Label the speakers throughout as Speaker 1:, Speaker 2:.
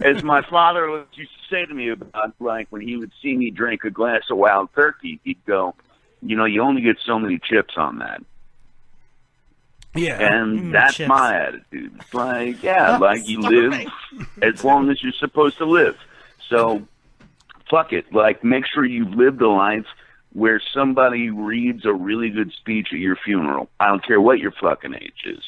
Speaker 1: as my father used to say to me about, like when he would see me drink a glass of wild turkey, he'd go, "You know, you only get so many chips on that."
Speaker 2: Yeah.
Speaker 1: And
Speaker 2: Mm,
Speaker 1: that's
Speaker 2: chips.
Speaker 1: my attitude. It's like, yeah, like you live as long as you're supposed to live. So fuck it. Like make sure you live the life where somebody reads a really good speech at your funeral. I don't care what your fucking age is.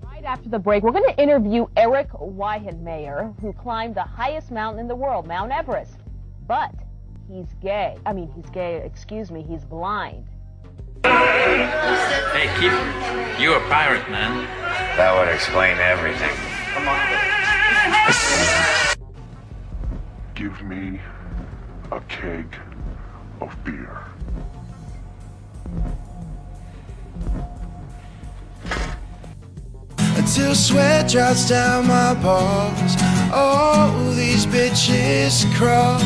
Speaker 3: Right after the break, we're going to interview Eric Weihenmayer, who climbed the highest mountain in the world, Mount Everest. But he's gay. I mean, he's gay, excuse me, he's blind.
Speaker 4: Hey, keep. You're a pirate, man. That would explain everything.
Speaker 5: Give me a keg of beer.
Speaker 6: Until sweat drops down my balls. Oh, these bitches crawl.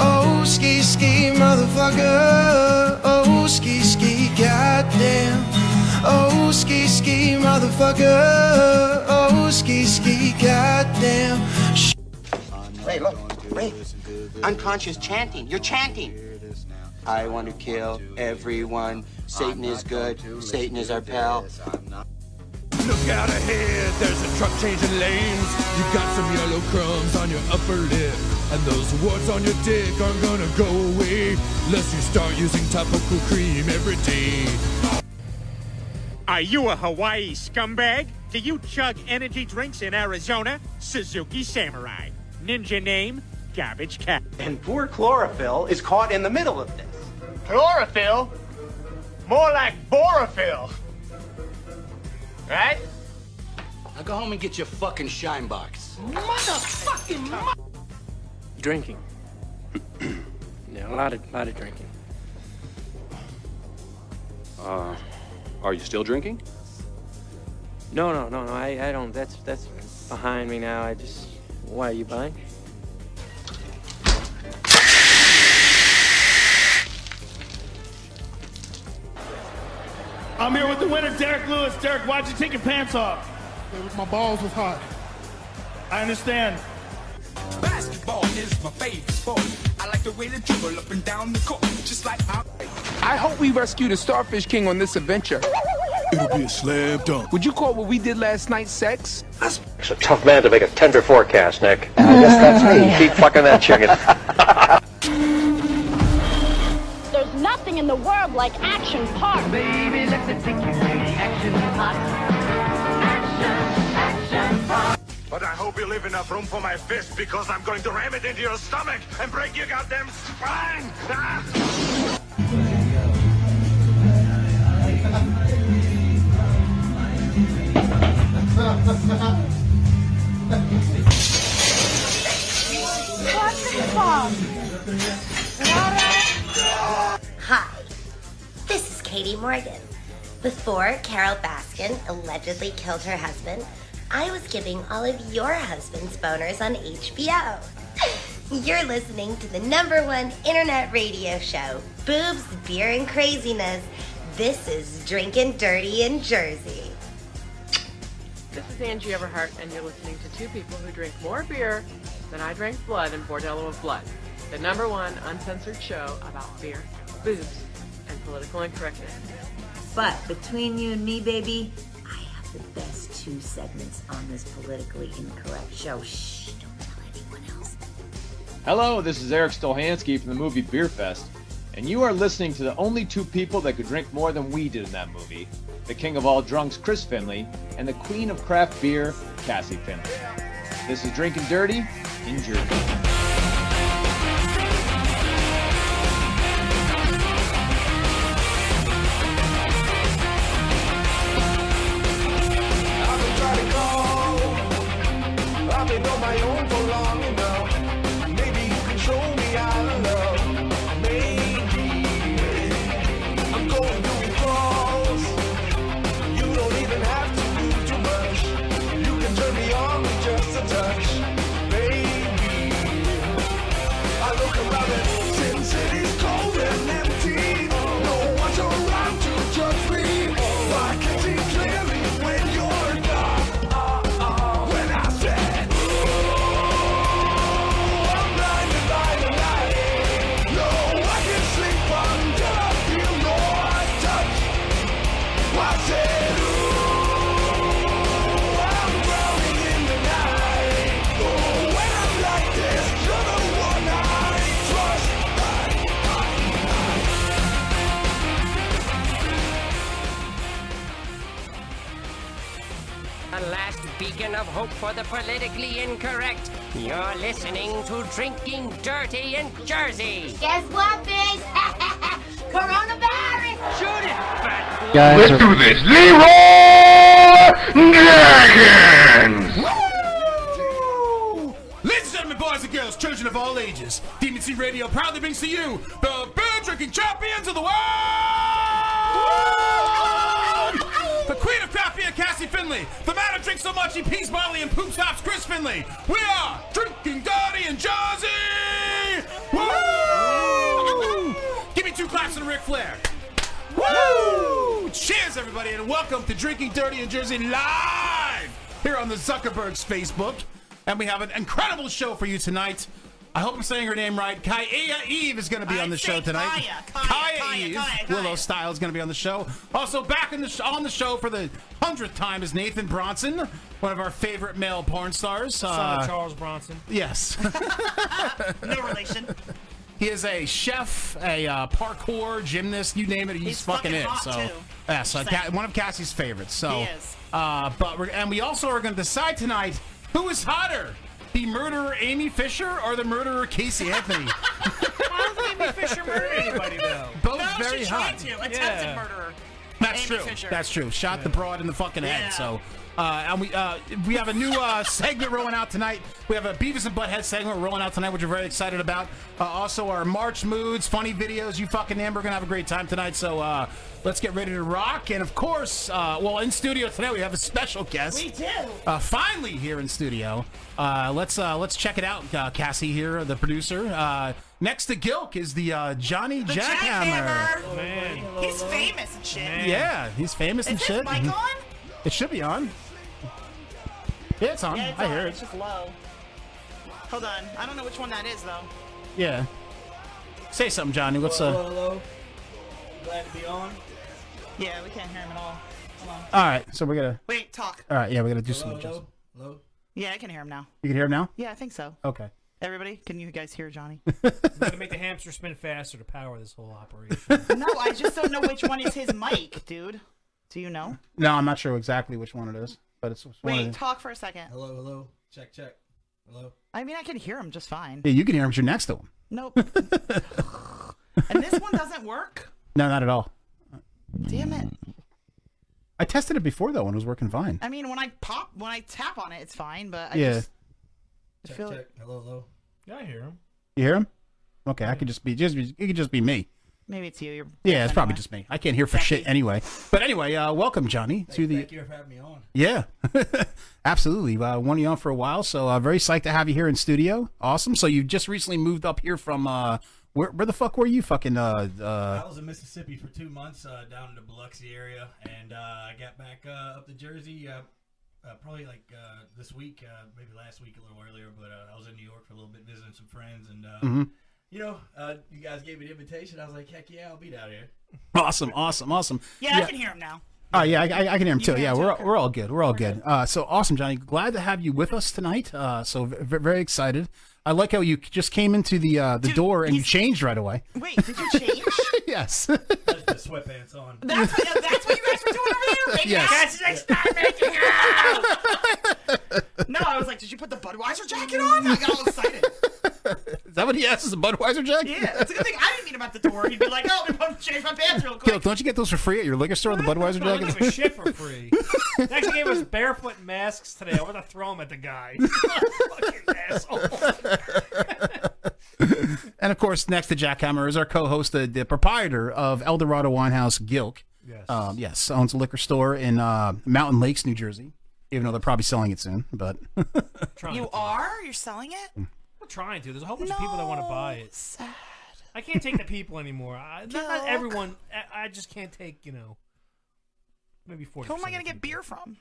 Speaker 6: Oh, ski ski motherfucker. Oh, ski ski goddamn. Oh, ski ski motherfucker. Oh, ski ski goddamn. Sh-
Speaker 7: Ray, look. Ray. Unconscious chanting. You're chanting. I want to kill everyone. Satan is good. Satan is our pal.
Speaker 8: Look out ahead, there's a truck changing lanes. You got some yellow crumbs on your upper lip, and those warts on your dick aren't gonna go away unless you start using topical cream every day.
Speaker 9: Are you a Hawaii scumbag? Do you chug energy drinks in Arizona? Suzuki Samurai. Ninja name, Garbage Cat.
Speaker 7: And poor chlorophyll is caught in the middle of this.
Speaker 9: Chlorophyll? More like borophyll.
Speaker 7: Right? Now go home and get your fucking shine box.
Speaker 10: Motherfucking
Speaker 11: Drinking. yeah, a lot of lot of drinking.
Speaker 12: Uh, are you still drinking?
Speaker 11: No, no, no, no. I, I don't. That's that's behind me now. I just. Why are you buying?
Speaker 13: I'm here with the winner, Derek Lewis. Derek, why'd you take your pants off? My balls was hot. I understand.
Speaker 14: Basketball is my favorite sport. I like the way they dribble up and down the court, just like I.
Speaker 15: I hope we rescue the Starfish King on this adventure.
Speaker 8: It'll be a slam dunk.
Speaker 15: Would you call what we did last night sex?
Speaker 16: It's a tough man to make a tender forecast, Nick. I guess that's me. Keep fucking that chicken.
Speaker 17: There's nothing in the world like action park. Baby, let me take you to the action park.
Speaker 18: But I hope you leave enough room for my fist because I'm going to ram it into your stomach and break your goddamn spine!
Speaker 19: Hi, this is Katie Morgan. Before Carol Baskin allegedly killed her husband, I was giving all of your husband's boners on HBO. You're listening to the number one internet radio show, Boobs, Beer, and Craziness. This is Drinking Dirty in Jersey.
Speaker 20: This is Angie Everhart, and you're listening to two people who drink more beer than I drank blood in Bordello of Blood, the number one uncensored show about beer, boobs, and political incorrectness.
Speaker 7: But between you and me, baby, I have the best two segments on this politically incorrect show. Shh, don't tell anyone else.
Speaker 5: Hello, this is Eric Stolhansky from the movie Beer Fest, and you are listening to the only two people that could drink more than we did in that movie the king of all drunks, Chris Finley, and the queen of craft beer, Cassie Finley. This is Drinking Dirty in Jersey.
Speaker 19: last beacon of hope for the politically incorrect. You're listening to Drinking Dirty in Jersey.
Speaker 21: Guess what, bitch? Coronavirus! Shoot it!
Speaker 19: Guys
Speaker 6: Let's do this. Leroy Jenkins!
Speaker 5: Woo! Ladies and gentlemen, boys and girls, children of all ages, Demon Sea Radio proudly brings to you the beer drinking champions of the world! The queen of craft beer, Cassie Finley. The man who drinks so much he pees Molly and poops tops, Chris Finley. We are drinking dirty and Jersey! Woo! Give me two claps and a Ric Flair. Woo! Cheers, everybody, and welcome to Drinking Dirty in Jersey live here on the Zuckerberg's Facebook. And we have an incredible show for you tonight. I hope I'm saying her name right. Kaya Eve is going to be on the show tonight.
Speaker 22: Kaya,
Speaker 5: Kaya, Eve, Willow Styles is going to be on the show. Also, back in the sh- on the show for the hundredth time is Nathan Bronson, one of our favorite male porn stars.
Speaker 22: Son
Speaker 5: Uh,
Speaker 22: of Charles Bronson.
Speaker 5: Yes.
Speaker 22: No relation.
Speaker 5: He is a chef, a uh, parkour gymnast, you name it, he's,
Speaker 22: He's
Speaker 5: fucking,
Speaker 22: fucking
Speaker 5: in.
Speaker 22: hot,
Speaker 5: so,
Speaker 22: too.
Speaker 5: yeah, so
Speaker 22: Just
Speaker 5: Ca-
Speaker 22: saying.
Speaker 5: one of Cassie's favorites. So,
Speaker 22: He is.
Speaker 5: Uh, but we're, and we also are going to decide tonight who is hotter, the murderer Amy Fisher or the murderer Casey Anthony.
Speaker 22: Amy Fisher murdered anybody, though.
Speaker 5: Both
Speaker 22: no,
Speaker 5: very
Speaker 22: she tried
Speaker 5: hot.
Speaker 22: to. Attempted
Speaker 5: Yeah.
Speaker 22: murderer.
Speaker 5: That's
Speaker 22: Amy
Speaker 5: true.
Speaker 22: Fisher.
Speaker 5: That's true. Shot the broad in the fucking
Speaker 22: Yeah.
Speaker 5: head. So, uh, and we uh, we have a new uh, segment rolling out tonight. We have a Beavis and Butthead segment rolling out tonight, which we're very excited about. Uh, also, our March moods, funny videos. You fucking Amber, gonna have a great time tonight. So, uh, let's get ready to rock. And of course, uh, well, in studio tonight we have a special guest.
Speaker 22: We do.
Speaker 5: Uh, finally here in studio. Uh, let's uh, let's check it out. Uh, Cassie here, the producer. Uh, next to Gilk is the uh, Johnny Jackhammer.
Speaker 22: Jackhammer. He's famous and shit.
Speaker 5: Yeah, he's famous and
Speaker 22: Is
Speaker 5: shit.
Speaker 22: his mic
Speaker 5: Mhm.
Speaker 22: on?
Speaker 5: It should be on. Yeah, it's on.
Speaker 22: Yeah, it's
Speaker 5: I
Speaker 22: on.
Speaker 5: hear
Speaker 22: It's
Speaker 5: it.
Speaker 22: just low. Hold on. I don't know which one that is though.
Speaker 5: Yeah. Say something, Johnny. What's
Speaker 22: Hello,
Speaker 5: up?
Speaker 22: hello. Glad to be on. Yeah, we can't hear him at all. Hold on.
Speaker 5: All right, so we're gonna.
Speaker 22: Wait, talk.
Speaker 5: All right, yeah, we're gonna do some adjustments.
Speaker 22: Hello. Yeah, I can hear him now.
Speaker 5: You can hear him now.
Speaker 22: Yeah, I think so.
Speaker 5: Okay.
Speaker 22: Everybody, can you guys hear Johnny?
Speaker 5: I'm
Speaker 22: gonna
Speaker 5: make
Speaker 22: the hamster
Speaker 5: spin faster to power this whole operation.
Speaker 22: no, I just don't know which one is his mic, dude. Do you know?
Speaker 5: No, I'm not sure exactly which one it is, but it's, it's one.
Speaker 22: Wait,
Speaker 5: Of the...
Speaker 22: talk for a second. Hello, hello. Check, check. Hello. I mean, I can hear him just fine.
Speaker 5: Yeah, you can hear him. 'cause You're next to him.
Speaker 22: Nope. and this one doesn't work.
Speaker 5: No, not at all.
Speaker 22: Damn it.
Speaker 5: I tested it before though, and it was working fine.
Speaker 22: I mean, when I pop, when I tap on it, it's fine, but I
Speaker 5: yeah.
Speaker 22: just I feel like Hello, hello. Yeah, I hear him.
Speaker 5: You hear him? Okay, I could just be just it could just be me.
Speaker 22: Maybe it's you. You're
Speaker 5: Yeah, it's probably just me. I can't hear for shit anyway. But anyway, uh, welcome Johnny to the.
Speaker 22: you for having me on.
Speaker 5: Yeah, absolutely. Uh, one of you on for a while, so uh, very psyched to have you here in studio. Awesome. So you just recently moved up here from uh, where? Where the fuck were you? Fucking uh,
Speaker 11: I
Speaker 5: uh
Speaker 11: was in Mississippi for two months, uh, down in the Biloxi area, and uh, I got back uh, up to Jersey uh, uh, probably like uh, this week, uh, maybe last week a little earlier. But uh, I was in New York for a little bit visiting some friends, and uh,
Speaker 5: Mhm.
Speaker 11: you know, uh, you guys gave me the invitation. I was like, heck yeah, I'll be down here.
Speaker 5: awesome, awesome, awesome.
Speaker 22: Yeah, I can hear him now.
Speaker 5: Oh yeah, I, I, I can hear him too. Yeah, we're all, we're all good. We're all good. Uh, so awesome, Johnny. Glad to have you with us tonight. Uh, so v- v- very excited. I like how you just came into the uh, the door and you changed right away.
Speaker 22: Wait, did you change?
Speaker 5: yes.
Speaker 11: The sweatpants on.
Speaker 22: That's what, that's what you guys were doing over there. Making
Speaker 11: Yes.
Speaker 22: yes. Like, stop making out. no, I was like, did you put the Budweiser jacket on? I got all excited.
Speaker 5: Is that what he asked? Is a Budweiser jacket?
Speaker 22: Yeah, it's a good thing I didn't meet him at the door. He'd be like, oh, I'm to change my pants real quick.
Speaker 5: Gil, don't you get those for free at your liquor store? The Budweiser
Speaker 22: I don't
Speaker 5: jackets.
Speaker 22: give a shit
Speaker 5: for
Speaker 22: free. They
Speaker 5: actually gave us
Speaker 22: barefoot masks today. I want to throw them at the guy. Fucking
Speaker 5: and of course, next to Jack Hammer is our co-host, the, the proprietor of Eldorado Winehouse, Gilk. Yes. Um, yes, owns a liquor store in uh, Mountain Lakes, New Jersey. Even though they're probably selling it soon, but
Speaker 22: You are? You're selling it? We're trying to. There's a whole bunch
Speaker 5: of people that
Speaker 22: want
Speaker 5: wanna
Speaker 22: to
Speaker 5: buy
Speaker 22: it. I can't take the people anymore. I, not- not everyone. I, I just can't take, you know, maybe 40% Who am I going to get beer from?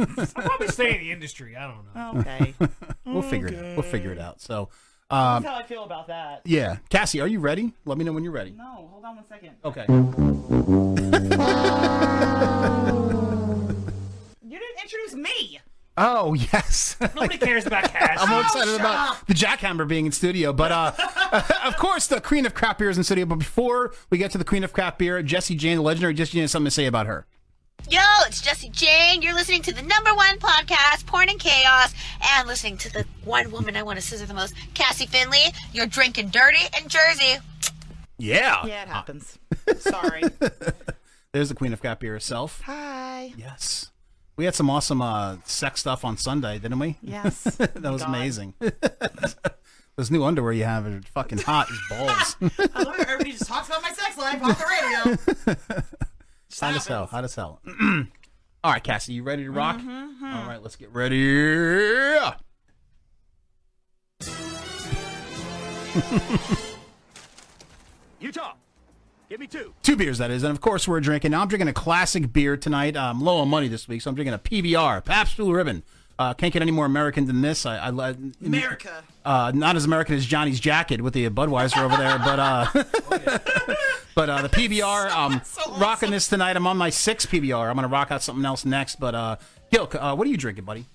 Speaker 22: I'm probably staying in the industry. I don't know. Okay.
Speaker 5: we'll figure it. We'll figure it out. So, um,
Speaker 22: That's how I feel about that.
Speaker 5: yeah, Cassie, are you ready? Let me know when you're ready.
Speaker 22: No, hold on one second.
Speaker 5: Okay.
Speaker 22: You didn't introduce me.
Speaker 5: Oh yes.
Speaker 22: Nobody cares about Cass.
Speaker 5: I'm more
Speaker 22: Oh,
Speaker 5: excited
Speaker 22: shut
Speaker 5: about the jackhammer being in studio, but uh, of course the queen of craft beer is in studio. But before we get to the queen of craft beer, Jesse Jane, the legendary Jesse Jane, has something to say about her.
Speaker 3: Yo, it's Jesse Jane. You're listening to the number one podcast, Porn and Chaos, and listening to the one woman I want to scissor the most, Cassie Finley. You're drinking dirty in Jersey.
Speaker 5: Yeah. Uh,
Speaker 22: Yeah, it happens.
Speaker 5: There's the queen of cat beer herself.
Speaker 22: Hi.
Speaker 5: Yes. We had some awesome uh, sex stuff on Sunday, didn't we?
Speaker 22: Yes.
Speaker 5: that was
Speaker 22: God.
Speaker 5: amazing. Those new underwear you have are fucking hot as balls.
Speaker 22: I love it. Everybody just talks about my sex life on the radio.
Speaker 5: hot as hell. Hot as hell. All right, Cassie, you ready to rock?
Speaker 22: Mm-hmm.
Speaker 5: All right, let's get ready.
Speaker 23: Utah, give me two.
Speaker 5: Two beers, that is. And of course, we're drinking. I'm drinking a classic beer tonight. Uh, I'm low on money this week, so I'm drinking a PBR, Pabst Blue Ribbon. Uh, can't get any more American than this. I, I li-
Speaker 22: America.
Speaker 5: Uh, not as American as Johnny's jacket with the Budweiser over there, but uh, but uh, the PBR. Um, rocking this tonight. I'm on my sixth PBR. I'm gonna rock out something else next. But uh, Gil, uh, what are you drinking, buddy?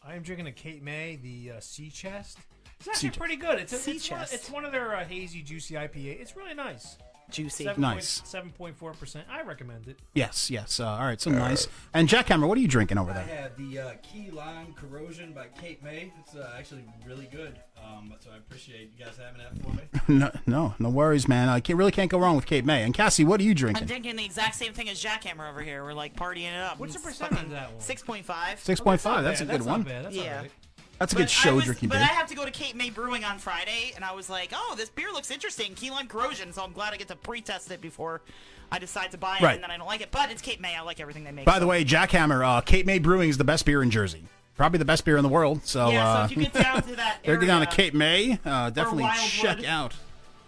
Speaker 9: I am drinking a Kate May, the uh, Sea Chest. It's
Speaker 5: Sea
Speaker 9: actually
Speaker 5: Chest.
Speaker 9: pretty good. It's, a,
Speaker 22: Sea
Speaker 9: it's, one,
Speaker 22: Chest.
Speaker 9: it's one of their uh, hazy, juicy IPA. It's really nice.
Speaker 22: Juicy.
Speaker 5: Nice.
Speaker 9: Seven point four percent. I recommend it.
Speaker 5: Yes, yes. Uh, all right, so nice. And Jackhammer, what are you drinking over
Speaker 11: I
Speaker 5: there?
Speaker 11: had the uh, Key Lime Corrosion by Kate May. It's uh, actually really good. Um, so I appreciate you guys having that for me.
Speaker 5: No, no, no worries, man. I can't, really can't go wrong with Kate May. And Cassie, what are you
Speaker 22: I'm
Speaker 5: drinking?
Speaker 22: drinking the exact same thing as Jackhammer over here. We're like partying it up. What's the percent on that one? Oh, Six point five.
Speaker 5: 6.5, that's a good one.
Speaker 22: yeah.
Speaker 5: That's a good show
Speaker 22: was-
Speaker 5: drinking
Speaker 22: but
Speaker 5: beer.
Speaker 22: I have to go to Cape May Brewing on Friday, and I was like, "Oh, this beer looks interesting, key lime corrosion." So I'm glad I get to pre-test it before I decide to buy it,
Speaker 5: Right.
Speaker 22: and then I don't like it. But it's Cape May; I like everything they make.
Speaker 5: By the
Speaker 22: so-
Speaker 5: way, Jackhammer, uh, Cape May Brewing is the best beer in Jersey. Probably the best beer in the world. So,
Speaker 22: Yeah, so
Speaker 5: uh,
Speaker 22: if you get down to that
Speaker 5: they're down to
Speaker 22: area-
Speaker 5: Cape May. Uh, definitely
Speaker 11: Wildwood.
Speaker 5: check out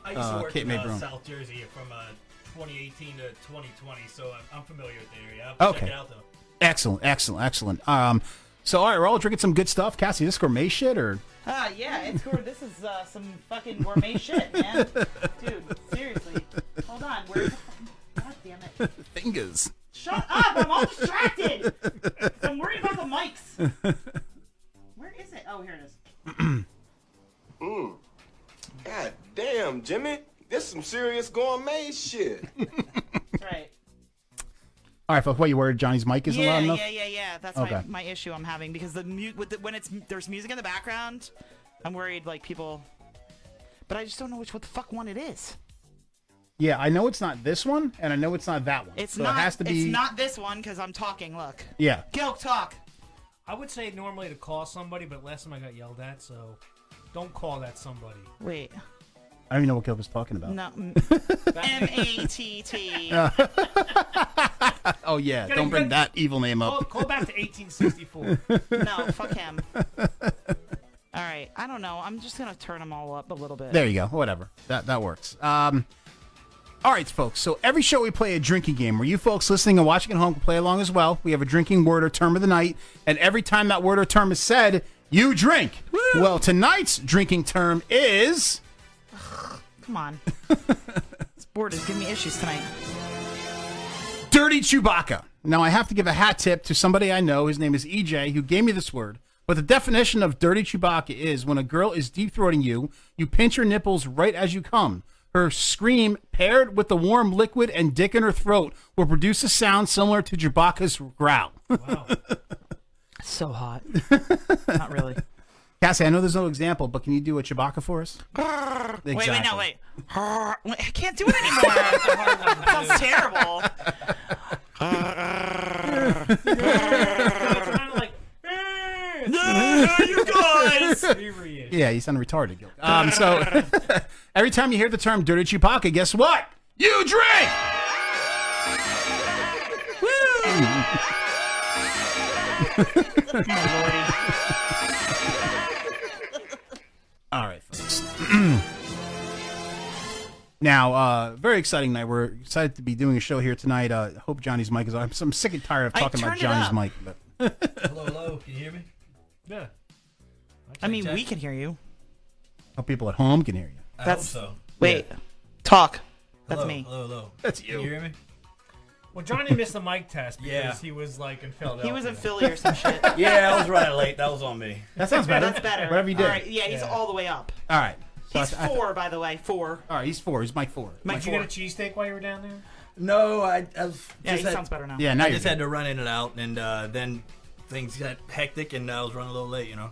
Speaker 11: I used to
Speaker 5: uh,
Speaker 11: work
Speaker 5: Cape
Speaker 11: in
Speaker 5: May
Speaker 11: uh,
Speaker 5: Brewing.
Speaker 11: South Jersey from uh, 2018 to 2020, so I'm, I'm familiar with the area. I'll
Speaker 5: Okay.
Speaker 11: check it out though.
Speaker 5: Excellent, excellent, excellent. Um, so all right, we're all drinking some good stuff. Cassie, this gourmet shit or
Speaker 22: Ah, yeah, it's cool. this is uh, some fucking gourmet shit, man. Dude, seriously. Hold on, where's the fucking... God damn it.
Speaker 5: fingers?
Speaker 22: Shut up! I'm all distracted. I'm worried about the mics. Where is it? Oh, here it is.
Speaker 6: Mm. God damn, Jimmy. This some serious gourmet shit.
Speaker 22: That's right.
Speaker 5: All right, folks, what you worried? Johnny's mic isn't
Speaker 22: yeah,
Speaker 5: loud enough.
Speaker 22: yeah, yeah, yeah. That's
Speaker 5: Okay.
Speaker 22: my, my issue I'm having because the, mu- with the when it's there's music in the background, I'm worried like people. But I just don't know which what the fuck one it is.
Speaker 5: Yeah, I know it's not this one, and I know it's not that one.
Speaker 22: It's
Speaker 5: so
Speaker 22: not.
Speaker 5: It has to be.
Speaker 22: It's not this one because I'm talking. Look.
Speaker 5: Yeah.
Speaker 22: Gilk talk.
Speaker 9: I would say normally to call somebody, but last time I got yelled at, so don't call that somebody.
Speaker 22: Wait.
Speaker 5: I don't even know what Gil was talking about.
Speaker 22: No. M A T T.
Speaker 5: Uh, oh yeah,
Speaker 9: Gotta-
Speaker 5: don't bring
Speaker 9: gotta-
Speaker 5: that evil name up.
Speaker 9: Call, call back to 1864.
Speaker 22: No, fuck him. All right. I don't know. I'm just gonna turn them all up a little bit.
Speaker 5: There you go. Whatever. That that works. Um, all right, folks. So every show we play a drinking game where you folks listening and watching at home can play along as well. We have a drinking word or term of the night, and every time that word or term is said, you drink. Well, tonight's drinking term is
Speaker 22: Come on. this board is giving me issues tonight.
Speaker 5: dirty Chewbacca. Now I have to give a hat tip to somebody I know. His name is EJ, who gave me this word. But the definition of dirty Chewbacca is when a girl is deep throating you, you pinch her nipples right as you come. Her scream, paired with the warm liquid and dick in her throat, will produce a sound similar to Chewbacca's growl.
Speaker 22: So hot. Not really.
Speaker 5: Cassie, I know there's no example, but can you do a Chewbacca for us? exactly.
Speaker 22: Wait, wait, no, wait. Wait, I can't do it anymore. That sounds terrible. you guys.
Speaker 5: Yeah, you sound retarded. Gil. Um, so every time you hear the term "dirty Chewbacca," guess what? You drink. All right, folks. now, uh, very exciting night. We're excited to be doing a show here tonight. Uh, hope Johnny's mic is on. I'm, I'm sick and tired of
Speaker 11: I
Speaker 5: talking about
Speaker 11: turned it
Speaker 5: Johnny's
Speaker 11: up.
Speaker 5: mic. But
Speaker 11: hello, hello. Can you hear me? Yeah.
Speaker 22: I mean, we can hear you.
Speaker 5: hope people at home can hear you.
Speaker 11: I
Speaker 22: That's
Speaker 11: hope so.
Speaker 22: wait. Talk. That's
Speaker 11: hello,
Speaker 22: me.
Speaker 11: Hello, hello.
Speaker 5: That's
Speaker 11: Can you hear me?
Speaker 9: Well, Johnny missed the mic test because
Speaker 11: Yeah.
Speaker 9: he was like in Philadelphia.
Speaker 22: He was in Philly or some shit.
Speaker 11: yeah, I was running late. That was on me.
Speaker 5: That sounds better.
Speaker 22: That's better.
Speaker 5: Whatever you did.
Speaker 22: All right, yeah, he's all the way up.
Speaker 5: All right. So
Speaker 22: He's
Speaker 5: I- I-
Speaker 22: four, by the way. Four.
Speaker 5: all right, he's four. He's Mike four.
Speaker 9: Did you get a cheesesteak while you were down there?
Speaker 24: No, I. I was
Speaker 22: Yeah,
Speaker 24: just
Speaker 22: he
Speaker 24: had-
Speaker 22: sounds better now.
Speaker 5: Yeah, now
Speaker 11: I
Speaker 5: you're
Speaker 11: just had to run in and out, and uh, then things got hectic, and I was running a little late, you know.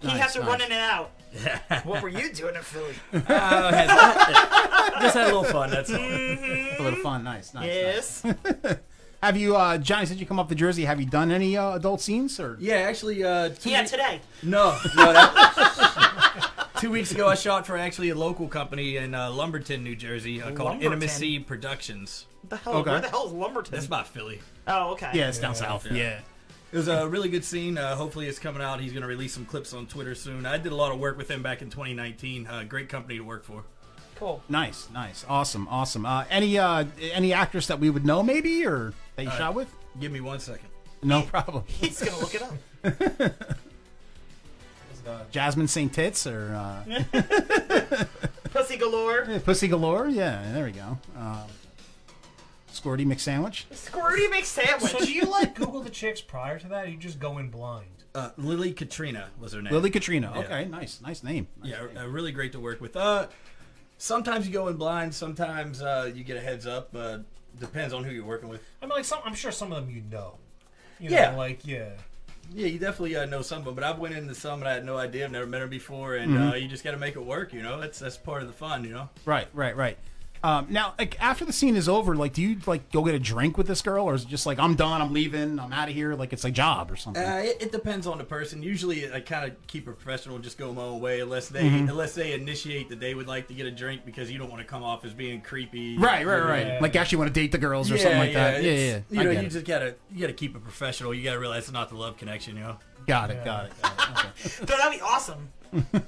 Speaker 22: He had to run in and out. what were you doing in Philly?
Speaker 11: Oh, Uh, I had- just had a little fun. That's all.
Speaker 5: A little fun, nice, nice.
Speaker 22: Yes.
Speaker 5: nice. have you, uh, Johnny? Since you come up to Jersey, have you done any uh, adult scenes or?
Speaker 24: Yeah, actually. Uh, two
Speaker 22: Yeah,
Speaker 24: we-
Speaker 22: today.
Speaker 24: No, no, that,
Speaker 11: Two weeks ago, I shot for actually a local company in uh, Lumberton, New Jersey, uh, called
Speaker 24: Lumberton?
Speaker 11: Intimacy Productions.
Speaker 22: The hell? Where the hell is Lumberton?
Speaker 11: That's by Philly.
Speaker 22: Oh, okay.
Speaker 11: It was a really good scene. Uh, hopefully, it's coming out. He's going to release some clips on Twitter soon. I did a lot of work with him back in 2019. Uh, great company to work for.
Speaker 22: Cool.
Speaker 5: Nice, nice, awesome, awesome. Uh, any uh, any actress that we would know, maybe, or that you
Speaker 11: Uh,
Speaker 5: shot with?
Speaker 11: Give me one second.
Speaker 5: No problem.
Speaker 22: He's gonna look it up.
Speaker 11: Uh,
Speaker 5: Jasmine St. Tits or uh,
Speaker 22: Pussy galore.
Speaker 5: Pussy Galore? Yeah, there we go. Um, Squirty McSandwich.
Speaker 22: Squirty makes sandwich.
Speaker 9: So do you like Google the chicks prior to that? Or you just go in blind.
Speaker 11: Uh, Lily Katrina was her name.
Speaker 5: Lily Katrina.
Speaker 11: Yeah.
Speaker 5: Okay, nice, nice name.
Speaker 11: yeah, uh, really great to work with. Uh, sometimes you go in blind. Sometimes uh, you get a heads up. Uh, depends on who you're working with.
Speaker 9: I mean, like some. I'm sure some of them you know. You
Speaker 11: Yeah.
Speaker 9: Know, like yeah.
Speaker 11: Yeah, you definitely uh, know some of them, but I've went into some and I had no idea. I've never met her before, and
Speaker 5: Mhm.
Speaker 11: uh, you just got to make it work. You know, that's that's part of the fun. You know.
Speaker 5: Right, right, right. Um, now, like after the scene is over, like, do you like go get a drink with this girl, or is it just like I'm done, I'm leaving, I'm out of here? Like it's a job or something.
Speaker 11: Uh, it, it depends on the person. Usually, I kind of keep it professional, just go my own way, unless they
Speaker 5: Mhm.
Speaker 11: unless they initiate that they would like to get a drink because you don't want to come off as being creepy.
Speaker 5: right, right, right.
Speaker 11: Yeah.
Speaker 5: Like you actually want to date the girls or something like that. Yeah, yeah.
Speaker 11: it's-
Speaker 5: yeah. I
Speaker 11: You know,
Speaker 5: get
Speaker 11: you
Speaker 5: it.
Speaker 11: just gotta you gotta keep it professional. You gotta realize it's not the love connection. You know.
Speaker 5: got it, got it.
Speaker 22: But that'd be awesome.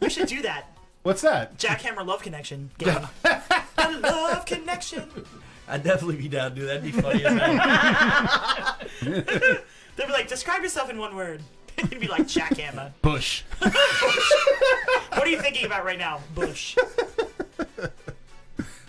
Speaker 22: we should do that.
Speaker 5: What's that?
Speaker 22: Jackhammer love connection. Game. The love connection.
Speaker 11: I'd definitely be down to do that. That'd be funny. as hell.
Speaker 22: They'd be like, describe yourself in one word. You'd be like jackhammer.
Speaker 5: Bush.
Speaker 22: what are you thinking about right now, Bush?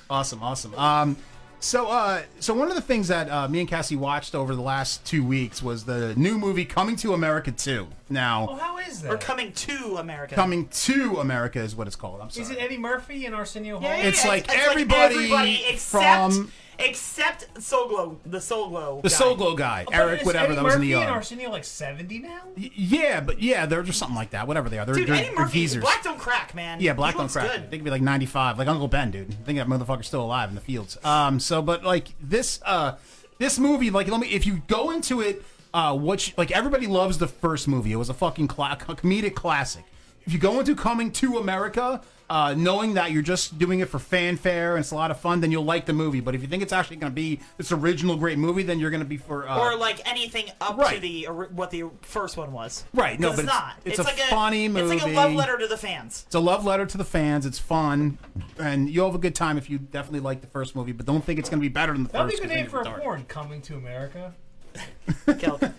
Speaker 5: Awesome, awesome. Um, so, uh, so one of the things that uh, me and Cassie watched over the last two weeks was the new movie Coming to America Two. Now,
Speaker 22: how is that? We're coming to America.
Speaker 5: Coming to America is what it's called. I'm sorry.
Speaker 9: Is it Eddie Murphy and Arsenio Hall?
Speaker 22: Yeah, yeah,
Speaker 5: It's
Speaker 22: yeah,
Speaker 5: like everybody
Speaker 22: except
Speaker 5: from-
Speaker 22: except Soglo, the Soglo,
Speaker 5: The
Speaker 22: guy. Oh,
Speaker 5: Soglo guy,
Speaker 9: But
Speaker 5: Eric,
Speaker 9: is
Speaker 5: whatever
Speaker 9: Eddie
Speaker 5: that was in the
Speaker 9: Murphy
Speaker 5: ER.
Speaker 9: and Arsenio like 70 now?
Speaker 5: Y- Yeah, but yeah, they're just something like that. Whatever they are, they're,
Speaker 22: Dude,
Speaker 5: they're,
Speaker 22: Eddie
Speaker 5: they're
Speaker 22: Murphy,
Speaker 5: geezers.
Speaker 22: black don't crack, man.
Speaker 5: Yeah, black
Speaker 22: He
Speaker 5: on
Speaker 22: looks
Speaker 5: crack.
Speaker 22: Good.
Speaker 5: They could be like 95, like Uncle Ben, dude. I think that motherfucker's still alive in the fields. Um, so, but like this, uh, this movie, like, let me, if you go into it, uh, what, you, like, everybody loves the first movie. It was a fucking cla- a comedic classic. If you go into Coming to America, uh, knowing that you're just doing it for fanfare and it's a lot of fun, then you'll like the movie. But if you think it's actually going to be this original great movie, then you're going to be for, uh,
Speaker 22: or like anything up
Speaker 5: right.
Speaker 22: to the or what the first one was.
Speaker 5: Right, no,
Speaker 22: 'Cause
Speaker 5: but
Speaker 22: it's
Speaker 5: it's-
Speaker 22: not.
Speaker 5: it's a
Speaker 22: like a
Speaker 5: funny
Speaker 22: It's like
Speaker 5: movie.
Speaker 22: a love letter to the fans.
Speaker 5: It's a love letter to the fans. It's fun, and you'll have a good time if you definitely like the first movie. But don't think it's going to be better than the
Speaker 9: That'd be
Speaker 5: first.
Speaker 9: a good
Speaker 5: 'cause
Speaker 9: name
Speaker 5: they
Speaker 9: for
Speaker 5: were
Speaker 9: a
Speaker 5: dark.
Speaker 9: porn, Coming to America.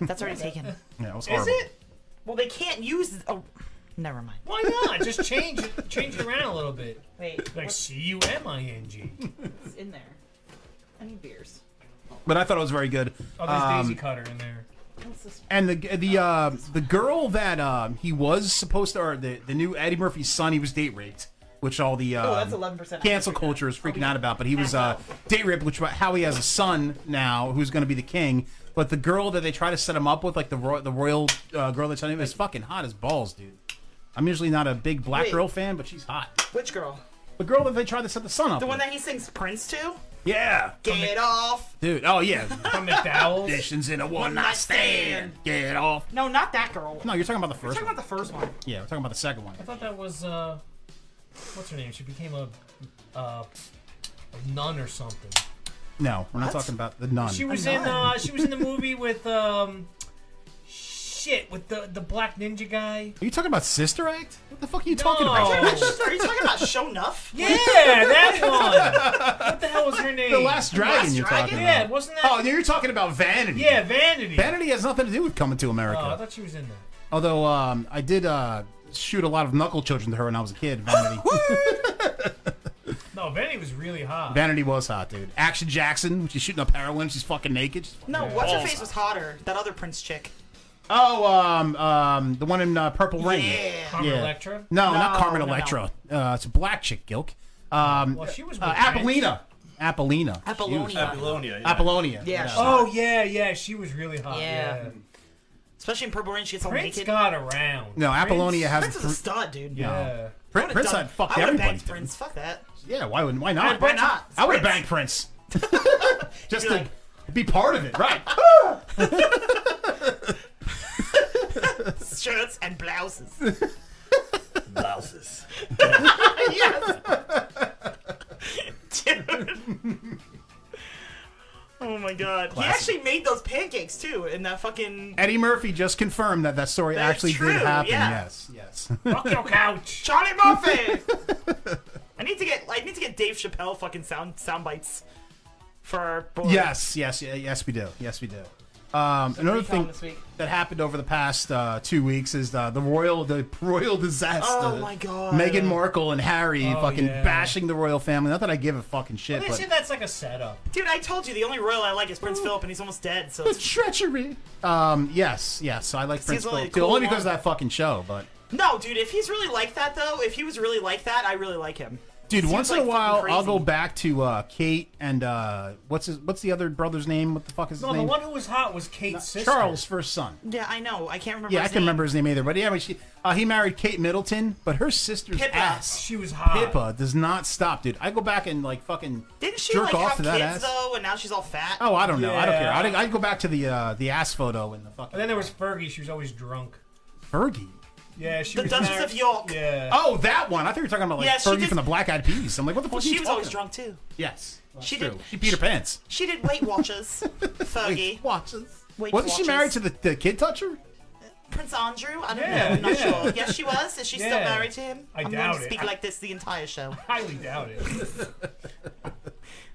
Speaker 22: That's already taken.
Speaker 5: Yeah, it was
Speaker 9: Is
Speaker 5: horrible.
Speaker 9: it?
Speaker 22: Well, they can't use. Oh, never mind.
Speaker 9: Why not? Just change it, change it around a little bit.
Speaker 22: Wait,
Speaker 9: like C U M I N G.
Speaker 22: It's in there. I need beers.
Speaker 5: But I thought it was very good.
Speaker 9: Oh, there's
Speaker 5: Um,
Speaker 9: Daisy Cutter in there.
Speaker 5: and the the uh, the girl that um, he was supposed to, or the, the new Eddie Murphy's son, he was date raped, which all the um,
Speaker 22: Oh, that's 11%.
Speaker 5: cancel culture is freaking out about. But he was uh, date raped, which about how he has a son now who's going to be the king. But the girl that they try to set him up with, like the ro- the royal uh, girl that's on him, is fucking hot as balls, dude. I'm usually not a big black
Speaker 22: Wait.
Speaker 5: girl fan, but she's hot.
Speaker 22: Which girl?
Speaker 5: The girl that they tried to set the sun up.
Speaker 22: The one
Speaker 5: with.
Speaker 22: that he sings Prince to?
Speaker 5: yeah.
Speaker 22: Get off
Speaker 5: Dude, oh yeah.
Speaker 9: From McDowell's.
Speaker 5: Conditions in a one night stand. Get off.
Speaker 22: No, not that girl.
Speaker 5: No, you're talking about the
Speaker 22: We're
Speaker 5: first
Speaker 22: talking
Speaker 5: one.
Speaker 22: about the first one.
Speaker 5: Yeah, we're talking about the second one.
Speaker 9: I thought that was uh, what's her name? She became a uh, a nun or something.
Speaker 5: No, we're not
Speaker 9: What?
Speaker 5: talking about the nun.
Speaker 9: She was in uh, she was in the movie with um, shit with the the black ninja guy.
Speaker 5: Are you talking about Sister Act? What the fuck are you talking
Speaker 9: No.
Speaker 5: about?
Speaker 22: Are you talking about Show Nuff?
Speaker 9: Yeah, that one. What the hell was her name?
Speaker 5: The Last Dragon
Speaker 9: Last
Speaker 5: you're talking
Speaker 9: Yeah,
Speaker 5: about.
Speaker 9: wasn't that?
Speaker 5: Oh, you're talking about Vanity.
Speaker 9: Yeah, Vanity.
Speaker 5: Vanity has nothing to do with coming to
Speaker 9: Oh, I
Speaker 5: America.
Speaker 9: thought she was in that.
Speaker 5: Although um, I did uh, shoot a lot of knuckle children to her when I was a kid. Vanity,
Speaker 9: No, Vanity was really hot.
Speaker 5: Vanity was hot, dude. Action Jackson, when she's shooting up heroin, she's fucking naked. She's fucking
Speaker 22: No, what's her
Speaker 5: balls
Speaker 22: face was hotter? That other Prince chick.
Speaker 5: Oh, um, um, the one in uh, Purple Rain.
Speaker 22: Yeah. Carmen Electra?
Speaker 5: No,
Speaker 22: No,
Speaker 5: not Carmen
Speaker 22: no, no.
Speaker 5: Electra. Uh, it's a black chick, Gilk. Um,
Speaker 22: Well, she was
Speaker 5: uh,
Speaker 22: with Prince.
Speaker 5: Apollina. Apollina.
Speaker 9: Apollonia.
Speaker 5: She was-
Speaker 9: Apollonia,
Speaker 22: yeah.
Speaker 5: Apollonia.
Speaker 9: Yeah.
Speaker 22: Oh,
Speaker 9: Oh yeah, yeah. She was really hot.
Speaker 22: Yeah.
Speaker 9: Yeah.
Speaker 22: Especially in Purple Rain, she gets all
Speaker 9: Prince
Speaker 22: naked.
Speaker 9: got around.
Speaker 5: No, Apollonia
Speaker 22: Prince,
Speaker 5: has
Speaker 22: Prince is a stud, dude.
Speaker 5: No.
Speaker 22: Yeah.
Speaker 5: Prin-
Speaker 22: I would've
Speaker 5: Prince
Speaker 22: done-
Speaker 5: had fucked
Speaker 22: I would've
Speaker 5: everybody,
Speaker 22: banged Prince. Fuck that.
Speaker 5: Yeah, why wouldn't? Why not?
Speaker 22: Yeah, why not?
Speaker 5: I would have
Speaker 22: Prince.
Speaker 5: banged Prince. Just to be part of it, right?
Speaker 22: Ah! Shirts and blouses.
Speaker 6: Blouses.
Speaker 22: Dude. Oh my god.
Speaker 5: Classic.
Speaker 22: He actually made those pancakes too in that fucking
Speaker 5: Eddie Murphy just confirmed that that story
Speaker 22: That's
Speaker 5: actually
Speaker 22: true,
Speaker 5: did happen.
Speaker 22: yeah.
Speaker 5: Yes, yes.
Speaker 22: Fuck your couch. Charlie Murphy. I need to get I need to get Dave Chappelle fucking sound sound bites for Borat.
Speaker 5: Yes, yes, y- yes, we do. Yes, we do. Um, another
Speaker 22: pretty calm
Speaker 5: thing
Speaker 22: this week.
Speaker 5: that happened over the past uh, two weeks is the, the royal the royal disaster.
Speaker 22: Oh my God.
Speaker 5: Meghan Markle and Harry
Speaker 22: Oh,
Speaker 5: fucking
Speaker 22: yeah.
Speaker 5: bashing the royal family. Not that I give a fucking shit,
Speaker 22: Well, they
Speaker 5: but
Speaker 22: say that's like a setup. Dude, I told you the only royal I like is Prince Philip, and he's almost dead. So
Speaker 5: the
Speaker 22: it's-
Speaker 5: treachery. Um, yes, yes, I like
Speaker 22: Seems
Speaker 5: Prince
Speaker 22: only
Speaker 5: Philip
Speaker 22: a
Speaker 5: too,
Speaker 22: cool
Speaker 5: only because of
Speaker 22: one.
Speaker 5: that fucking show. But
Speaker 22: no, dude, if he's really like that though, if he was really like that, I really like him.
Speaker 5: dude,
Speaker 22: Seems
Speaker 5: once in a
Speaker 22: like
Speaker 5: while
Speaker 22: fucking
Speaker 5: I'll go
Speaker 22: crazy.
Speaker 5: back to uh, Kate and uh, what's his what's the other brother's name? What the fuck is his
Speaker 22: No, the
Speaker 5: name?
Speaker 22: one
Speaker 9: who was hot was Kate's
Speaker 22: sister.
Speaker 5: Charles' first son.
Speaker 22: Yeah, I know. I can't remember.
Speaker 5: Yeah, I
Speaker 22: his
Speaker 5: can
Speaker 22: name.
Speaker 5: remember his name either. But yeah, anyway, she, uh, he married Kate Middleton, but her sister's
Speaker 22: Pippa.
Speaker 5: ass.
Speaker 22: She was
Speaker 5: Pippa does not stop, dude. I go back and like fucking
Speaker 22: Didn't she
Speaker 5: jerk
Speaker 22: like
Speaker 5: off
Speaker 22: have
Speaker 5: to that
Speaker 22: kids
Speaker 5: ass.
Speaker 22: though, and now she's all fat?
Speaker 5: Oh, I don't know. I don't care.
Speaker 9: Yeah.
Speaker 5: I I go back to the uh, the ass photo in the fucking
Speaker 9: And then there was Fergie. She was always drunk.
Speaker 5: Fergie.
Speaker 9: Yeah, she
Speaker 22: The
Speaker 9: was
Speaker 22: Duchess
Speaker 9: married-
Speaker 22: of York.
Speaker 9: Yeah.
Speaker 5: Oh, that one. I thought you were talking about like
Speaker 22: Yeah, she
Speaker 5: Fergie
Speaker 22: did-
Speaker 5: from the Black Eyed Peas. I'm like, what the fuck?
Speaker 22: Well,
Speaker 5: are you
Speaker 22: she was
Speaker 5: talking
Speaker 22: always
Speaker 5: about?
Speaker 22: drunk too.
Speaker 5: Yes,
Speaker 22: She
Speaker 5: true.
Speaker 22: did-
Speaker 5: She peed her pants.
Speaker 22: She did Weight Watchers, Fergie. Weight
Speaker 5: Watchers.
Speaker 22: Weight
Speaker 5: Wasn't she
Speaker 22: Watchers.
Speaker 5: married to the, the kid toucher?
Speaker 22: Prince Andrew? I don't
Speaker 5: Yeah,
Speaker 22: know. I'm not
Speaker 5: yeah.
Speaker 22: sure. Yes, she was. Is she still
Speaker 5: Yeah.
Speaker 22: married to him?
Speaker 5: I
Speaker 22: am
Speaker 5: doubt
Speaker 22: going
Speaker 5: it.
Speaker 22: to speak
Speaker 5: I-
Speaker 22: like this the entire show.
Speaker 9: highly doubt it.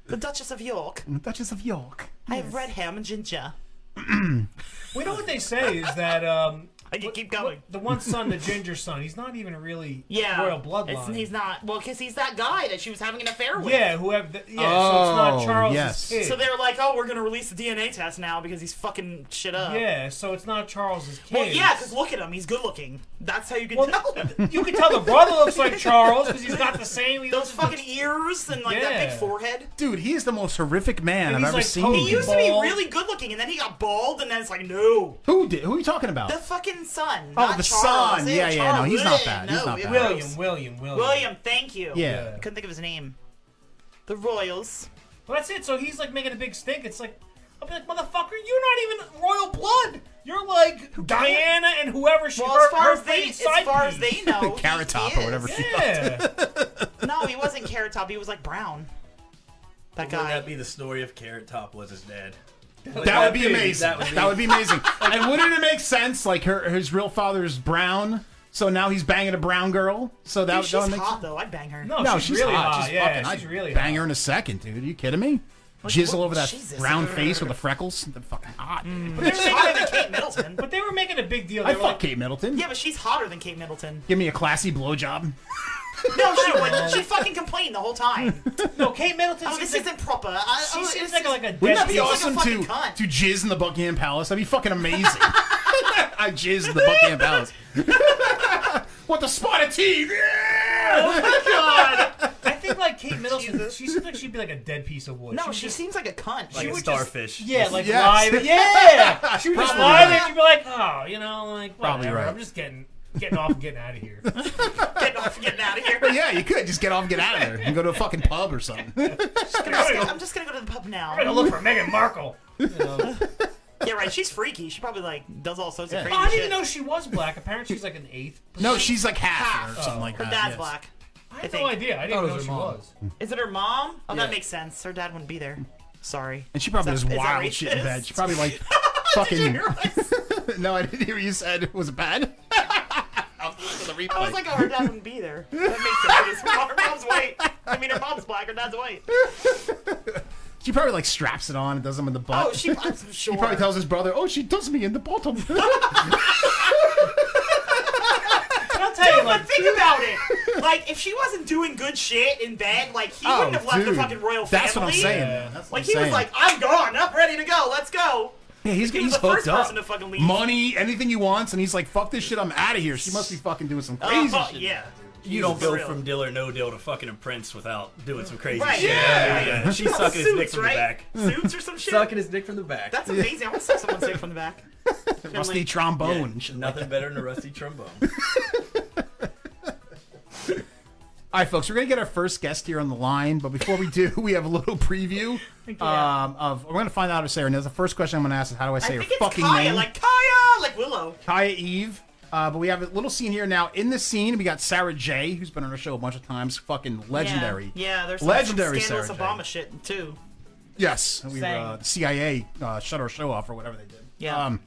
Speaker 22: the Duchess of York.
Speaker 5: The Duchess of York.
Speaker 22: I have red ham and ginger.
Speaker 9: We know what they say is that um,
Speaker 22: I can keep going.
Speaker 9: the one son, the ginger son, he's not even really
Speaker 22: Yeah.
Speaker 9: royal
Speaker 22: It's-
Speaker 9: bloodline.
Speaker 22: he's not. Well, because he's that guy that she was having an affair with.
Speaker 9: Yeah, whoever. The, yeah, so it's not
Speaker 5: Oh,
Speaker 9: Charles.
Speaker 5: yes. kid.
Speaker 22: So they're like, oh, we're going to release the DNA test now because he's fucking shit up.
Speaker 9: Yeah, so it's not Charles's kid.
Speaker 22: Well, yeah, because look at him. He's good looking. That's how you can tell.
Speaker 9: you can tell the brother looks like Charles because he's got the same. He
Speaker 22: Those fucking ears and like that
Speaker 5: Yeah.
Speaker 22: big forehead.
Speaker 5: Dude, he is the most horrific man
Speaker 9: And
Speaker 5: I've
Speaker 9: he's
Speaker 5: ever
Speaker 9: like
Speaker 5: seen.
Speaker 22: He used to be really good looking, and then he got bald, and then it's like, no.
Speaker 5: Who did? Who are you talking about?
Speaker 22: The fucking son.
Speaker 5: Oh,
Speaker 22: not
Speaker 5: the
Speaker 22: Charles.
Speaker 5: son.
Speaker 22: Ew,
Speaker 5: Yeah, yeah, no,
Speaker 22: Charles.
Speaker 5: he's not
Speaker 22: Ugh,
Speaker 5: bad. He's
Speaker 22: no,
Speaker 5: not
Speaker 22: it
Speaker 5: bad.
Speaker 22: was-
Speaker 9: William, William, William.
Speaker 22: William, thank you.
Speaker 5: Yeah.
Speaker 22: Couldn't think of his name. The Royals.
Speaker 9: Well, that's it. So he's like making a big stink. It's like, I'll be like, motherfucker, you're not even royal blood. You're like Diana and whoever she.
Speaker 22: Well,
Speaker 9: her,
Speaker 22: as far
Speaker 9: her
Speaker 22: as they,
Speaker 9: freaking
Speaker 22: as
Speaker 9: side
Speaker 22: far as
Speaker 9: piece.
Speaker 22: they know,
Speaker 5: Carrot Top or whatever. she-
Speaker 22: no, he wasn't Carrot Top. He was like brown. That guy.
Speaker 9: guy.
Speaker 22: That be the story of Carrot Top was his dad.
Speaker 5: That, would be amazing. That would be, amazing. and wouldn't it make sense? Like her, his real father's brown, so now he's banging a brown girl. So that,
Speaker 22: Dude,
Speaker 5: that
Speaker 22: she's
Speaker 5: would make
Speaker 22: hot though. I'd bang her.
Speaker 5: No, she's, really hot. She's fucking. I'd bang her in a second, dude. Are you kidding me?
Speaker 22: Like,
Speaker 5: Jizzle
Speaker 22: what-
Speaker 5: over that
Speaker 22: Jesus.
Speaker 5: brown face with the freckles. The fucking hot. dude.
Speaker 9: But they, were making,
Speaker 22: hotter than Kate Middleton.
Speaker 9: but they were making a big deal. They
Speaker 5: I
Speaker 9: were
Speaker 5: fuck
Speaker 9: like,
Speaker 5: Kate Middleton.
Speaker 22: Yeah, but she's hotter than Kate Middleton.
Speaker 5: Give me a classy blowjob.
Speaker 22: No, she wouldn't. She fucking complained the whole time.
Speaker 9: no, Kate Middleton.
Speaker 22: Oh, this isn't proper. I,
Speaker 9: she
Speaker 22: oh,
Speaker 9: seems
Speaker 22: this
Speaker 9: like a-
Speaker 22: is-
Speaker 9: like a
Speaker 5: Wouldn't that
Speaker 22: she
Speaker 5: be
Speaker 22: seems
Speaker 5: awesome
Speaker 22: like a
Speaker 5: to
Speaker 22: fucking cunt.
Speaker 5: to jizz in the Buckingham Palace? That'd be fucking amazing. I jizz in the Buckingham Palace. what the spot of tea?
Speaker 9: Oh my god! I think like Kate Middleton. She seems like she'd be like a dead piece of wood.
Speaker 22: No,
Speaker 9: would
Speaker 22: she
Speaker 9: just-
Speaker 22: seems like a cunt.
Speaker 9: she would just- yeah,
Speaker 22: Yes.
Speaker 9: like
Speaker 22: Yes.
Speaker 9: live. Yeah, she would just
Speaker 22: Probably
Speaker 9: lie
Speaker 22: right.
Speaker 9: there. She'd be like, oh, you know, like
Speaker 5: Probably
Speaker 9: whatever.
Speaker 5: right.
Speaker 9: I'm just getting getting off and getting out of here.
Speaker 5: yeah, you could just get off, and get out of there, and go to a fucking pub or something.
Speaker 22: I'm just gonna- I'm just gonna go to the pub now.
Speaker 9: I'm gonna look for Meghan Markle.
Speaker 22: Yeah, right. She's freaky. She probably like does all sorts
Speaker 9: Oh,
Speaker 22: of crazy
Speaker 9: I didn't
Speaker 22: shit.
Speaker 9: even know she was black. Apparently, she's like an eighth.
Speaker 5: No, she's like half, or something like
Speaker 22: her
Speaker 5: that.
Speaker 22: dad's
Speaker 5: yes. Oh,
Speaker 22: black. I
Speaker 9: had
Speaker 22: think.
Speaker 9: no idea. I didn't know she was.
Speaker 22: Is it her mom? Oh, that
Speaker 5: Yeah.
Speaker 22: makes sense. Her dad wouldn't be there. Sorry.
Speaker 5: And she probably
Speaker 22: Is
Speaker 5: does
Speaker 22: that- is that
Speaker 5: wild shit in
Speaker 22: racist?
Speaker 5: bed. She probably like fucking. no, I didn't hear what you said. Was it bad?
Speaker 22: I was like, oh, her dad wouldn't be there. That makes sense. Her mom- Her mom's white. I mean, her mom's black. Her dad's white.
Speaker 5: She probably like straps it on and does them in the butt.
Speaker 22: Oh, she- I'm
Speaker 5: He
Speaker 22: sure.
Speaker 5: probably tells his brother, "Oh, she does me in the bottom."
Speaker 9: But I'll tell
Speaker 22: Dude,
Speaker 9: you,
Speaker 22: but
Speaker 9: like,
Speaker 22: think about it. Like, if she wasn't doing good shit in bed, like he
Speaker 5: Oh,
Speaker 22: wouldn't have left the
Speaker 5: dude.
Speaker 22: fucking royal family.
Speaker 5: That's what I'm saying, man. That's what
Speaker 22: like
Speaker 5: I'm
Speaker 22: he
Speaker 5: saying.
Speaker 22: was like, I'm gone. I'm ready to go. Let's go.
Speaker 5: yeah, he's
Speaker 22: He
Speaker 5: he's
Speaker 22: was the
Speaker 5: hooked
Speaker 22: first
Speaker 5: up.
Speaker 22: person to fucking leave.
Speaker 5: Money, anything he wants, and he's like, "Fuck this shit, I'm out of here." She must be fucking doing some crazy
Speaker 22: Oh,
Speaker 5: shit.
Speaker 22: yeah.
Speaker 11: You don't go from Dill or No Dill to fucking Prince without doing some crazy
Speaker 6: Right.
Speaker 11: shit.
Speaker 6: Yeah.
Speaker 11: yeah. She's sucking his dick
Speaker 6: Suits,
Speaker 11: from
Speaker 6: right?
Speaker 11: the back.
Speaker 6: Suits or some shit?
Speaker 25: Sucking his dick from the back.
Speaker 6: That's amazing. I want to suck someone's dick from the back.
Speaker 5: Rusty trombone. and shit like
Speaker 25: Nothing better than a rusty trombone.
Speaker 5: All right, folks, we're going to get our first guest here on the line, but before we do, we have a little preview
Speaker 6: Thank you.
Speaker 5: um, of. We're going to find out how to say her name. The first question I'm going to ask is how do I say
Speaker 6: I
Speaker 5: her
Speaker 6: think it's
Speaker 5: fucking
Speaker 6: Kaya,
Speaker 5: name?
Speaker 6: like Kaya, like Willow.
Speaker 5: Kaya Eve. Uh, but we have a little scene here now. In the scene, we got Sarah J, who's been on our show a bunch of times. Fucking legendary.
Speaker 6: Yeah, yeah there's some-
Speaker 5: legendary
Speaker 6: some
Speaker 5: Sarah
Speaker 6: scandalous
Speaker 5: J.
Speaker 6: Obama shit too.
Speaker 5: Yes, we
Speaker 6: Sang.
Speaker 5: uh, the CIA uh, shut our show off or whatever they did.
Speaker 6: Yeah.
Speaker 5: Um,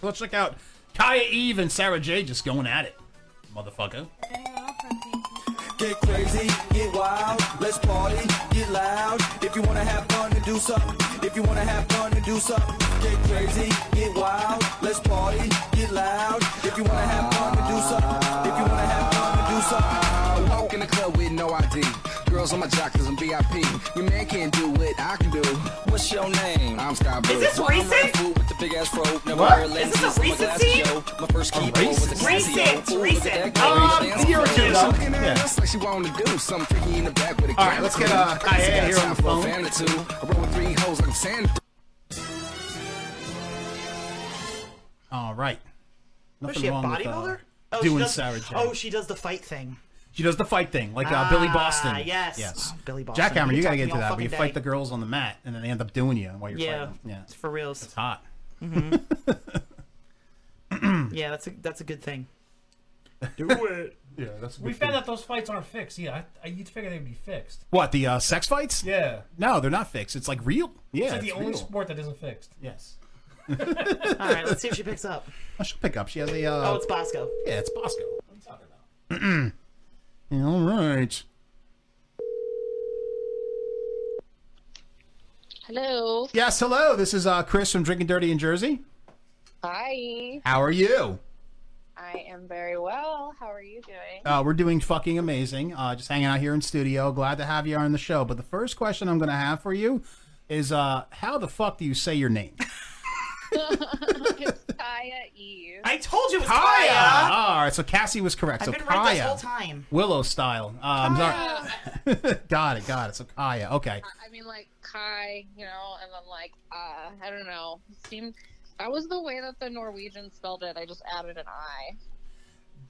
Speaker 5: so let's check out Kaya Eve and Sarah J just going at it, motherfucker.
Speaker 26: Get crazy, get wild, let's party, get loud. If you wanna have fun and do something, if you wanna have fun and do something, get crazy, get wild, let's party, get loud. If you wanna have fun and do something, if you wanna have fun and do something.
Speaker 27: Walk in the club with no ID. Girls on my jock cause I'm VIP. Your man can't do what I can do. What's your name? I'm Sky Blue.
Speaker 6: this
Speaker 27: Why I'm
Speaker 6: recent?
Speaker 27: running fool With the big ass robe, never
Speaker 6: What?
Speaker 27: wear
Speaker 6: Is
Speaker 27: lenses,
Speaker 6: this a
Speaker 27: I'm glass
Speaker 6: recency?
Speaker 27: Joe. My first key
Speaker 6: Recent. Recent, recent. Um,
Speaker 27: year or two
Speaker 6: though.
Speaker 27: yeah. like she wanted to do something freaky in the back with a
Speaker 6: All right, let's get, uh, Kaya here on the phone.
Speaker 27: I roll with three hoes like I'm Santa.
Speaker 5: All right.
Speaker 6: Was
Speaker 5: Nothing
Speaker 6: she a
Speaker 5: wrong with, uh,
Speaker 6: bodybuilder? oh, she
Speaker 5: doing
Speaker 6: does,
Speaker 5: Sarah J.
Speaker 6: Oh, she does the fight thing.
Speaker 5: She does the fight thing, like uh,
Speaker 6: Ah,
Speaker 5: Billy Boston.
Speaker 6: yes.
Speaker 5: Yes.
Speaker 6: Oh, Billy
Speaker 5: Jack
Speaker 6: Boston.
Speaker 5: Hammer,
Speaker 6: We
Speaker 5: you
Speaker 6: could talk
Speaker 5: gotta get
Speaker 6: to
Speaker 5: to
Speaker 6: me all
Speaker 5: that. Where you
Speaker 6: fucking
Speaker 5: fight
Speaker 6: day.
Speaker 5: the girls on the mat, and then they end up doing you while you're
Speaker 6: Yeah,
Speaker 5: fighting. Yeah.
Speaker 6: it's for reals. Mm-hmm.
Speaker 5: It's hot.
Speaker 6: yeah, that's a that's a good thing.
Speaker 5: Do it. yeah, that's.
Speaker 9: We found out those fights aren't fixed. Yeah, I, I, you'd figure they'd be fixed.
Speaker 5: What the uh, sex fights?
Speaker 9: Yeah.
Speaker 5: No, they're not fixed. It's like real. Yeah.
Speaker 9: it's like the only
Speaker 5: real.
Speaker 9: sport that isn't fixed.
Speaker 5: Yes.
Speaker 6: All right, let's see if she picks up.
Speaker 5: Oh, she'll pick up. She has a. Uh,
Speaker 6: oh, it's Bosco.
Speaker 5: Yeah, it's Bosco. All right.
Speaker 28: Hello.
Speaker 5: Yes. Hello. This is uh, Chris from Drinking Dirty in Jersey.
Speaker 28: Hi.
Speaker 5: How are you?
Speaker 28: I am very well. How are you doing?
Speaker 5: Uh, we're doing fucking amazing. Uh, just hanging out here in studio. Glad to have you on the show. But the first question I'm going to have for you is, uh, how the fuck do you say your name?
Speaker 28: it's Kaya Eve.
Speaker 6: I told you it was
Speaker 5: Kaya.
Speaker 6: Kaya.
Speaker 5: All right, so Cassie was correct.
Speaker 6: I've
Speaker 5: so
Speaker 6: been
Speaker 5: Kaya,
Speaker 6: right this whole time.
Speaker 5: Willow style. Uh, I'm sorry. got it. Got it. So Kaya. Okay.
Speaker 28: I mean, like Kai, you know, and then like uh, I don't know. Seemed that was the way that the Norwegian spelled it. I just added an I.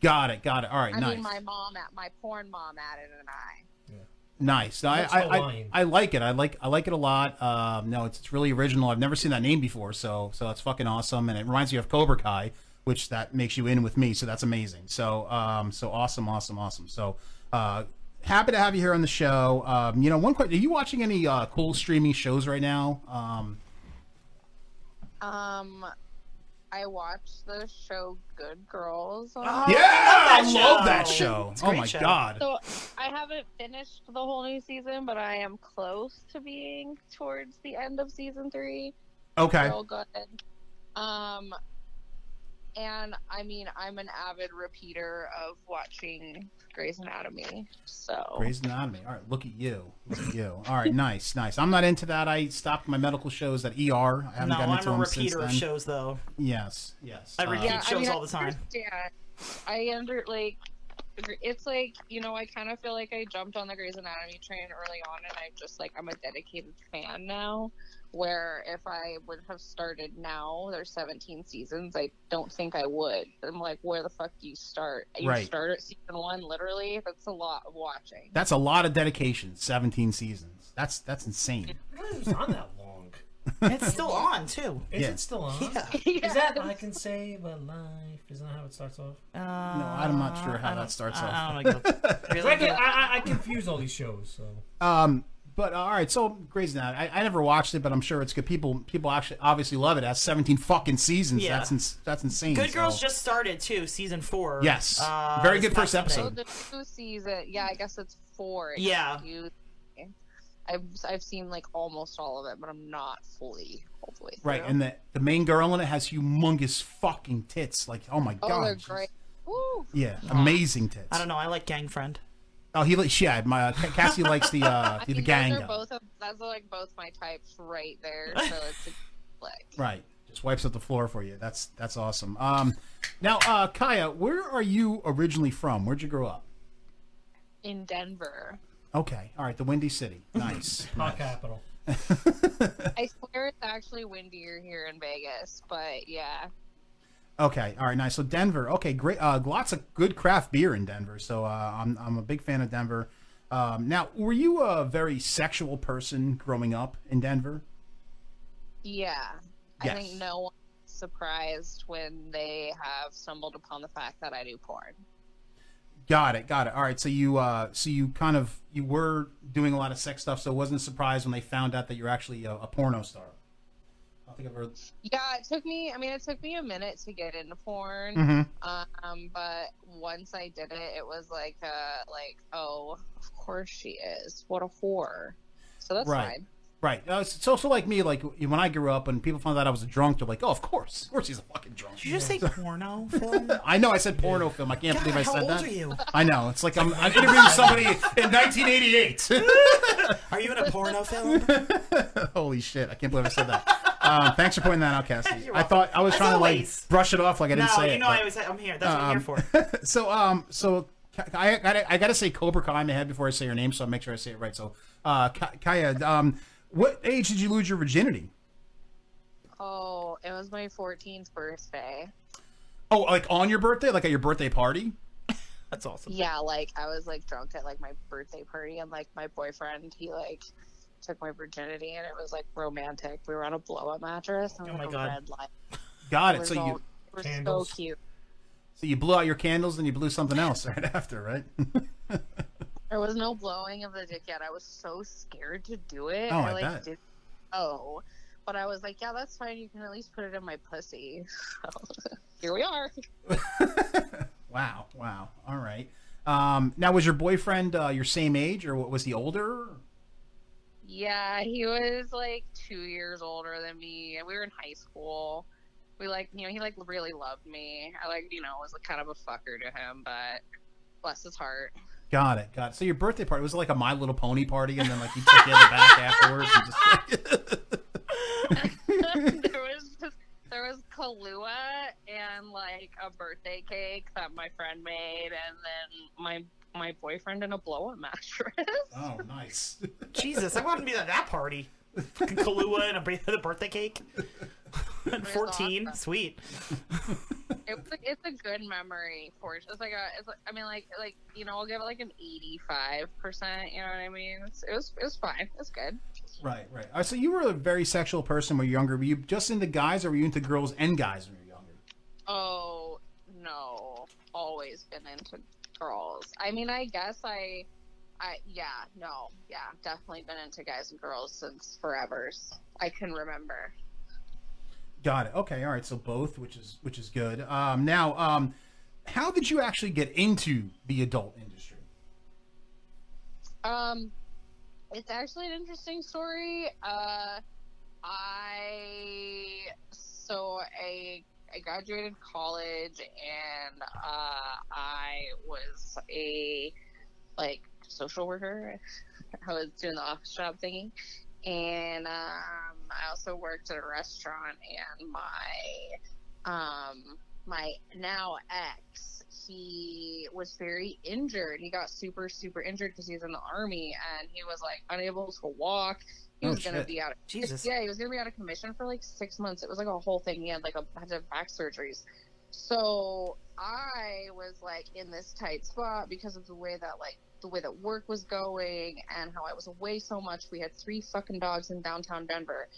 Speaker 5: Got it. Got it. All right.
Speaker 28: I
Speaker 5: nice.
Speaker 28: mean, my mom at my porn mom added an I.
Speaker 5: Nice. I,
Speaker 28: That's
Speaker 5: I, I,
Speaker 28: Hawaiian.
Speaker 5: I like it. I like I like it a lot. Um, no, it's, it's really original. I've never seen that name before, so so that's fucking awesome. And it reminds me of Cobra Kai, which that makes you in with me. So that's amazing. So um, so awesome, awesome, awesome. So uh, happy to have you here on the show. Um, you know, one question: Are you watching any uh, cool streaming shows right now? Um,
Speaker 28: Um, I watched the show Good Girls. on-
Speaker 5: Yeah, Oh, I love that I love that show. show. It's a Oh great my show. God.
Speaker 28: So I haven't finished the whole new season, but I am close to being towards the end of season three.
Speaker 5: Okay.
Speaker 28: Real good. Um, and I mean, I'm an avid repeater of watching Grey's Anatomy.
Speaker 6: Oh.
Speaker 28: So
Speaker 5: Grey's Anatomy. All right, look at you. Look at you. All right, nice, nice. I'm not into that. I stopped my medical shows at ER. I haven't
Speaker 6: No,
Speaker 5: gotten
Speaker 6: I'm
Speaker 5: into
Speaker 6: a
Speaker 5: them since
Speaker 6: repeater of
Speaker 5: then. Uh,
Speaker 6: shows though.
Speaker 5: Yes, yes.
Speaker 6: I repeat
Speaker 28: Yeah, I
Speaker 6: shows
Speaker 28: mean,
Speaker 6: all the
Speaker 28: I
Speaker 6: time.
Speaker 28: understand. I under like it's like you know I kind of feel like I jumped on the Grey's Anatomy train early on, and I'm just like I'm a dedicated fan now. Where if I would have started now, there's 17 seasons. I don't think I would. I'm like, where the fuck do you start? You
Speaker 5: Right.
Speaker 28: start at season one, literally. That's a lot of watching.
Speaker 5: That's a lot of dedication. Seventeen seasons. That's that's insane.
Speaker 28: It was on that
Speaker 9: long.
Speaker 6: It's still on too.
Speaker 5: Is Yeah. it
Speaker 9: Still on.
Speaker 6: Yeah.
Speaker 9: Is that I can save a life? Isn't that how it starts off?
Speaker 6: Uh,
Speaker 5: No, I'm not sure how that starts
Speaker 9: I-
Speaker 5: off.
Speaker 9: I don't I, get- I, I- I confuse all these shows. So
Speaker 5: um, but all right, so Grey's Anatomy. I, I never watched it, but I'm sure it's good. People people actually obviously love it. It has 17 fucking seasons.
Speaker 6: Yeah.
Speaker 5: That's ins- that's insane.
Speaker 6: Good
Speaker 5: so-
Speaker 6: Girls just started too, season four.
Speaker 5: Yes.
Speaker 6: Uh,
Speaker 5: Very
Speaker 6: this
Speaker 5: good first
Speaker 6: past Sunday.
Speaker 5: episode.
Speaker 28: Who sees it? Yeah, I guess it's four.
Speaker 6: Yeah.
Speaker 28: Excuse me. I've I've seen like almost all of it, but I'm not fully all the way through.
Speaker 5: Right, and the the main girl in it has humongous fucking tits. Like, oh my
Speaker 28: oh,
Speaker 5: god.
Speaker 28: they're great. Woo.
Speaker 5: Yeah, amazing tits.
Speaker 6: I don't know. I like Gang Friend.
Speaker 5: Oh, he li- yeah, my uh, Ca- Cassie likes the uh the, the gang
Speaker 28: Those are
Speaker 5: though.
Speaker 28: both of, that's like both my types right there. So it's a, like
Speaker 5: Right. Just wipes up the floor for you. That's that's awesome. Um, now, uh, Kaya, where are you originally from? Where'd you grow up?
Speaker 28: in Denver.
Speaker 5: Okay. All right. The Windy City. Nice.
Speaker 9: Hot capital.
Speaker 28: I swear it's actually windier here in Vegas, but yeah.
Speaker 5: Okay. All right. Nice. So Denver. Okay. Great. Uh, lots of good craft beer in Denver. So uh, I'm I'm a big fan of Denver. Um, now, were you a very sexual person growing up in Denver?
Speaker 28: Yeah. I
Speaker 5: Yes.
Speaker 28: think no one's surprised when they have stumbled upon the fact that I do porn.
Speaker 5: Got it. Got it. All right. So you uh, so you kind of you were doing a lot of sex stuff. So wasn't surprised when they found out that you're actually a, a porno star. I don't think I've heard.
Speaker 28: Yeah, it took me. I mean, it took me a minute to get into porn.
Speaker 5: Mm-hmm.
Speaker 28: Um, but once I did it, it was like, uh, like, oh, of course she is. What a whore. So that's
Speaker 5: right.
Speaker 28: fine.
Speaker 5: Right. Uh, it's it's also like me. Like when I grew up, and people found out I was a drunk, they're like, "Oh, of course, of course, he's a fucking drunk."
Speaker 6: Did you just say porno film?
Speaker 5: I know I said porno film. I can't
Speaker 6: God,
Speaker 5: believe I
Speaker 6: how
Speaker 5: said
Speaker 6: old
Speaker 5: that.
Speaker 6: are you?
Speaker 5: I know. It's like I'm, I'm interviewing somebody in 1988.
Speaker 6: Are you in a porno film?
Speaker 5: Holy shit! I can't believe I said that. Um, thanks for pointing that out, Cassie.
Speaker 6: You're
Speaker 5: I thought I was
Speaker 6: As
Speaker 5: trying
Speaker 6: always.
Speaker 5: to like brush it off, like I didn't
Speaker 6: no,
Speaker 5: say
Speaker 6: you
Speaker 5: it.
Speaker 6: know
Speaker 5: but-
Speaker 6: I was. I'm here. That's what I'm here for.
Speaker 5: um, so um so Ka- I, I I gotta say Cobra Kai in my head before I say her name, so I make sure I say it right. So uh Ka- Kaya, um, what age did you lose your virginity?
Speaker 28: Oh, it was my 14th birthday.
Speaker 5: Oh, like on your birthday, like at your birthday party. That's awesome.
Speaker 28: Yeah, like I was like drunk at like my birthday party, and like my boyfriend, he like took my virginity, and it was like romantic. We were on a blow up mattress, and
Speaker 5: Oh my
Speaker 28: like,
Speaker 5: God.
Speaker 28: a red light.
Speaker 5: Got
Speaker 28: It
Speaker 5: it.
Speaker 28: was
Speaker 5: So
Speaker 28: all-
Speaker 5: you
Speaker 28: it was
Speaker 5: Candles.
Speaker 28: so cute.
Speaker 5: so you blew out your candles and you blew something else right after, right?
Speaker 28: There was no blowing of the dick yet. I was so scared to do it.
Speaker 5: Oh, I
Speaker 28: like
Speaker 5: bet.
Speaker 28: did oh. But I was like, yeah, that's fine. You can at least put it in my pussy. So here we are.
Speaker 5: wow, wow. All right. Um, now was your boyfriend uh, your same age, or was he older?
Speaker 28: Yeah, he was like two years older than me, and we were in high school. We like, you know, he like really loved me. I like, you know, was like, kind of a fucker to him, but bless his heart.
Speaker 5: Got it. Got it. So your birthday party was it like a My Little Pony party, and then like you took it back afterwards. And just...
Speaker 28: there was just, there was Kahlua and like a birthday cake that my friend made, and then my my boyfriend in a blow up mattress.
Speaker 5: Oh, nice.
Speaker 6: Jesus, I wanted to be at that party. Fucking Kahlua and a bir- the birthday cake. And 14, sweet.
Speaker 28: It was, it's a good memory for it's like a it's like, I mean like like you know I'll give it like an eighty five percent you know what I mean it's, it was it was fine it's good
Speaker 5: Right, right. Uh, so you were a very sexual person when you were younger. Were you just into guys, or were you into girls and guys when you were younger?
Speaker 28: oh no always been into girls I mean I guess I I yeah no yeah definitely been into guys and girls since forever's I can remember
Speaker 5: Got it. Okay, all right. So both, which is which is good. Um, now, um, how did you actually get into the adult industry?
Speaker 28: Um, it's actually an interesting story. Uh, I so I I graduated college and uh, I was a like social worker. I was doing the office job thingy, and um, I also worked at a restaurant. And my um my now ex, he was very injured. He got super super injured because he was in the army and he was like unable to walk. He
Speaker 22: Oh,
Speaker 28: was gonna
Speaker 22: shit.
Speaker 28: be out. Of,
Speaker 22: Jesus.
Speaker 28: Yeah, he was gonna be out of commission for like six months. It was like a whole thing. He had like a had to have back surgeries. So I was like in this tight spot because of the way that like the way that work was going and how I was away so much. We had three fucking dogs in downtown Denver.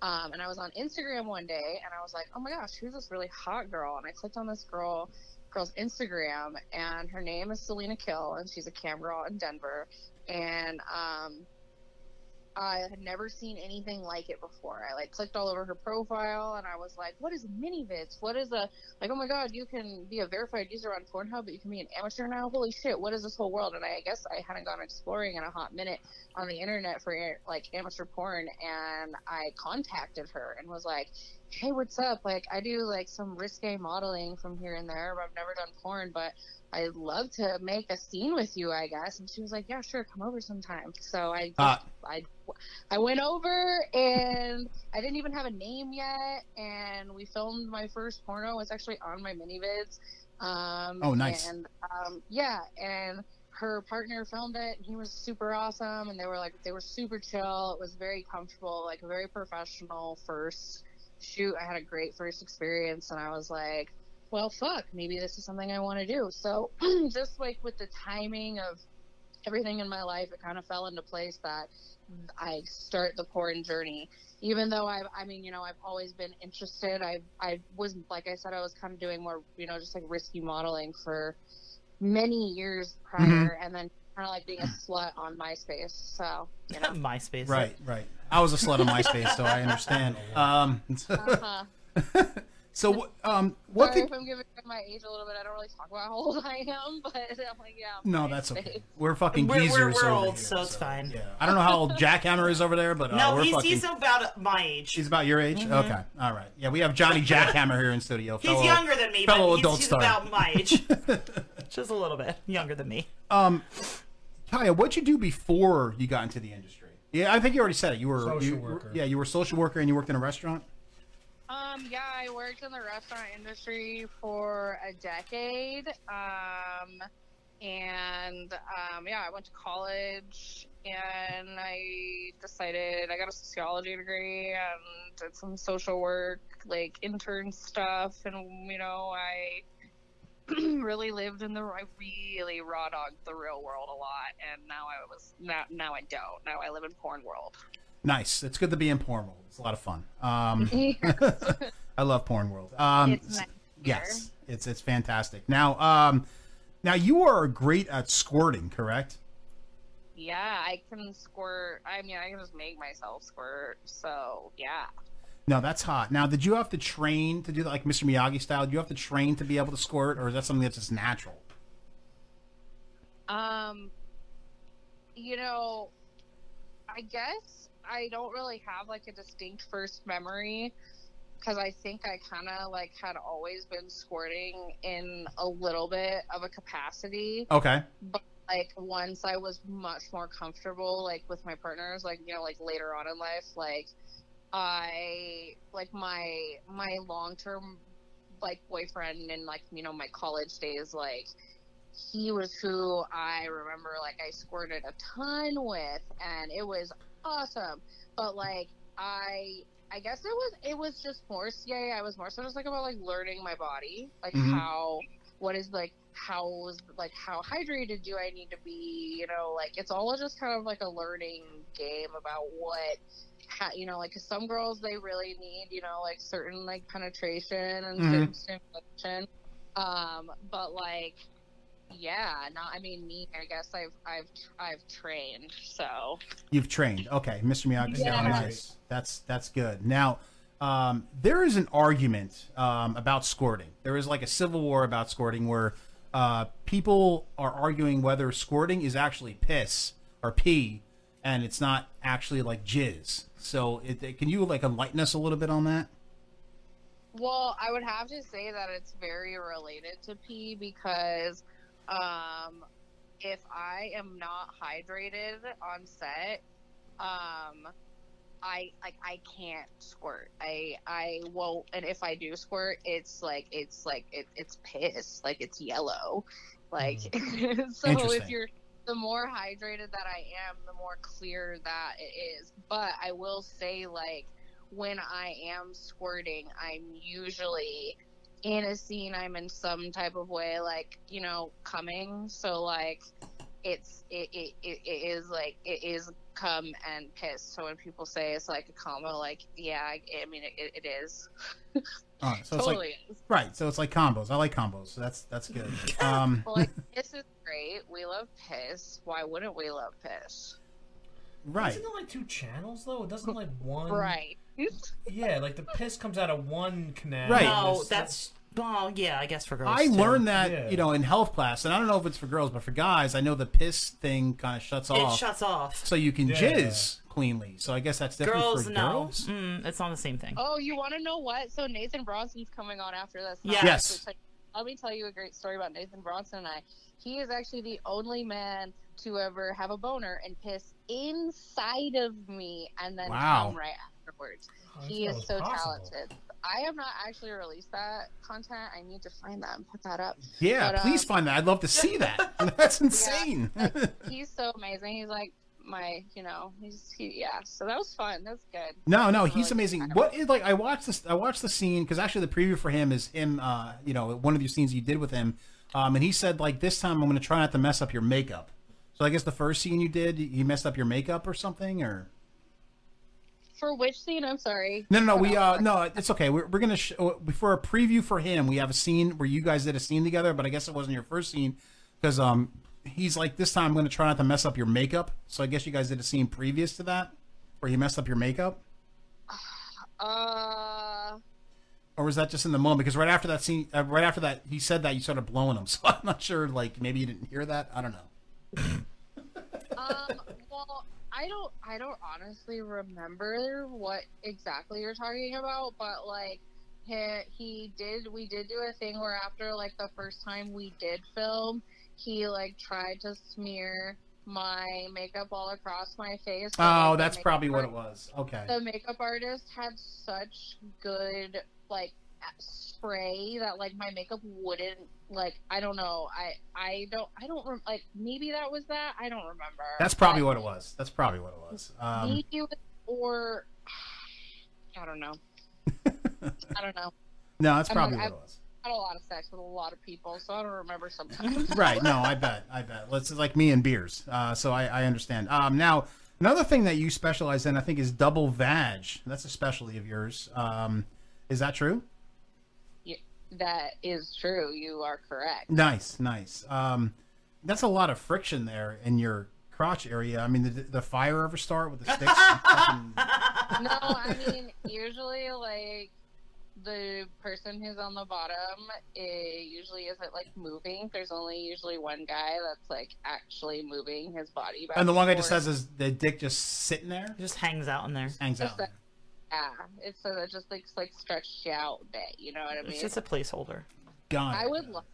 Speaker 28: Um, and I was on Instagram one day and I was like, oh my gosh, who's this really hot girl? And I clicked on this girl girl's Instagram and her name is Selena Kill and she's a cam girl in Denver. And um I had never seen anything like it before. I like clicked all over her profile and I was like, what is minivids? What is a like, oh my god, you can be a verified user on Pornhub, but you can be an amateur now? Holy shit, what is this whole world? And I guess I hadn't gone exploring in a hot minute on the internet for like amateur porn and I contacted her and was like, hey, what's up? Like, I do like some risque modeling from here and there. but I've never done porn, but I'd love to make a scene with you, I guess. And she was like, yeah, sure, come over sometime. So I,
Speaker 5: Hot.
Speaker 28: I, I went over and I didn't even have a name yet. And we filmed my first porno. It's actually on my mini vids. Um,
Speaker 5: Oh, nice.
Speaker 28: And um, yeah, and her partner filmed it and he was super awesome and they were like they were super chill it was very comfortable like a very professional first shoot i had a great first experience and i was like well fuck maybe this is something i want to do so just like with the timing of everything in my life it kind of fell into place that i start the porn journey even though i've i mean you know i've always been interested i i was like i said i was kind of doing more you know just like risky modeling for many years prior and then kind of like being a slut on myspace so you know
Speaker 12: MySpace.
Speaker 5: Right, right. I was a slut on MySpace, so I understand. Um,
Speaker 28: uh-huh.
Speaker 5: so what- um, what
Speaker 28: Sorry
Speaker 5: did?
Speaker 28: if I'm giving my age a little bit. I don't really talk about how old I am, but uh, I'm like, yeah.
Speaker 5: No, that's okay. We're fucking geezers over
Speaker 12: old,
Speaker 5: here.
Speaker 12: so it's fine.
Speaker 5: I don't know how old Jackhammer is over there, but uh,
Speaker 12: no,
Speaker 5: we're
Speaker 12: he's,
Speaker 5: fucking.
Speaker 12: he's about my age.
Speaker 5: He's about your age.
Speaker 12: Mhm.
Speaker 5: Okay, all right. Yeah, we have Johnny Jackhammer here in studio.
Speaker 12: He's
Speaker 5: fellow-
Speaker 12: younger than me,
Speaker 5: fellow
Speaker 12: but he's,
Speaker 5: adult
Speaker 12: he's
Speaker 5: star.
Speaker 12: about my age. Just a little bit younger than me.
Speaker 5: Um, Kaya, what'd you do before you got into the industry? Yeah, I think you already said it. You were
Speaker 9: Social
Speaker 5: you-
Speaker 9: worker.
Speaker 5: Yeah, you were a social worker and you worked in a restaurant.
Speaker 28: Um, yeah, I worked in the restaurant industry for a decade. Um, and um, yeah, I went to college and I decided I got a sociology degree and did some social work, like intern stuff. And, you know, I really lived in the, I really raw dogged the real world a lot. And now I was, now, now I don't. Now I live in porn world.
Speaker 5: Nice. It's good to be in porn world. It's a lot of fun. Um, I love porn world. Um,
Speaker 28: It's nice
Speaker 5: yes, it's it's fantastic. Now, um, now you are great at squirting, correct?
Speaker 28: Yeah, I can squirt. I mean, I can just make myself squirt. So yeah,
Speaker 5: No, that's hot. Now, did you have to train to do that, like Mr. Miyagi style? Do you have to train to be able to squirt, or is that something that's just natural?
Speaker 28: um, you know, I guess I don't really have like a distinct first memory because I think I kind of like had always been squirting in a little bit of a capacity.
Speaker 5: Okay.
Speaker 28: but like once I was much more comfortable like with my partners, like you know, like later on in life, like I like my my long term like boyfriend and like you know my college days, like he was who I remember like I squirted a ton with, and it was awesome. But like I. I guess it was it was just more CIA. I was more so just like about like learning my body, like
Speaker 22: Mhm.
Speaker 28: how what is like how is like how hydrated do I need to be? You know, like it's all just kind of like a learning game about what how, you know, like 'cause some girls they really need you know like certain like penetration and
Speaker 22: Mhm.
Speaker 28: certain stimulation, um, but like yeah, no, I mean me, I guess I've I've I've trained so.
Speaker 5: You've trained. Okay, Mr. Miyagi style.
Speaker 28: Yeah.
Speaker 5: Nice. That's that's good. Now, um, there is an argument um, about squirting. There is like a civil war about squirting where uh, people are arguing whether squirting is actually piss or pee, and it's not actually like jizz. So, it, it- can you like enlighten us a little bit on that?
Speaker 28: Well, I would have to say that it's very related to pee because um, if I am not hydrated on set, um, I like I can't squirt. I I won't, and if I do squirt, it's like it's like it, it's piss, like it's yellow, like. so if
Speaker 22: Interesting.
Speaker 28: you're the more hydrated that I am, the more clear that it is. But I will say, like, when I am squirting, I'm usually in a scene, I'm in some type of way, like, you know, coming. So, like, it's, it, it, it, it is like, it is come and piss. So when people say it's like a combo, like, yeah, I, I mean, it, it is.
Speaker 5: All right, so
Speaker 28: Totally.
Speaker 5: it's like right. So it's like combos. I like combos. So that's that's good. Um,
Speaker 28: But, like, piss is great. We love piss. Why wouldn't we love piss?
Speaker 5: right.
Speaker 9: Isn't it like two channels though? It doesn't like one.
Speaker 28: Right.
Speaker 9: Yeah, like the piss comes out of one canal.
Speaker 5: Right.
Speaker 9: and
Speaker 28: Oh,
Speaker 5: No,
Speaker 9: this-
Speaker 12: that's-
Speaker 9: Well, yeah, I guess for
Speaker 5: I learned that
Speaker 9: Yeah.
Speaker 5: you know in health class, and I don't know if it's for girls, but for guys, I know the piss thing kind of shuts
Speaker 12: It
Speaker 5: off.
Speaker 12: shuts off.
Speaker 5: so you can
Speaker 12: Yeah.
Speaker 5: jizz cleanly. So I guess that's different
Speaker 12: girls,
Speaker 5: for
Speaker 12: no,
Speaker 5: girls.
Speaker 12: Mm, it's not the same thing.
Speaker 28: Oh, you want to know what? So Nathan Bronson's coming on after this.
Speaker 12: Yes. Yes.
Speaker 28: Actually, Let me tell you a great story about Nathan Bronson and I. He is actually the only man to ever have a boner and piss inside of me and then
Speaker 22: Wow.
Speaker 28: come right afterwards.
Speaker 22: Oh,
Speaker 28: he
Speaker 22: that's
Speaker 28: is so
Speaker 22: possible.
Speaker 28: talented. I have not actually released that content. I need to find that and put that up.
Speaker 5: Yeah,
Speaker 28: But, uh,
Speaker 5: please find that. I'd love to see that. That's insane.
Speaker 28: he's so amazing. He's like my, you know, he's he, yeah. So that was fun. That was good.
Speaker 5: No, no, he's amazing. What is like? I watched this. I watched the scene because actually the preview for him is him. Uh, you know, one of your scenes you did with him, um, and he said like this time I'm going to try not to mess up your makeup. So I guess the first scene you did, you messed up your makeup or something, or
Speaker 28: For which scene? I'm sorry.
Speaker 5: no, no, no. We uh, no, it's okay. We're we're gonna sh- for a preview for him. We have a scene where you guys did a scene together, but I guess it wasn't your first scene because um, he's like this time I'm going to try not to mess up your makeup. So I guess you guys did a scene previous to that where you messed up your makeup.
Speaker 28: Uh,
Speaker 5: or was that just in the moment? Because right after that scene, uh, right after that, he said that you started blowing him. So I'm not sure. Like maybe you didn't hear that. I don't know.
Speaker 28: um, well, I don't, I don't honestly remember what exactly you're talking about, but like, he, he did, we did do a thing where after like the first time we did film, he like tried to smear my makeup all across my face. but, like,
Speaker 5: Oh,
Speaker 28: the
Speaker 5: that's
Speaker 28: makeup
Speaker 5: probably what it was.
Speaker 28: artist-
Speaker 5: Okay.
Speaker 28: The makeup artist had such good like a- spray that like my makeup wouldn't like I don't know I I don't I don't rem- like maybe that was that I don't remember.
Speaker 5: That's probably what it was. That's probably what it was. Um,
Speaker 28: Maybe it was- or I don't know. I don't know.
Speaker 5: no, that's
Speaker 28: I'm
Speaker 5: probably what
Speaker 28: like,
Speaker 5: it
Speaker 28: I've
Speaker 5: was.
Speaker 28: Had a lot of sex with a lot of people, so I don't remember sometimes.
Speaker 5: Right. No, I bet. I bet. Let's like me and beers. Uh, so I, I understand. Um, now another thing that you specialize in, I think, is double vag. That's a specialty of yours. Um, is that true?
Speaker 28: Yeah, that is true. You are correct.
Speaker 5: Nice, nice. Um, that's a lot of friction there in your crotch area. I mean, did the fire ever start with the sticks?
Speaker 28: no, I mean usually like the person who's on the bottom it usually isn't like moving. There's only usually one guy that's like actually moving his body. Back
Speaker 5: and the one guy just
Speaker 28: forth.
Speaker 5: has his the dick just sitting there,
Speaker 22: just hangs out in there,
Speaker 5: hangs out.
Speaker 28: Just that- yeah, it's so that just like s- like stretched out bit. You know what I mean?
Speaker 22: It's just a placeholder.
Speaker 5: Gone.
Speaker 28: I would love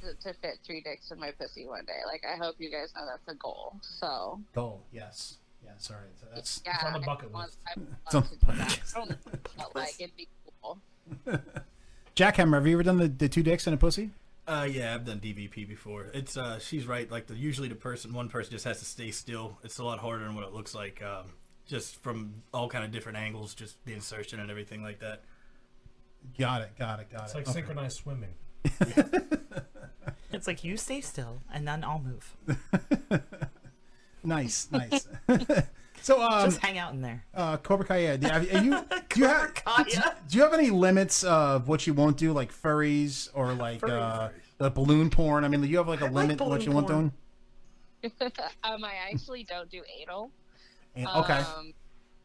Speaker 28: to, to fit three dicks in my pussy one day. Like I hope you guys know that's a goal. So
Speaker 5: Goal. Oh, Yes. Yeah. Sorry. So that's
Speaker 28: yeah,
Speaker 5: it's on the
Speaker 28: I
Speaker 5: bucket
Speaker 28: want-
Speaker 5: list.
Speaker 28: I would
Speaker 5: It's
Speaker 28: love
Speaker 5: on
Speaker 28: to
Speaker 5: the bucket
Speaker 28: do that. I don't know, but like it'd be cool.
Speaker 5: Jackhammer, have you ever done the, the two dicks and a pussy?
Speaker 11: Uh, yeah, I've done DVP before. It's uh, she's right. Like the usually the person, one person just has to stay still. It's a lot harder than what it looks like. Um, just from all kind of different angles, just the insertion and everything like that.
Speaker 5: Got it. Got it. Got
Speaker 9: It's
Speaker 5: it.
Speaker 9: like
Speaker 5: Okay.
Speaker 9: synchronized swimming.
Speaker 22: It's like you stay still, and then I'll move.
Speaker 5: Nice. Nice. so um,
Speaker 22: just hang out in there.
Speaker 5: Uh, Cobra Kai. Yeah. Do you- Are you, do you have do, do you have any limits of what you won't do, like furries or like uh, the balloon porn? I mean, do you have like a limit what you
Speaker 28: balloon
Speaker 5: won't
Speaker 28: porn.
Speaker 5: doing?
Speaker 28: um, I actually don't do anal.
Speaker 5: An- okay.
Speaker 28: Um,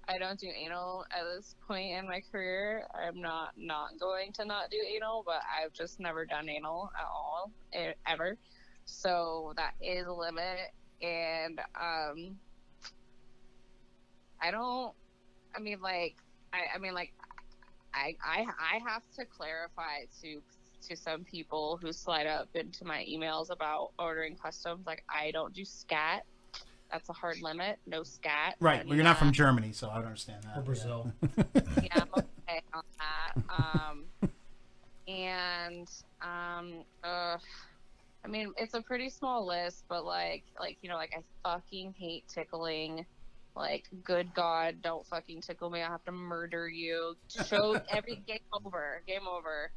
Speaker 28: I don't do anal at this point in my career. I'm not not going to not do anal, but I've just never done anal at all e- ever. So that is a limit, and um, I don't. I mean, like, I, I mean, like, I, I, I have to clarify to to some people who slide up into my emails about ordering customs. Like, I don't do scat. That's a hard limit. No scat. uh,
Speaker 5: Right.
Speaker 28: Don't
Speaker 5: Well,
Speaker 28: do
Speaker 5: you're not
Speaker 28: that.
Speaker 5: from Germany, so I don't understand that.
Speaker 9: Or Brazil.
Speaker 28: Yeah, I'm okay on that. Um, and um, uh, I mean, it's a pretty small list, but like, like you know, like I fucking hate tickling. Like, good God, don't fucking tickle me. I have to murder you. Show every game over. Game over.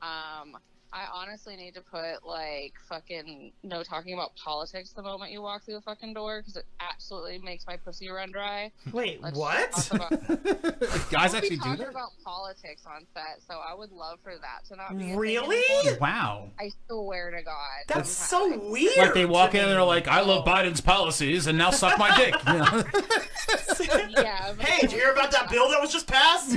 Speaker 28: Um, I honestly need to put like fucking no talking about politics the moment you walk through the fucking door because it absolutely makes my pussy run dry.
Speaker 22: Wait,
Speaker 28: Let's
Speaker 22: what?
Speaker 28: talk about-
Speaker 5: Guys
Speaker 28: We'll
Speaker 5: actually
Speaker 28: be
Speaker 5: do
Speaker 28: talking
Speaker 5: that.
Speaker 28: about politics on set, so I would love for that to not be. a thing
Speaker 22: Really?
Speaker 28: anymore.
Speaker 5: Wow.
Speaker 28: I swear to God.
Speaker 22: That's so weird.
Speaker 5: Like they walk in and they're like, "I love Biden's policies," and now suck my dick. You know?
Speaker 28: yeah.
Speaker 22: Hey, did you hear about that bill that was just passed?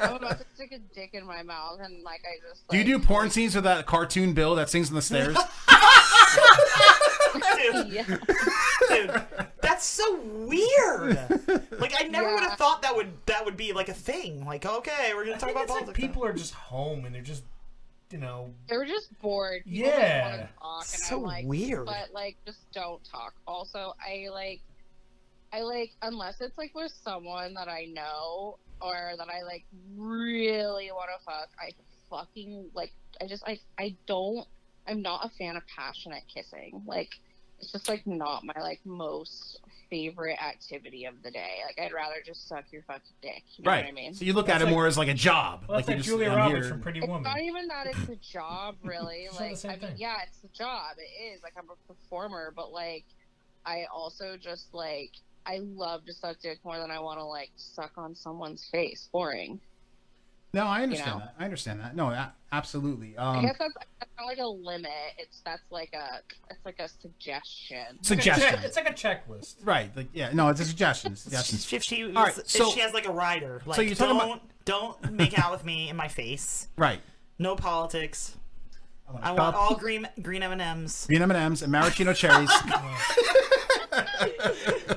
Speaker 28: I'm about to stick a dick in my mouth, and like I just.
Speaker 5: Do you do porn scenes with that cartoon Bill that sings on the stairs?
Speaker 22: Dude, that's so weird. Like I never would have thought that would that would be like a thing. Like okay, we're gonna talk about politics.
Speaker 9: People are just home and they're just, you know,
Speaker 28: They were just bored. People didn't wanna
Speaker 9: yeah.
Speaker 28: talk, and
Speaker 9: So
Speaker 28: I'm like,
Speaker 9: weird.
Speaker 28: But like, just don't talk. Also, I like, I like unless it's like with someone that I know. or that I like really want to fuck, I fucking like. I just I I don't. I'm not a fan of passionate kissing. Like it's just like not my like most favorite activity of the day. Like I'd rather just suck your fucking dick. You know
Speaker 5: right.
Speaker 28: what I mean?
Speaker 5: So you look at it more as like a job.
Speaker 9: Well, that's
Speaker 5: you
Speaker 9: like
Speaker 5: just-
Speaker 9: Julia
Speaker 5: I'm
Speaker 9: Roberts
Speaker 5: here.
Speaker 9: from Pretty
Speaker 28: It's
Speaker 9: Woman.
Speaker 28: not even that it's a job, really.
Speaker 9: It's not the
Speaker 28: like,
Speaker 9: same
Speaker 28: I mean,
Speaker 9: thing.
Speaker 28: yeah, it's a job. It is. Like, I'm a performer, but like, I also just like, I love to suck dick more than I want to like suck on someone's face. Boring.
Speaker 5: No, I understand
Speaker 28: know.
Speaker 5: that. I understand that. No, a- absolutely.
Speaker 28: I
Speaker 5: Um,
Speaker 28: guess that's, that's not like a limit. It's that's like a it's like a suggestion.
Speaker 5: Suggestion. It's
Speaker 9: like a checklist.
Speaker 5: right. Like, yeah. No, it's a suggestion. It's a suggestion.
Speaker 22: If she,
Speaker 5: All right,
Speaker 22: if
Speaker 5: so-
Speaker 22: she has like a rider, like
Speaker 5: so you're talking
Speaker 22: don't
Speaker 5: about-
Speaker 22: don't make out with me in my face.
Speaker 5: Right.
Speaker 22: No politics. I
Speaker 5: stop.
Speaker 22: want all green green M and M's.
Speaker 5: Green M and M's and maraschino cherries.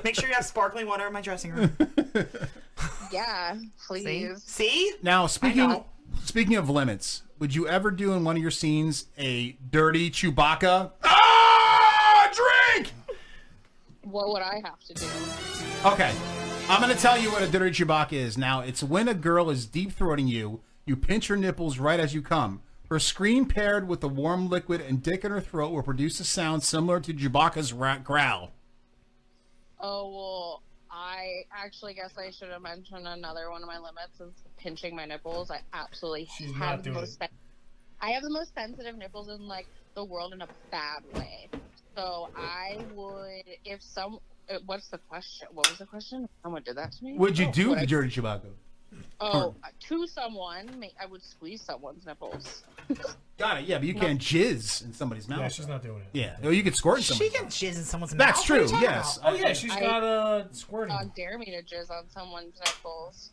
Speaker 22: Make sure you have sparkling water in my dressing room.
Speaker 28: yeah,
Speaker 22: See?
Speaker 28: please.
Speaker 22: See?
Speaker 5: now speaking speaking of limits, would you ever do in one of your scenes a dirty Chewbacca? Ah, drink.
Speaker 28: What would I have to do?
Speaker 5: Okay. I'm going to tell you what a dirty Chewbacca is. Now, it's when a girl is deep throating you, you pinch her nipples right as you come. Her scream paired with the warm liquid and dick in her throat will produce a sound similar to Chewbacca's rat growl.
Speaker 28: Oh well, I actually guess I should have mentioned another one of my limits is pinching my nipples. I absolutely
Speaker 17: She's not
Speaker 28: have the
Speaker 17: doing
Speaker 28: most.
Speaker 17: it.
Speaker 28: sen- I have the most sensitive nipples in like the world in a bad way. So I would, if some, uh, what's the question? What was the question? Someone did that to me.
Speaker 5: What'd you
Speaker 28: Oh,
Speaker 5: do
Speaker 28: would
Speaker 5: with
Speaker 28: I-
Speaker 5: the dirty Chewbacca?
Speaker 28: Oh, to someone, ma- I would squeeze someone's nipples.
Speaker 5: Got it. Yeah, but you can't jizz in somebody's mouth.
Speaker 9: Yeah, she's not doing it.
Speaker 5: Yeah. No, you could squirt in
Speaker 22: She
Speaker 5: somebody.
Speaker 22: can jizz in someone's mouth.
Speaker 5: That's
Speaker 22: What are you
Speaker 5: true,
Speaker 22: talking
Speaker 5: yes.
Speaker 22: about?
Speaker 5: Oh, yeah, she's got,
Speaker 9: uh, squirting.
Speaker 28: God dare me to jizz on someone's nipples.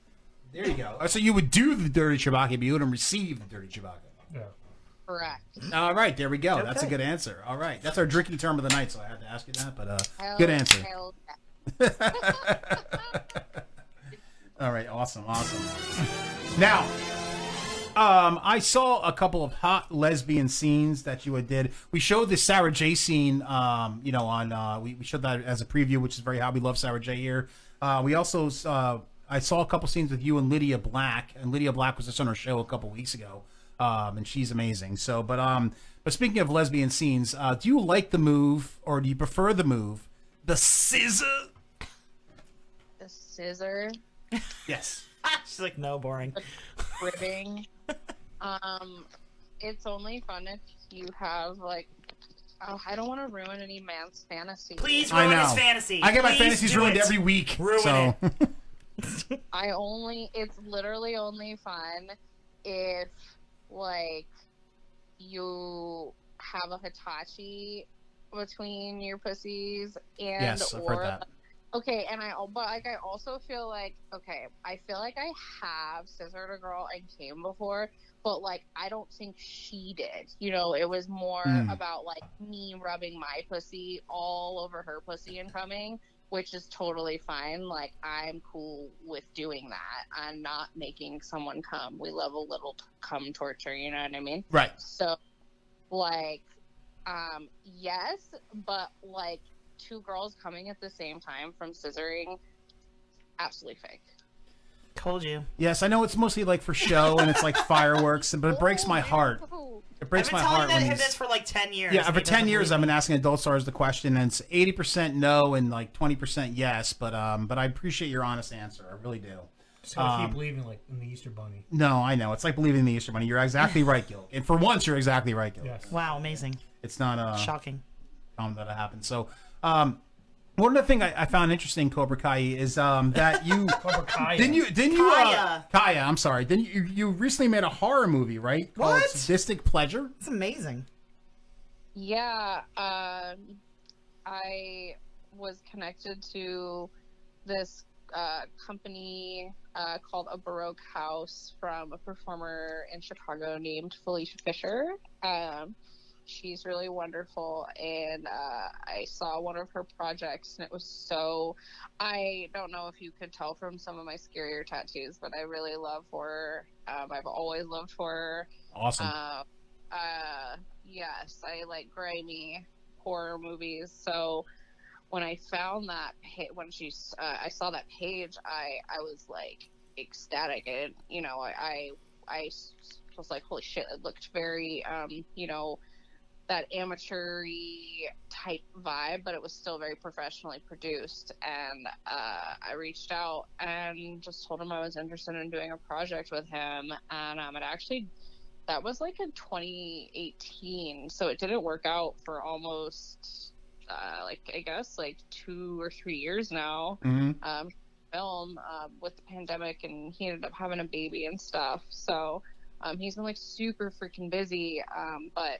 Speaker 5: There you go. Uh, Oh, So you would do the dirty Chewbacca, but you wouldn't receive the dirty Chewbacca.
Speaker 28: Correct.
Speaker 5: All right, there we go. That's a
Speaker 28: Okay.
Speaker 5: good answer. All right, that's our drinking term of the night, so I had to ask you that. But uh,
Speaker 28: Hell-
Speaker 5: good answer.
Speaker 28: hell
Speaker 5: All right, awesome, awesome. Now, um, I saw a couple of hot lesbian scenes that you had did. We showed the Sarah J scene, um, you know, on uh, we, we showed that as a preview, which is very hot. We love Sarah J here. Uh, we also uh, I saw a couple scenes with you and Lydia Black, and Lydia Black was just on our show a couple weeks ago, um, and she's amazing. So, but um, but speaking of lesbian scenes, uh, do you like the move or do you prefer the move, the scissor?
Speaker 28: The scissor.
Speaker 5: Yes.
Speaker 22: She's like, no, boring.
Speaker 28: ribbing. um, it's only fun if you have like. Oh, I don't want to ruin any man's fantasy.
Speaker 22: Please ruin his fantasy.
Speaker 5: I get my
Speaker 22: Please
Speaker 5: fantasies
Speaker 22: do
Speaker 5: ruined
Speaker 22: it.
Speaker 5: every week.
Speaker 22: Ruin
Speaker 5: so.
Speaker 22: it.
Speaker 28: I only. It's literally only fun if like you have a Hitachi between your pussies and
Speaker 17: Yes, I've
Speaker 28: or
Speaker 17: heard that.
Speaker 28: okay and i al- but like i also feel like okay i feel like i have scissored a girl and came before but like i don't think she did you know it was more
Speaker 17: Hmm.
Speaker 28: about like me rubbing my pussy all over her pussy and coming which is totally fine like i'm cool with doing that i'm not making someone come we love a little t- cum torture you know what i mean
Speaker 5: Right.
Speaker 28: so like um yes but like two girls coming at the same time from scissoring absolutely fake
Speaker 22: Told you.
Speaker 5: Yes, I know it's mostly like for show and it's like fireworks, but it breaks my heart. It breaks
Speaker 22: I've been
Speaker 5: my
Speaker 22: telling
Speaker 5: heart
Speaker 22: that,
Speaker 5: when
Speaker 22: him
Speaker 5: these-
Speaker 22: this for like ten years.
Speaker 5: Yeah,
Speaker 22: and
Speaker 5: for
Speaker 22: he
Speaker 5: ten
Speaker 22: doesn't
Speaker 5: years I've
Speaker 22: believe
Speaker 5: been asking adult stars the question, and it's eighty percent no and like twenty percent yes. But um, but I appreciate your honest answer. I really do.
Speaker 9: Just gotta
Speaker 5: Um,
Speaker 9: keep believing like in the Easter Bunny.
Speaker 5: no, I know it's like believing in the Easter Bunny. You're exactly right, Gil. And for once, you're exactly right, Gil.
Speaker 22: me. Wow, amazing.
Speaker 5: It's not uh,
Speaker 22: Shocking.
Speaker 5: um, that it happened. So, um, one other thing I, I found interesting, Cobra Kai, is um, that you didn't you didn't you Uh, Kaya? I'm sorry, didn't you, you recently made a horror movie, right? Called
Speaker 22: What?
Speaker 5: Sadistic Pleasure.
Speaker 22: It's amazing.
Speaker 28: yeah um i was connected to this uh, company uh, called a baroque house from a performer in chicago named felicia fisher um, she's really wonderful and uh, i saw one of her projects and it was so i don't know if you could tell from some of my scarier tattoos but i really love horror um, i've always loved horror
Speaker 5: Awesome.
Speaker 28: uh, uh, yes i like grimy horror movies so when i found that pa- when she s- uh, i saw that page i i was like ecstatic, and you know, I, I I s- was like, holy shit! It looked very, um, you know, that amateur-y type vibe, but it was still very professionally produced. And uh, I reached out and just told him I was interested in doing a project with him, and um, it actually that was like in 2018, so it didn't work out for almost uh, like I guess like two or three years now.
Speaker 6: Mm-hmm.
Speaker 5: Mm-hmm.
Speaker 14: Mhm.
Speaker 28: Um, film um, with the pandemic, and he ended up having a baby and stuff. So um, he's been like super freaking busy, um, but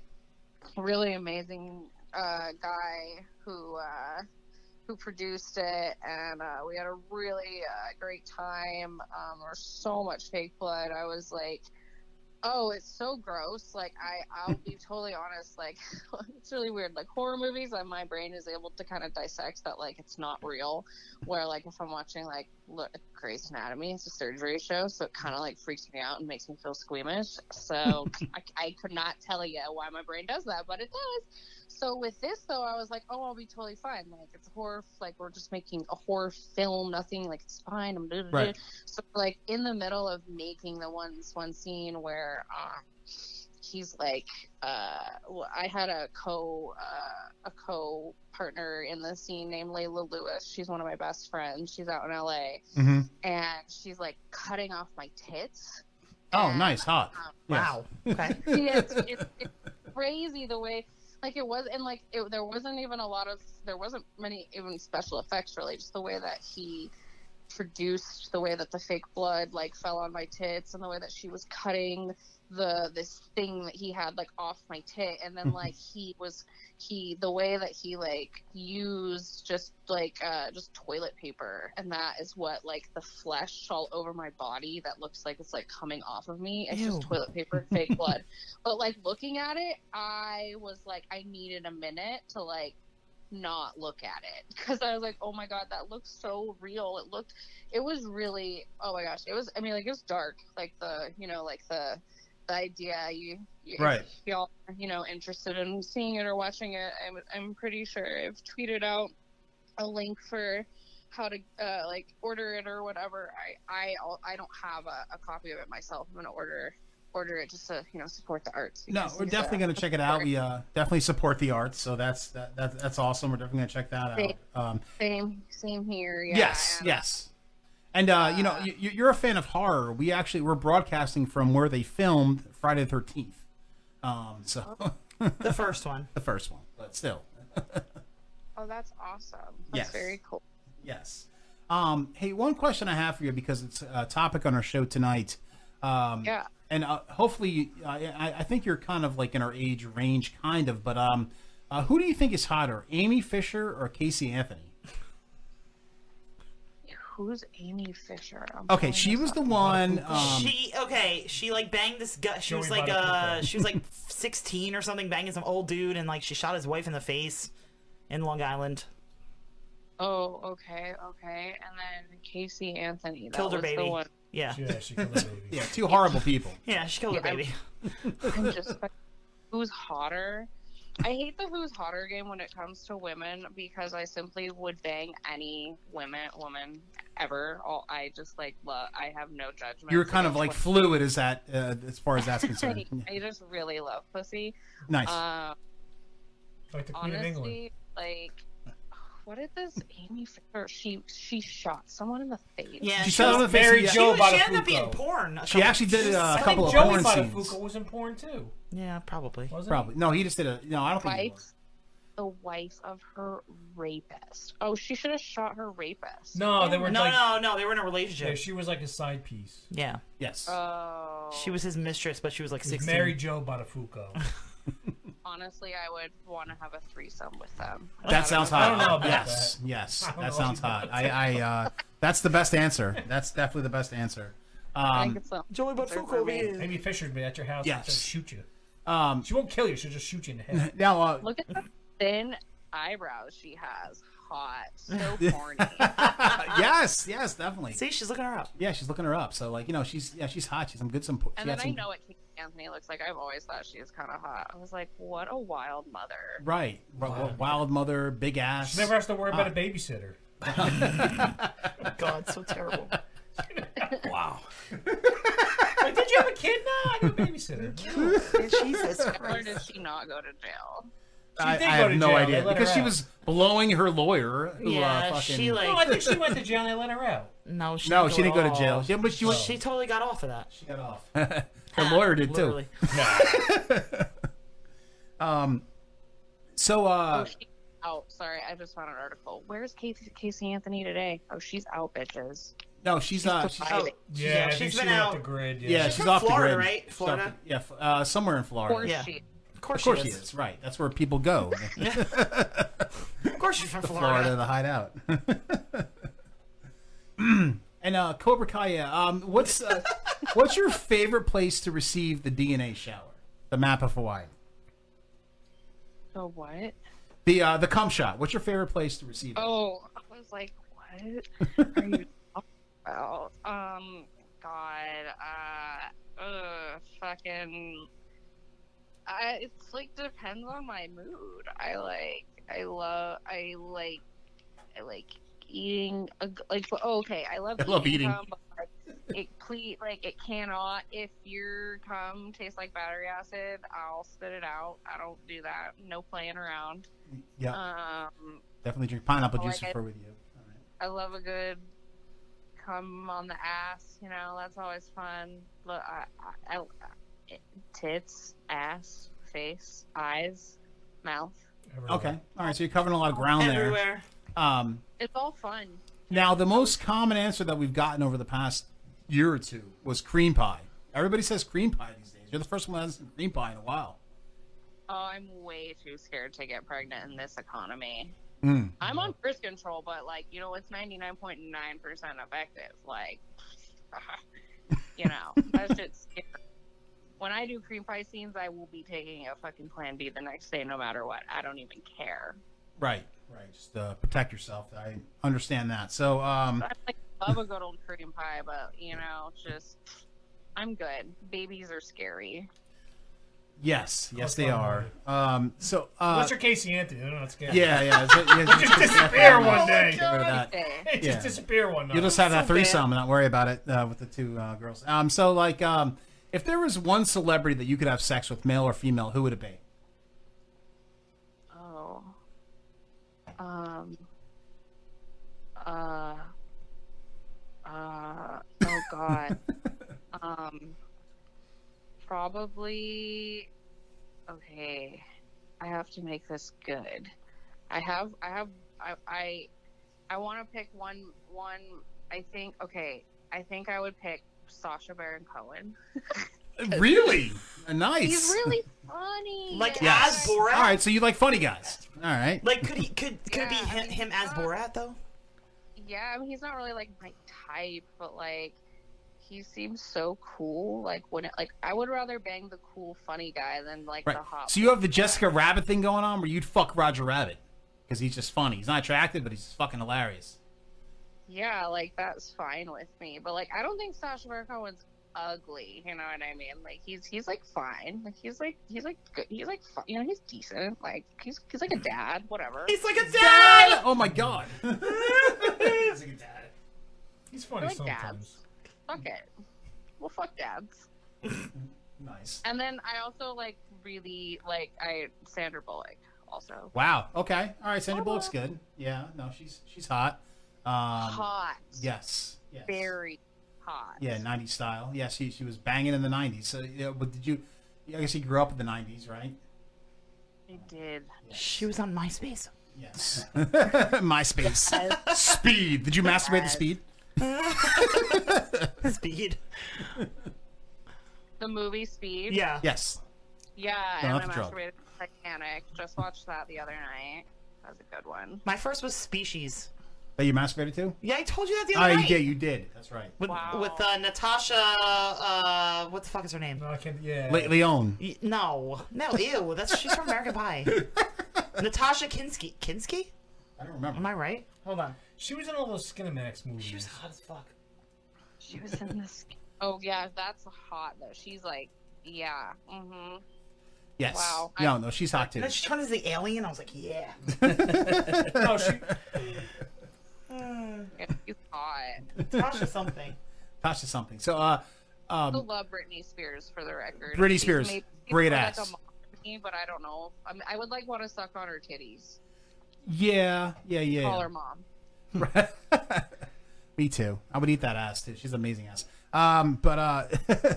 Speaker 28: really amazing uh, guy who uh, who produced it, and uh, we had a really uh, great time. Um, there was so much fake blood. I was like, oh, it's so gross. Like I, I'll be totally honest. Like it's really weird. Like horror movies, like, my brain is able to kind of dissect that. Like it's not real. Where like if I'm watching like look, Grey's Anatomy, it's a surgery show, so it kind of like freaks me out and makes me feel squeamish. So I, I could not tell you why my brain does that, but it does. So with this though, I was like, oh, I'll be totally fine. Like it's a horror, like we're just making a horror film, nothing like it's fine. I'm da da da.
Speaker 14: Right.
Speaker 28: So like in the middle of making the ones one scene where um, he's like, uh, well, I had a co uh, a co partner in the scene named Layla Lewis. She's one of my best friends. She's out in L.A.
Speaker 5: Mhm.
Speaker 28: and she's like cutting off my tits.
Speaker 5: Oh, nice, hot.
Speaker 28: Wow.
Speaker 5: Okay.
Speaker 28: Yeah, it's, it's, it's crazy the way like it was and like it, there wasn't even a lot of there wasn't many even special effects really just the way that he produced the way that the fake blood like fell on my tits and the way that she was cutting the this thing that he had like off my tit and then like he was he the way that he like used just like uh just toilet paper and that is what like the flesh all over my body that looks like it's like coming off of me it's just
Speaker 14: Ew.
Speaker 28: toilet paper and fake blood but like looking at it i was like i needed a minute to like not look at it because I was like, oh my god, that looks so real. It looked, it was really, oh my gosh, it was. I mean, like it was dark, like the, you know, like the, the idea you, you
Speaker 14: Right.
Speaker 28: if y'all, are, you know, interested in seeing it or watching it. I'm, I'm pretty sure I've tweeted out a link for how to uh, like order it or whatever. I, I, I'll- I don't have a, a copy of it myself. I'm gonna order order it just to you know support the arts.
Speaker 5: No,
Speaker 28: because
Speaker 5: we're
Speaker 28: these are-
Speaker 5: definitely going to check it out. We uh, definitely support the arts, so that's that, that that's awesome. We're definitely going to check that out.
Speaker 28: Thank-
Speaker 5: Um,
Speaker 28: Same, same here. Yeah,
Speaker 5: yes, yes. And uh, you know, you, you're a fan of horror. We actually we're broadcasting from where they filmed Friday the Thirteenth. Um, so the
Speaker 22: first one,
Speaker 5: the first one, but still,
Speaker 28: Oh, that's awesome.
Speaker 5: Yes.
Speaker 28: That's very cool.
Speaker 5: Yes. Um, hey, one question I have for you because it's a topic on our show tonight. Um,
Speaker 28: Yeah.
Speaker 5: And uh, hopefully, I, I- I think you're kind of like in our age range, kind of. But um, uh, who do you think is hotter, Amy Fisher or Casey Anthony?
Speaker 28: Who's Amy Fisher? I'm
Speaker 5: Okay, she was the one. Um,
Speaker 22: she okay. She like banged this guy. She
Speaker 5: Don't
Speaker 22: was
Speaker 5: worry
Speaker 22: like
Speaker 5: about it,
Speaker 22: uh,
Speaker 5: people.
Speaker 22: she was like 16 or something, banging some old dude, and like she shot his wife in the face in Long Island.
Speaker 28: Oh, okay, okay. And then Casey Anthony. That
Speaker 22: Killed her
Speaker 28: was
Speaker 22: baby.
Speaker 28: The one.
Speaker 22: Yeah.
Speaker 5: Yeah, two horrible people.
Speaker 22: Yeah, she killed her
Speaker 28: Yeah, I'm-
Speaker 22: baby.
Speaker 28: I'm just like, who's hotter? I hate the who's hotter game when it comes to women because I simply would bang any women woman ever. All I just like love. I have no judgment.
Speaker 5: You were kind of like
Speaker 28: against
Speaker 5: fluid as that, uh, as far as that's concerned.
Speaker 28: women. I just really love pussy.
Speaker 5: Nice.
Speaker 28: Um,
Speaker 5: Like the Queen of England.
Speaker 28: honestly, like. What did this Amy Fisher? She she shot someone in the face.
Speaker 22: Yeah,
Speaker 5: She she shot was someone in the face, Mary yeah. Jo
Speaker 22: she, was- she ended up being
Speaker 5: Buttafuoco.
Speaker 22: porn.
Speaker 5: She actually did uh, a couple of
Speaker 9: Joey
Speaker 5: porn
Speaker 9: Buttafuoco
Speaker 5: scenes.
Speaker 9: was in porn too.
Speaker 22: Yeah, probably.
Speaker 5: Probably no, he just did a no. I don't think he
Speaker 28: wife, the wife of her rapist. Oh, she should have shot her rapist.
Speaker 9: No, they were
Speaker 22: No,
Speaker 9: like-
Speaker 22: no, no. They were in a relationship.
Speaker 9: Yeah, she was like a side piece.
Speaker 22: Yeah.
Speaker 5: Yes.
Speaker 28: Oh.
Speaker 22: She was his mistress, but she was like
Speaker 9: It was
Speaker 22: 16.
Speaker 9: Mary Jo Buttafuoco.
Speaker 5: uh,
Speaker 28: Honestly, I would want to have a threesome with them.
Speaker 5: That sounds hot.
Speaker 9: I don't know about
Speaker 5: yes,
Speaker 9: that.
Speaker 5: yes,
Speaker 9: I don't
Speaker 5: that
Speaker 9: know
Speaker 5: sounds
Speaker 9: about
Speaker 5: hot. I, I uh, that's the best answer. That's definitely the best answer. Um,
Speaker 22: Joey
Speaker 9: Buttafuoco Amy Fisher'd be at your house.
Speaker 5: Yes.
Speaker 9: and she'll shoot you.
Speaker 5: um,
Speaker 9: She won't kill you. She'll just shoot you in the head.
Speaker 5: now, uh,
Speaker 28: Look at the thin eyebrows she has. Hot. So corny.
Speaker 5: yes, yes, definitely.
Speaker 22: See, she's looking her up.
Speaker 5: Yeah, she's looking her up. So like, you know, she's yeah, she's hot. She's some good. Some. she
Speaker 28: And
Speaker 5: had
Speaker 28: then I
Speaker 5: some-
Speaker 28: know what Casey Anthony looks like. I've always thought she was kind of hot. I was like, what a wild mother.
Speaker 5: Right, Ro- wild mother, big ass. Uh,
Speaker 9: She never has to worry about
Speaker 5: hot.
Speaker 9: a babysitter. Ah,
Speaker 22: God, so terrible.
Speaker 9: wow. like, did you have a kid? No, I knew a
Speaker 28: Uh,
Speaker 9: babysitter.
Speaker 28: Jesus Or did she not go to jail?
Speaker 5: I, I
Speaker 9: did go
Speaker 5: have
Speaker 9: to
Speaker 5: no
Speaker 9: jail.
Speaker 5: idea
Speaker 9: They let her
Speaker 5: because she
Speaker 9: out.
Speaker 5: was blowing her lawyer. who, uh, fucking-
Speaker 9: No, I think she went to jail and they let her out.
Speaker 22: No, she
Speaker 5: No,
Speaker 22: didn't
Speaker 5: she didn't
Speaker 22: go,
Speaker 5: go to jail. Yeah, but she went.
Speaker 22: She totally got off of that. She
Speaker 9: got off.
Speaker 5: her lawyer did too.
Speaker 22: Literally.
Speaker 5: um, so uh,
Speaker 28: Oh, sorry, I just found an article. Where's Casey, Casey Anthony today? Oh, she's out, bitches.
Speaker 5: no, she's not.
Speaker 28: she's
Speaker 5: She's
Speaker 28: out.
Speaker 5: out.
Speaker 9: Yeah, I think she went off the grid. Yeah,
Speaker 5: Yeah, she's, off
Speaker 22: Florida,
Speaker 5: the grid.
Speaker 22: right?
Speaker 5: She's off
Speaker 22: Florida?
Speaker 5: the- yeah, f- uh, somewhere in Florida.
Speaker 22: course
Speaker 5: yeah.
Speaker 22: she is.
Speaker 5: Of
Speaker 22: course
Speaker 5: course,
Speaker 22: she
Speaker 5: she
Speaker 22: is.
Speaker 5: is. Right, that's where people go.
Speaker 22: Of course, she's from
Speaker 5: to
Speaker 22: Florida.
Speaker 5: Florida to hide out. and uh, Cobra Kai, yeah, um, what's uh, what's your favorite place to receive the DNA shower? The map of Hawaii,
Speaker 28: Oh, what?
Speaker 5: the uh, the cum shot. What's your favorite place to receive? it?
Speaker 28: Oh, I was like, what are you talking about? Um, God, uh, uh, fucking. I, it's like depends on my mood. I like, I love, I like, I like eating. A, g- like, but- oh, okay, I love.
Speaker 5: I love eating.
Speaker 28: cum, but, like, it cle- like it cannot. If your cum tastes like battery acid, I'll spit it out. I don't do that. No playing around.
Speaker 5: Yeah.
Speaker 28: Um,
Speaker 5: Definitely drink pineapple
Speaker 28: I
Speaker 5: juice
Speaker 28: like it.
Speaker 5: for with you.
Speaker 28: I love a good come on the ass. You know, that's always fun. Look, I, I, I, tits, ass, face, eyes, mouth.
Speaker 5: Okay, all right. So you're covering a lot of ground
Speaker 28: Everywhere.
Speaker 5: there. Um,
Speaker 28: It's all fun.
Speaker 5: Now, the most common answer that we've gotten over the past year or two was cream pie. Everybody says cream pie these days. You're the first one that hasn't cream pie in a while.
Speaker 28: Oh, I'm way too scared to get pregnant in this economy.
Speaker 5: Mm.
Speaker 28: I'm on birth control, but like, you know, it's 99.9% effective. Like, you know, that shit's scary. When I do cream pie scenes, I will be taking a fucking plan B the next day, no matter what. I don't even care.
Speaker 5: Right, right. Just uh, protect yourself. I understand that. So, um,
Speaker 28: I like love a good old cream pie, but you know, just I'm good. Babies are scary.
Speaker 5: yes, yes, they are. Um, so, uh,
Speaker 9: What's your Casey Anthony? I don't know what's going
Speaker 5: yeah, yeah. is it- yeah,
Speaker 9: Just disappear
Speaker 28: Oh,
Speaker 9: one day.
Speaker 5: Get rid of that.
Speaker 9: Just
Speaker 5: Yeah.
Speaker 9: disappear one night.
Speaker 5: You'll just have that threesome and not worry about it uh, with the two uh, girls. Um, so, like, um, if there was one celebrity that you could have sex with, male or female, who would it be?
Speaker 28: Oh. Um. Uh. Uh. Oh God. um. Probably. Okay. I have to make this good. I have. I have. I. I, I want to pick one. One. I think. Okay. I think I would pick Sasha Baron Cohen.
Speaker 5: Really? Nice.
Speaker 28: He's really funny.
Speaker 22: Like
Speaker 5: Yes.
Speaker 22: as Borat.
Speaker 5: All right, so you like funny guys. All right.
Speaker 22: Like could he could could it be him, him as Borat though?
Speaker 28: Yeah, I mean, he's not really like my type, but like he seems so cool. Like when it, like I would rather bang the cool funny guy than like
Speaker 5: Right.
Speaker 28: the hot.
Speaker 5: So you have the Jessica Rabbit thing going on where you'd fuck Roger Rabbit because he's just funny. He's not attractive, but he's just fucking hilarious.
Speaker 28: yeah, like that's fine with me. But like I don't think Sasha Baron Cohen's ugly. You know what I mean? Like he's he's like fine. Like he's like he's like good. He's like fu- you know he's decent. Like he's he's like a dad. Whatever.
Speaker 22: He's like a
Speaker 5: dad. Oh my god.
Speaker 9: He's like a dad. He's
Speaker 28: I
Speaker 9: funny
Speaker 28: like
Speaker 9: sometimes.
Speaker 28: dads. Fuck it. Well, fuck dads.
Speaker 5: nice.
Speaker 28: And then I also like really like I Sandra Bullock also.
Speaker 5: Wow. Okay. All right. Sandra Bullock's good. Yeah. No, she's she's hot. Um,
Speaker 28: hot.
Speaker 5: Yes. Yes.
Speaker 28: Very hot.
Speaker 5: Yeah. '90s style. Yeah. She she was banging in the '90s. So yeah. But did you? I guess he grew up in the '90s, right?
Speaker 28: It did.
Speaker 22: She was on MySpace.
Speaker 5: Yes. MySpace. Speed. Did you masturbate to
Speaker 28: Yes.
Speaker 5: Speed?
Speaker 22: Speed.
Speaker 28: The movie Speed.
Speaker 5: Yes.
Speaker 28: Yeah,
Speaker 22: Don't
Speaker 28: and I
Speaker 22: have to draw.
Speaker 28: masturbated to Titanic. Just watched that the other night. That was a good one.
Speaker 22: My first was Species.
Speaker 5: That you masturbated to?
Speaker 22: Yeah, I told you that the
Speaker 5: Oh,
Speaker 22: other
Speaker 5: you
Speaker 22: night.
Speaker 5: did. You did. That's right.
Speaker 22: With, with uh, Natasha, uh, what the fuck is her name? No, I can't. Yeah.
Speaker 5: Le- Leon.
Speaker 22: Y- No, no, ew. That's she's from American Pie. Natasha Kinsky. Kinsky?
Speaker 5: I don't remember.
Speaker 22: Am I right? Hold on.
Speaker 9: She was in all those Skinamax movies. She was
Speaker 22: hot as fuck.
Speaker 28: She was in this. Oh yeah, that's hot though. She's like, yeah, mm-hmm.
Speaker 5: Yes.
Speaker 28: Wow.
Speaker 5: No, no, she's hot
Speaker 22: And
Speaker 5: too.
Speaker 22: then she turned into the alien. I was like, yeah.
Speaker 5: No, she-
Speaker 28: yeah she's hot.
Speaker 22: Natasha something.
Speaker 5: Tasha something. So, uh,
Speaker 28: I
Speaker 5: um,
Speaker 28: love Britney Spears for the record.
Speaker 5: Britney
Speaker 28: She's
Speaker 5: Spears,
Speaker 28: made- she's
Speaker 5: great
Speaker 28: more
Speaker 5: ass.
Speaker 28: Like a mom to me, but I don't know. I, mean, I would like want to suck on her titties.
Speaker 5: yeah, yeah, yeah.
Speaker 28: Call her mom.
Speaker 5: Me too. I would eat that ass too. She's an amazing ass. Um, but uh,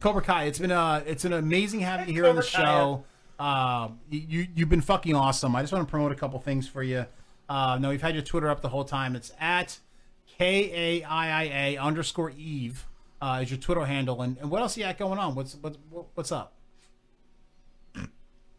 Speaker 5: Cobra Kai, it's been uh, it's been amazing having you here on the
Speaker 6: Cobra Kai.
Speaker 5: show. Uh, you you've been fucking awesome. I just want to promote a couple things for you. Uh, no, we've had your Twitter up the whole time. It's at K A I I A underscore Eve uh, is your Twitter handle. And, and what else you got going on? What's what's what's up?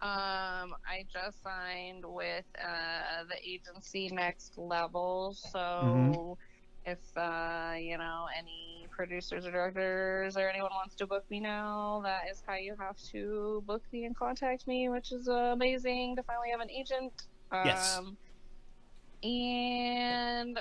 Speaker 28: Um, I just signed with uh, the agency Next Level, so
Speaker 5: Mhm.
Speaker 28: if uh, you know any producers or directors or anyone wants to book me now, that is how you have to book me and contact me, which is uh, amazing to finally have an agent. Um,
Speaker 14: Yes.
Speaker 28: And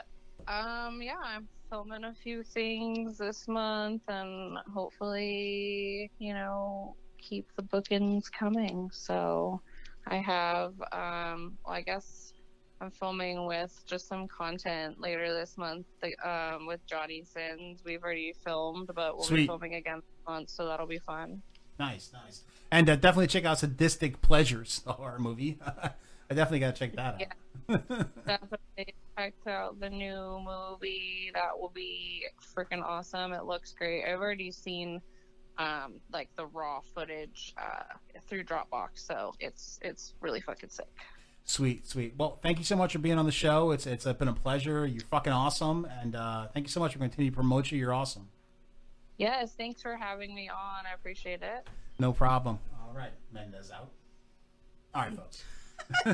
Speaker 28: um, yeah, I'm filming a few things this month, and hopefully, you know, keep the bookings coming. So I have, um, well, I guess I'm filming with just some content later this month like, um, with Johnny Sins. We've already filmed, but we'll be
Speaker 5: Sweet.
Speaker 28: filming again this month, so that'll be fun.
Speaker 5: Nice, nice. And uh, definitely check out Sadistic Pleasures, the horror movie. I definitely gotta check that out.
Speaker 28: Yeah. Definitely checked out the new movie. That will be freaking awesome. It looks great. I've already seen um like the raw footage uh through Dropbox, so it's it's really fucking sick.
Speaker 5: Sweet, sweet. Well, thank you so much for being on the show. It's it's been a pleasure. You're fucking awesome, and uh, thank you so much for continuing to promote you. You're awesome.
Speaker 28: Yes, thanks for having me on. I appreciate it.
Speaker 5: No problem. All right, Mendez out. All right, folks.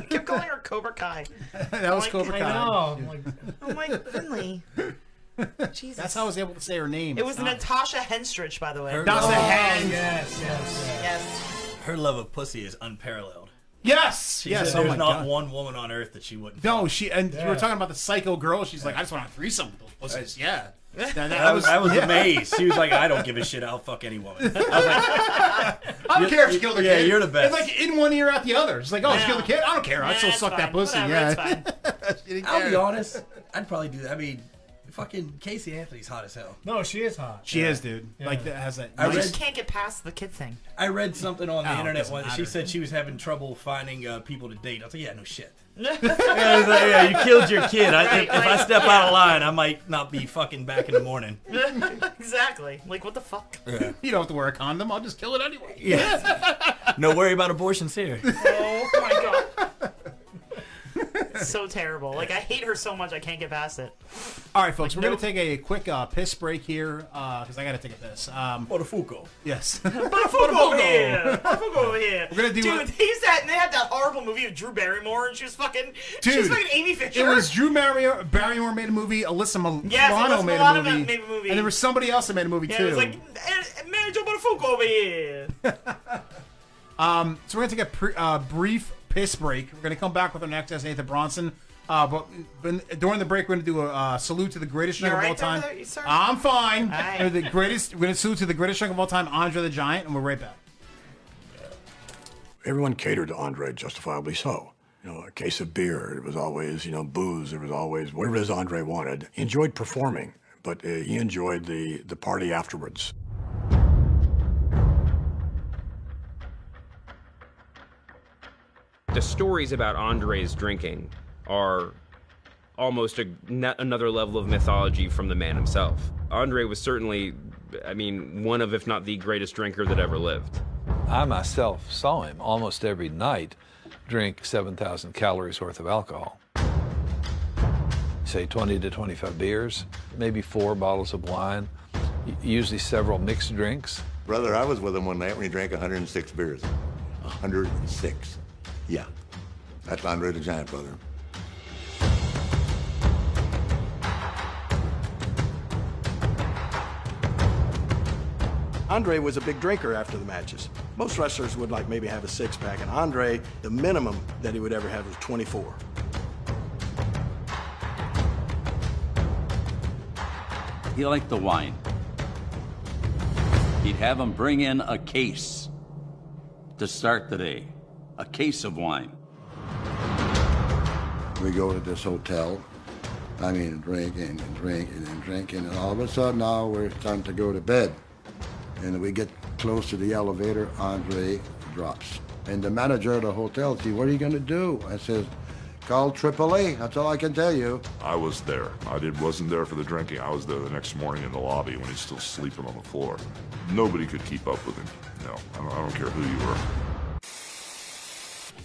Speaker 22: Keep calling her Cobra Kai.
Speaker 5: that was
Speaker 22: Like,
Speaker 5: Cobra
Speaker 22: I
Speaker 5: Kai.
Speaker 22: know. I'm like, oh my, Finley. Jesus.
Speaker 5: That's how I was able to say her name.
Speaker 22: It
Speaker 5: It's
Speaker 22: was
Speaker 5: not-
Speaker 22: Natasha Henstridge, by the way.
Speaker 5: Natasha Oh, Hen-
Speaker 11: yes, yes,
Speaker 22: yes.
Speaker 11: Her love of pussy is unparalleled.
Speaker 5: Yes,
Speaker 11: She
Speaker 5: yes.
Speaker 11: said
Speaker 5: Oh
Speaker 11: there's
Speaker 5: my
Speaker 11: not
Speaker 5: God.
Speaker 11: one woman on earth that she wouldn't.
Speaker 5: No, she and you
Speaker 11: Yeah.
Speaker 5: were talking about the psycho girl. She's like, I just want a threesome. with those pussies." Yeah. That- that
Speaker 11: I was, I was
Speaker 5: yeah.
Speaker 11: amazed. She was like, "I don't give a shit. I'll fuck any woman." I was like,
Speaker 5: I don't
Speaker 11: "You-
Speaker 5: care if she
Speaker 11: you-
Speaker 5: killed her
Speaker 11: Yeah,
Speaker 5: kid.
Speaker 11: you're the best.
Speaker 5: It's like in one ear, out the other. It's like, oh, she
Speaker 11: Yeah.
Speaker 5: killed the kid. I don't care. I
Speaker 11: Nah,
Speaker 5: still
Speaker 11: it's
Speaker 5: suck
Speaker 11: fine.
Speaker 5: that pussy.
Speaker 11: Whatever,
Speaker 5: yeah.
Speaker 11: it's fine.
Speaker 5: care.
Speaker 11: I'll be honest. I'd probably do that. I mean, fucking Casey Anthony's hot as hell.
Speaker 9: No, she is hot.
Speaker 5: She
Speaker 11: Yeah.
Speaker 5: is, dude.
Speaker 11: Yeah.
Speaker 5: Like that has that.
Speaker 11: I
Speaker 22: I
Speaker 11: read-
Speaker 22: just can't get past the kid thing.
Speaker 11: I read something on the
Speaker 5: Oh, it
Speaker 11: internet
Speaker 5: doesn't
Speaker 11: once.
Speaker 5: matter.
Speaker 11: She said she was having trouble finding uh, people to date. I was like, "Yeah, no shit." Yeah, I was like, yeah, you killed your kid. I,
Speaker 22: Right,
Speaker 11: if, if I
Speaker 22: right.
Speaker 11: step out of line, I might not be fucking back in the morning.
Speaker 22: exactly. Like, what the fuck?
Speaker 5: You don't have to wear a condom. I'll just kill it anyway.
Speaker 11: No worry about abortions here.
Speaker 22: Oh my god. so terrible. Like, I hate her so much, I can't get past it.
Speaker 5: All right, folks, we're
Speaker 22: no-
Speaker 5: going to take a quick uh, piss break here because I got to take a piss. Um,
Speaker 11: Botafuco.
Speaker 5: Yes.
Speaker 22: Buffalo over here. Buffalo over here.
Speaker 5: We're gonna do
Speaker 22: Dude,
Speaker 5: a-
Speaker 22: they used that, and they had that horrible movie with Drew Barrymore, and she was fucking. she was
Speaker 5: Dude,
Speaker 22: fucking Amy Fisher.
Speaker 5: it was Drew Barrymore, Barrymore made a movie. Alyssa Milano,
Speaker 22: Yes, Alyssa
Speaker 5: made,
Speaker 22: Milano
Speaker 5: a movie,
Speaker 22: made a movie.
Speaker 5: and there was somebody else that made a movie
Speaker 22: Yeah,
Speaker 5: too.
Speaker 22: it was like, "Eh, man, Joe Buttafuoco over here.
Speaker 5: Um, so we're gonna take a pre- uh, brief piss break. We're gonna come back with our next guest, Nathan Bronson. Uh, but, but during the break, we're gonna do a uh, salute to the greatest
Speaker 6: You
Speaker 5: shrink of
Speaker 6: alright
Speaker 5: all time.
Speaker 6: over there, sir?
Speaker 5: I'm fine.
Speaker 6: Alright.
Speaker 5: We're The greatest. We're gonna salute to the greatest shrink of all time, Andre the Giant, and we're right back.
Speaker 29: everyone catered to Andre, justifiably so. You know, a case of beer, it was always, you know, booze, it was always whatever it is Andre wanted. He enjoyed performing, but uh, he enjoyed the, the party afterwards.
Speaker 16: the stories about Andre's drinking are almost a, n- another level of mythology from the man himself. Andre was certainly, I mean, one of, if not the greatest drinker that ever lived.
Speaker 4: I myself saw him almost every night drink 7,000 calories worth of alcohol. Say 20 to 25 beers, maybe four bottles of wine, u- usually several mixed drinks.
Speaker 29: Brother, I was with him one night when he drank 106 beers. 106. Yeah. That's Andre the Giant, brother.
Speaker 30: Andre was a big drinker after the matches. Most wrestlers would like maybe have a six pack, and Andre, the minimum that he would ever have was 24.
Speaker 1: He liked the wine. He'd have him bring in a case to start the day, a case of wine.
Speaker 29: We go to this hotel,
Speaker 31: I mean, drinking and drinking and drinking, and all of a sudden now we're time to go to bed. And we get close to the elevator, Andre drops. And the manager of the hotel says, what are you going to do? I says, call AAA. That's all I can tell you.
Speaker 32: I was there. I did, wasn't there for the drinking. I was there the next morning in the lobby when he's still sleeping on the floor. Nobody could keep up with him. No, I don't, I don't care who you were.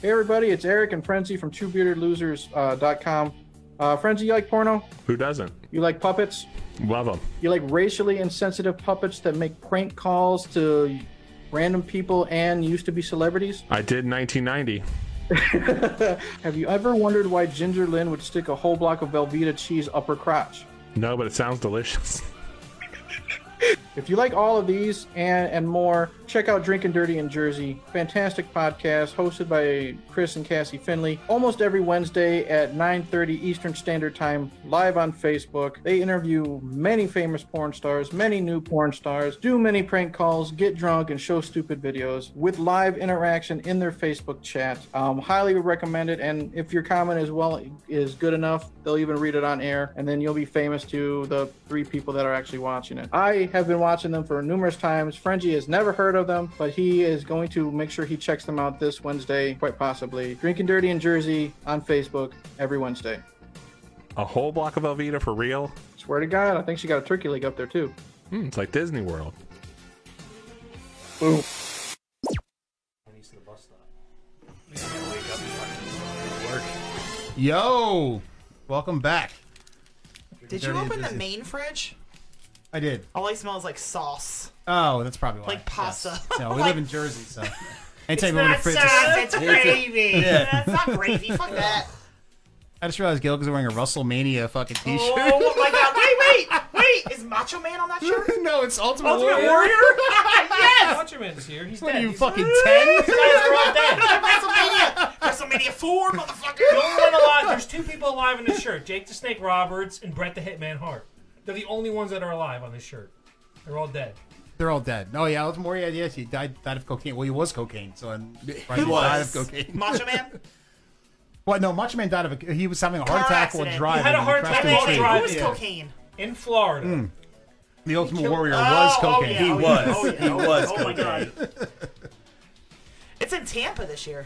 Speaker 20: Hey everybody, it's Eric and Frenzy from TwoBeardedLosers.com. Uh, Frenzy, you like porno?
Speaker 29: Who doesn't?
Speaker 20: You like puppets?
Speaker 29: Love them.
Speaker 20: You like racially insensitive puppets that make prank calls to random people and used to be celebrities?
Speaker 29: I did 1990.
Speaker 20: Have you ever wondered why Ginger Lynn would stick a whole block of Velveeta cheese up her crotch?
Speaker 29: No, but it sounds delicious.
Speaker 20: If you like all of these and, and more, check out Drinking Dirty in Jersey. Fantastic podcast hosted by Chris and Cassie Finley. Almost every Wednesday at 9.30 Eastern Standard Time, live on Facebook. They interview many famous porn stars, many new porn stars, do many prank calls, get drunk, and show stupid videos with live interaction in their Facebook chat. Um, highly recommend it. And if your comment as well is good enough, they'll even read it on air. And then you'll be famous to the three people that are actually watching it. I have been watching them for numerous times. Frenzy has never heard of them, but he is going to make sure he checks them out this Wednesday, quite possibly. Drinking Dirty in Jersey on Facebook every Wednesday.
Speaker 29: A whole block of Elvita for real?
Speaker 20: Swear to God, I think she got a turkey leg up there too.
Speaker 29: Hmm, it's like Disney World.
Speaker 20: Boom.
Speaker 5: Yo, welcome back.
Speaker 22: Did you
Speaker 5: Dirty
Speaker 22: open the
Speaker 5: Jersey.
Speaker 22: main fridge?
Speaker 5: I did.
Speaker 22: All I smell is like sauce.
Speaker 5: Oh, that's probably why.
Speaker 22: Like pasta.
Speaker 5: Yes. No, we
Speaker 22: Like-
Speaker 5: live in Jersey, so. Anytime
Speaker 22: It's
Speaker 5: you want
Speaker 22: not
Speaker 5: to fridge
Speaker 22: sauce, it's gravy. It's not gravy, fuck that.
Speaker 5: I just realized Gilligan's wearing a WrestleMania fucking t shirt.
Speaker 22: Oh my god, wait, wait, wait! Is Macho Man on that shirt?
Speaker 5: no, it's Ultimate,
Speaker 22: Ultimate
Speaker 5: Warrior.
Speaker 22: Warrior? yes!
Speaker 9: Macho Man's here. He's
Speaker 5: What
Speaker 9: dead.
Speaker 5: are you,
Speaker 9: He's-
Speaker 5: fucking 10?
Speaker 22: WrestleMania! WrestleMania 4, motherfucker!
Speaker 9: You'll learn a lot. There's two people alive in this shirt: Jake the Snake Roberts and Brett the Hitman Hart. They're the only ones that are alive on this shirt. They're all dead.
Speaker 5: They're all dead. Oh, yeah, Ultimate Warrior, yes, he died, died of cocaine. Well, he was cocaine, so. And, right, he died of cocaine.
Speaker 22: Macho Man?
Speaker 5: Well, no, Macho Man died of a. He was having a
Speaker 22: Car
Speaker 5: heart attack while
Speaker 22: accident.
Speaker 5: driving.
Speaker 22: He had a
Speaker 5: and
Speaker 22: heart
Speaker 5: crashed
Speaker 22: attack
Speaker 5: into
Speaker 22: while
Speaker 5: a tree.
Speaker 22: driving. It was cocaine.
Speaker 9: In Florida.
Speaker 5: Mm. The Ultimate
Speaker 22: killed-
Speaker 5: Warrior
Speaker 22: Oh,
Speaker 5: was
Speaker 22: oh,
Speaker 5: cocaine.
Speaker 22: yeah, oh, He yeah, was. oh, yeah, He oh, was oh, my cocaine. It's in Tampa this year.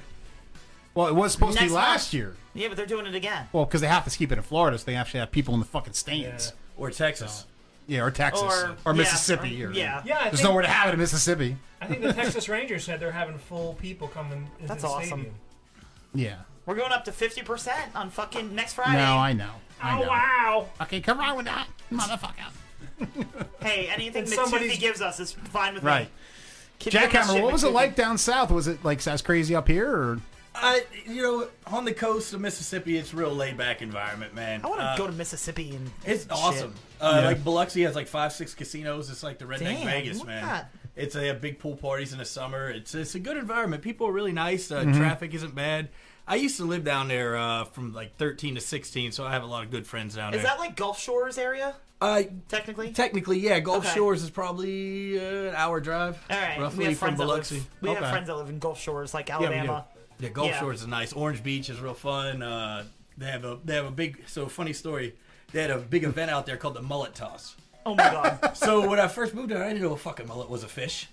Speaker 5: Well, it was supposed to
Speaker 22: Next
Speaker 5: be
Speaker 22: month.
Speaker 5: last year.
Speaker 22: Yeah, but they're doing it again.
Speaker 5: Well, because they have to keep it in Florida, so they actually have people in the fucking stands.
Speaker 9: Or Texas.
Speaker 5: Yeah, or Texas, or,
Speaker 9: Or- yeah,
Speaker 5: Mississippi,
Speaker 9: or-
Speaker 5: or,
Speaker 9: yeah. Yeah, I
Speaker 5: There's
Speaker 9: think-
Speaker 5: nowhere to have it in Mississippi.
Speaker 9: I think the Texas Rangers said they're having full people coming. into
Speaker 22: That's
Speaker 9: the
Speaker 22: awesome.
Speaker 9: Stadium.
Speaker 5: Yeah.
Speaker 22: We're going up to 50% on fucking next Friday.
Speaker 5: No, I know. I
Speaker 22: Oh,
Speaker 5: know.
Speaker 22: wow.
Speaker 5: Okay, come on with that, motherfucker.
Speaker 22: Hey, anything
Speaker 9: And
Speaker 22: that
Speaker 9: somebody's-
Speaker 22: Toothy gives us is fine with
Speaker 5: Right.
Speaker 22: me. Keep giving us
Speaker 5: Jackhammer,
Speaker 22: shit,
Speaker 5: what was it
Speaker 22: McToothy.
Speaker 5: like down south? Was it like as crazy up here, or
Speaker 11: I, you know, on the coast of Mississippi, it's a real laid back environment, man.
Speaker 22: I want to
Speaker 11: Uh,
Speaker 22: go to Mississippi and
Speaker 11: It's
Speaker 22: shit.
Speaker 11: awesome. Uh,
Speaker 22: Yeah.
Speaker 11: Like Biloxi has like five, six casinos. It's like the redneck
Speaker 22: Damn,
Speaker 11: Vegas,
Speaker 22: look
Speaker 11: man.
Speaker 22: at that.
Speaker 11: It's they have big pool parties in the summer. It's it's a good environment. People are really nice. Uh,
Speaker 5: Mhm.
Speaker 11: Traffic isn't bad. I used to live down there uh, from like 13 to 16, so I have a lot of good friends down
Speaker 22: Is
Speaker 11: there.
Speaker 22: that like Gulf Shores area?
Speaker 11: Uh,
Speaker 22: technically,
Speaker 11: technically, yeah. Gulf
Speaker 22: Okay.
Speaker 11: Shores is probably uh, an hour drive,
Speaker 22: All right,
Speaker 11: roughly
Speaker 22: we have
Speaker 11: from
Speaker 22: friends that
Speaker 11: Biloxi.
Speaker 22: live. We have friends that live in Gulf Shores, like Alabama.
Speaker 11: Yeah, we do. yeah Gulf
Speaker 22: Yeah.
Speaker 11: Shores is nice. Orange Beach is real fun. Uh, they have a they have a big so funny story. They had a big event out there called the mullet toss.
Speaker 22: Oh my god!
Speaker 11: so when I first moved there, I didn't know a fucking mullet was a fish.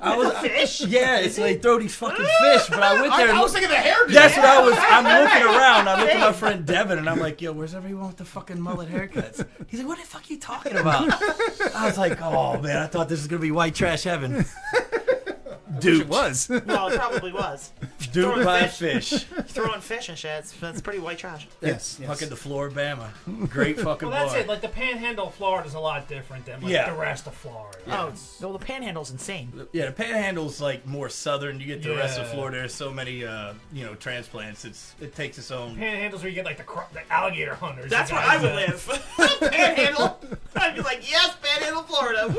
Speaker 11: I was
Speaker 22: fish.
Speaker 11: yeah, it's like throw these fucking fish. But I went I- there. and I was looked- thinking the hairdo. That's what I was. I'm looking around. I looked at my Hey. friend Devin, and I'm like, "Yo, where's everyone with the fucking mullet haircuts?" He's like, "What the fuck are you talking about?" I was like, "Oh man, I thought this was gonna be white trash heaven." Dude, it was.
Speaker 22: well, it probably was.
Speaker 11: Duped
Speaker 22: Throwing
Speaker 11: by a fish.
Speaker 22: Throwing fish and shit. It's, that's pretty white trash.
Speaker 11: Yes, fucking the Floribama. Great fucking
Speaker 9: Well, that's
Speaker 11: bar.
Speaker 9: it. Like the Panhandle of Florida is a lot different than like
Speaker 11: Yeah.
Speaker 9: the rest of Florida.
Speaker 11: Yeah.
Speaker 22: Oh, no, the Panhandle's insane.
Speaker 11: Yeah, the Panhandle's like more southern. You get to the rest of
Speaker 9: Yeah.
Speaker 11: Florida. There's so many, uh, you know, transplants. It's it takes its own.
Speaker 9: Panhandles where you get like the, cro- the alligator hunters.
Speaker 22: That's
Speaker 9: the
Speaker 22: where
Speaker 9: guys uh,
Speaker 22: I would
Speaker 9: that-
Speaker 22: live. Panhandle. I'd be like, yes, Panhandle, Florida.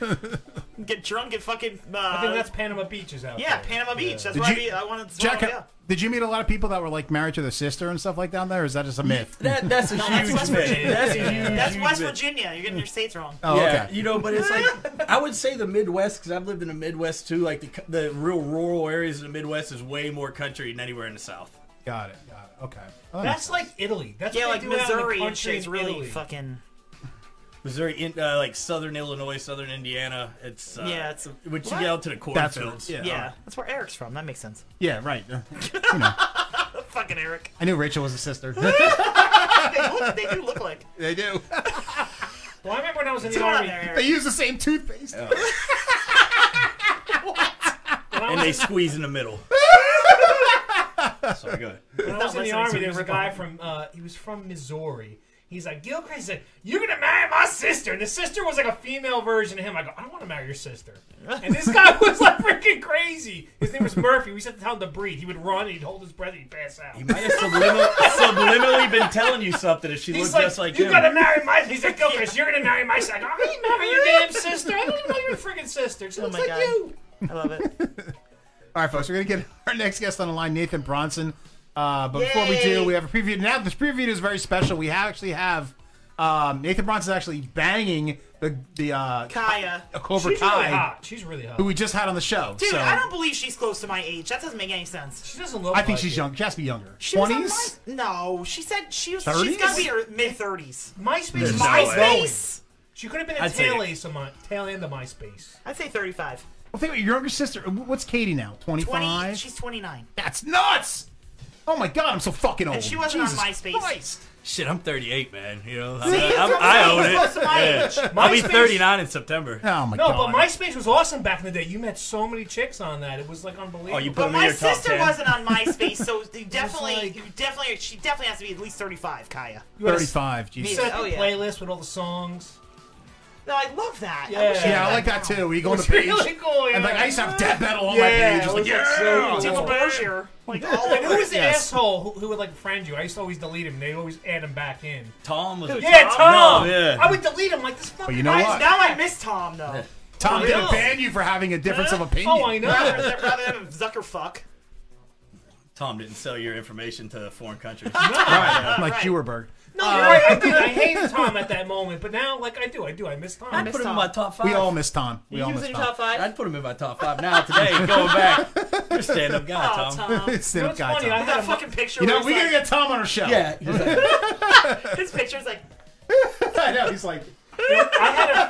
Speaker 22: Woo! Get drunk at fucking. Uh,
Speaker 9: I think that's Panama Beaches out
Speaker 22: yeah,
Speaker 9: there.
Speaker 22: Panama Beach. That's
Speaker 5: Did
Speaker 22: where I
Speaker 5: you-
Speaker 22: be. I wanted to.
Speaker 5: Jack?
Speaker 22: yeah.
Speaker 5: Did you meet a lot of people that were like married to their sister and stuff like down there? Or is that just a myth?
Speaker 11: That, that's a
Speaker 22: No,
Speaker 11: huge
Speaker 22: that's West
Speaker 11: myth.
Speaker 22: Virginia.
Speaker 11: That's a huge,
Speaker 22: That's
Speaker 11: huge
Speaker 22: West
Speaker 11: myth.
Speaker 22: Virginia. You're getting your states wrong.
Speaker 5: Oh,
Speaker 11: yeah,
Speaker 5: okay.
Speaker 11: you know, but it's like I would say the Midwest because I've lived in the Midwest too. Like the c- the real rural areas of the Midwest is way more country than anywhere in the South.
Speaker 5: Got it. Got it. Okay. Oh,
Speaker 6: That's like Italy. That's
Speaker 22: yeah,
Speaker 6: what
Speaker 22: like
Speaker 6: they do out in the
Speaker 22: Missouri and
Speaker 6: country
Speaker 22: shit's
Speaker 6: in
Speaker 22: really
Speaker 6: Italy.
Speaker 22: fucking.
Speaker 11: Missouri, in, uh, like southern Illinois, southern Indiana. It's uh,
Speaker 22: yeah, it's
Speaker 11: which you
Speaker 22: What?
Speaker 11: get out to the
Speaker 5: That's
Speaker 11: cornfields.
Speaker 5: it, yeah.
Speaker 22: yeah, that's where Eric's from. That makes sense.
Speaker 5: Yeah. Right. Uh,
Speaker 22: fucking Eric.
Speaker 5: I knew Rachel was a sister.
Speaker 22: they, look, they do look like.
Speaker 5: They do.
Speaker 9: Well, I remember when I was in the
Speaker 22: Come on
Speaker 9: army.
Speaker 22: there,
Speaker 5: they use the same toothpaste.
Speaker 11: and they squeeze in the middle. Sorry, go ahead.
Speaker 9: When I was in the
Speaker 11: Listen,
Speaker 9: army,
Speaker 11: it's
Speaker 9: there was a
Speaker 11: musical.
Speaker 9: guy from uh, he was from Missouri. He's like Gilchrist he's like, "You're gonna marry my sister," and the sister was like a female version of him. I go, "I don't want to marry your sister." And this guy was like freaking crazy. His name was Murphy. We used to tell him to breathe. He would run, and he'd hold his breath, and he'd pass out. He
Speaker 11: might have subliminal, subliminally been telling you something if she
Speaker 9: He's
Speaker 11: looked
Speaker 9: like,
Speaker 11: just like
Speaker 9: you
Speaker 11: him.
Speaker 9: gotta marry my. He's like, Gilchrist, you're gonna marry my sister. I go, I ain't marrying your damn sister. I don't even know your freaking
Speaker 22: Oh
Speaker 9: sister. She looks like you.
Speaker 22: I love it.
Speaker 5: All right, folks, we're going to get our next guest on the line, Nathan Bronson. Uh, but before we do, we have a preview. Now, this preview is very special. We actually have um, Nathan Bronson actually banging the the uh,
Speaker 22: Kaya.
Speaker 5: a Cobra
Speaker 22: She's
Speaker 5: Kai,
Speaker 22: really hot. She's really hot.
Speaker 5: who we just had on the show.
Speaker 22: Dude,
Speaker 5: so
Speaker 22: I don't believe she's close to my age. That doesn't make any sense. She
Speaker 9: doesn't
Speaker 5: I think she's young. She has to be younger.
Speaker 22: She was on my, no, she said she was. She's
Speaker 5: 30s?
Speaker 22: gotta be her mid thirties.
Speaker 9: MySpace.
Speaker 5: No way.
Speaker 22: MySpace.
Speaker 9: She could have been a tail, ace of my, tail end of MySpace.
Speaker 22: I'd say thirty-five.
Speaker 5: Well, think about your younger sister. What's Katie now? Twenty
Speaker 22: Twenty.
Speaker 5: five.
Speaker 22: She's twenty-nine.
Speaker 5: That's nuts. Oh my god, I'm so fucking old.
Speaker 22: And she wasn't
Speaker 5: Jesus
Speaker 22: on MySpace.
Speaker 11: Shit, I'm 38, man. You know, I'm,
Speaker 9: See, that's
Speaker 11: I'm,
Speaker 9: what
Speaker 11: I
Speaker 9: I'm
Speaker 11: own
Speaker 9: saying.
Speaker 11: it.
Speaker 9: Close to my
Speaker 11: Yeah.
Speaker 9: age.
Speaker 11: I'll be
Speaker 9: MySpace-
Speaker 11: 39 in September.
Speaker 5: Oh my
Speaker 9: no, but MySpace was awesome back in the day. You met so many chicks on that; it was like unbelievable.
Speaker 11: Oh, you put
Speaker 22: But
Speaker 11: them in
Speaker 22: my
Speaker 11: your top
Speaker 22: sister
Speaker 11: 10.
Speaker 22: wasn't on MySpace, so you definitely,
Speaker 9: like-
Speaker 22: you definitely, she definitely has to be at least thirty-five. Kaya.
Speaker 9: You had a-
Speaker 5: 35,
Speaker 22: Me-
Speaker 9: You set
Speaker 22: oh,
Speaker 9: the
Speaker 22: yeah.
Speaker 9: playlist with all the songs.
Speaker 22: No, I love that. I
Speaker 5: Yeah,
Speaker 22: wish I had
Speaker 5: I like that too. We Oh, go on
Speaker 9: It
Speaker 5: the
Speaker 9: was
Speaker 5: page.
Speaker 9: really cool,
Speaker 5: And
Speaker 9: yeah.
Speaker 5: like I used to have death metal on
Speaker 9: Yeah,
Speaker 5: my page. Just
Speaker 9: it was,
Speaker 5: like
Speaker 9: like,
Speaker 5: yeah,
Speaker 9: so cool.
Speaker 5: Just
Speaker 9: Exposure.
Speaker 22: Like
Speaker 9: all and who was the
Speaker 5: Yes.
Speaker 9: asshole who, who would like friend you? I used to always delete him. They always add him back in.
Speaker 11: Tom was a-
Speaker 9: yeah,
Speaker 11: Tom?
Speaker 9: Tom.
Speaker 11: No, yeah.
Speaker 9: I would delete him like this. Fucking
Speaker 5: But you know
Speaker 9: guy-
Speaker 5: what?
Speaker 22: Now I miss Tom though.
Speaker 5: Tom
Speaker 22: For
Speaker 5: didn't
Speaker 22: real.
Speaker 5: ban you for having a difference of opinion.
Speaker 9: Oh, I know.
Speaker 22: Rather than- rather than Zucker fuck.
Speaker 11: Tom didn't sell your information to foreign countries.
Speaker 5: Right, like Jewerberg.
Speaker 9: No, you're right. I did. I hated Tom at that moment, but now like I do. I do. I miss Tom.
Speaker 11: I'd put him in my top five.
Speaker 5: We all miss Tom. We all miss Tom.
Speaker 11: five. I'd put him in my top five now today. Going back, you're a stand-up guy,
Speaker 22: Oh,
Speaker 11: Tom.
Speaker 22: Tom.
Speaker 5: It's stand-up guy, Tom.
Speaker 22: I that fucking picture.
Speaker 5: You know,
Speaker 22: where
Speaker 5: we
Speaker 22: it's
Speaker 5: gotta
Speaker 22: like,
Speaker 5: get Tom on our show.
Speaker 11: Yeah,
Speaker 22: His picture's like,
Speaker 5: I know. He's like,
Speaker 9: I had a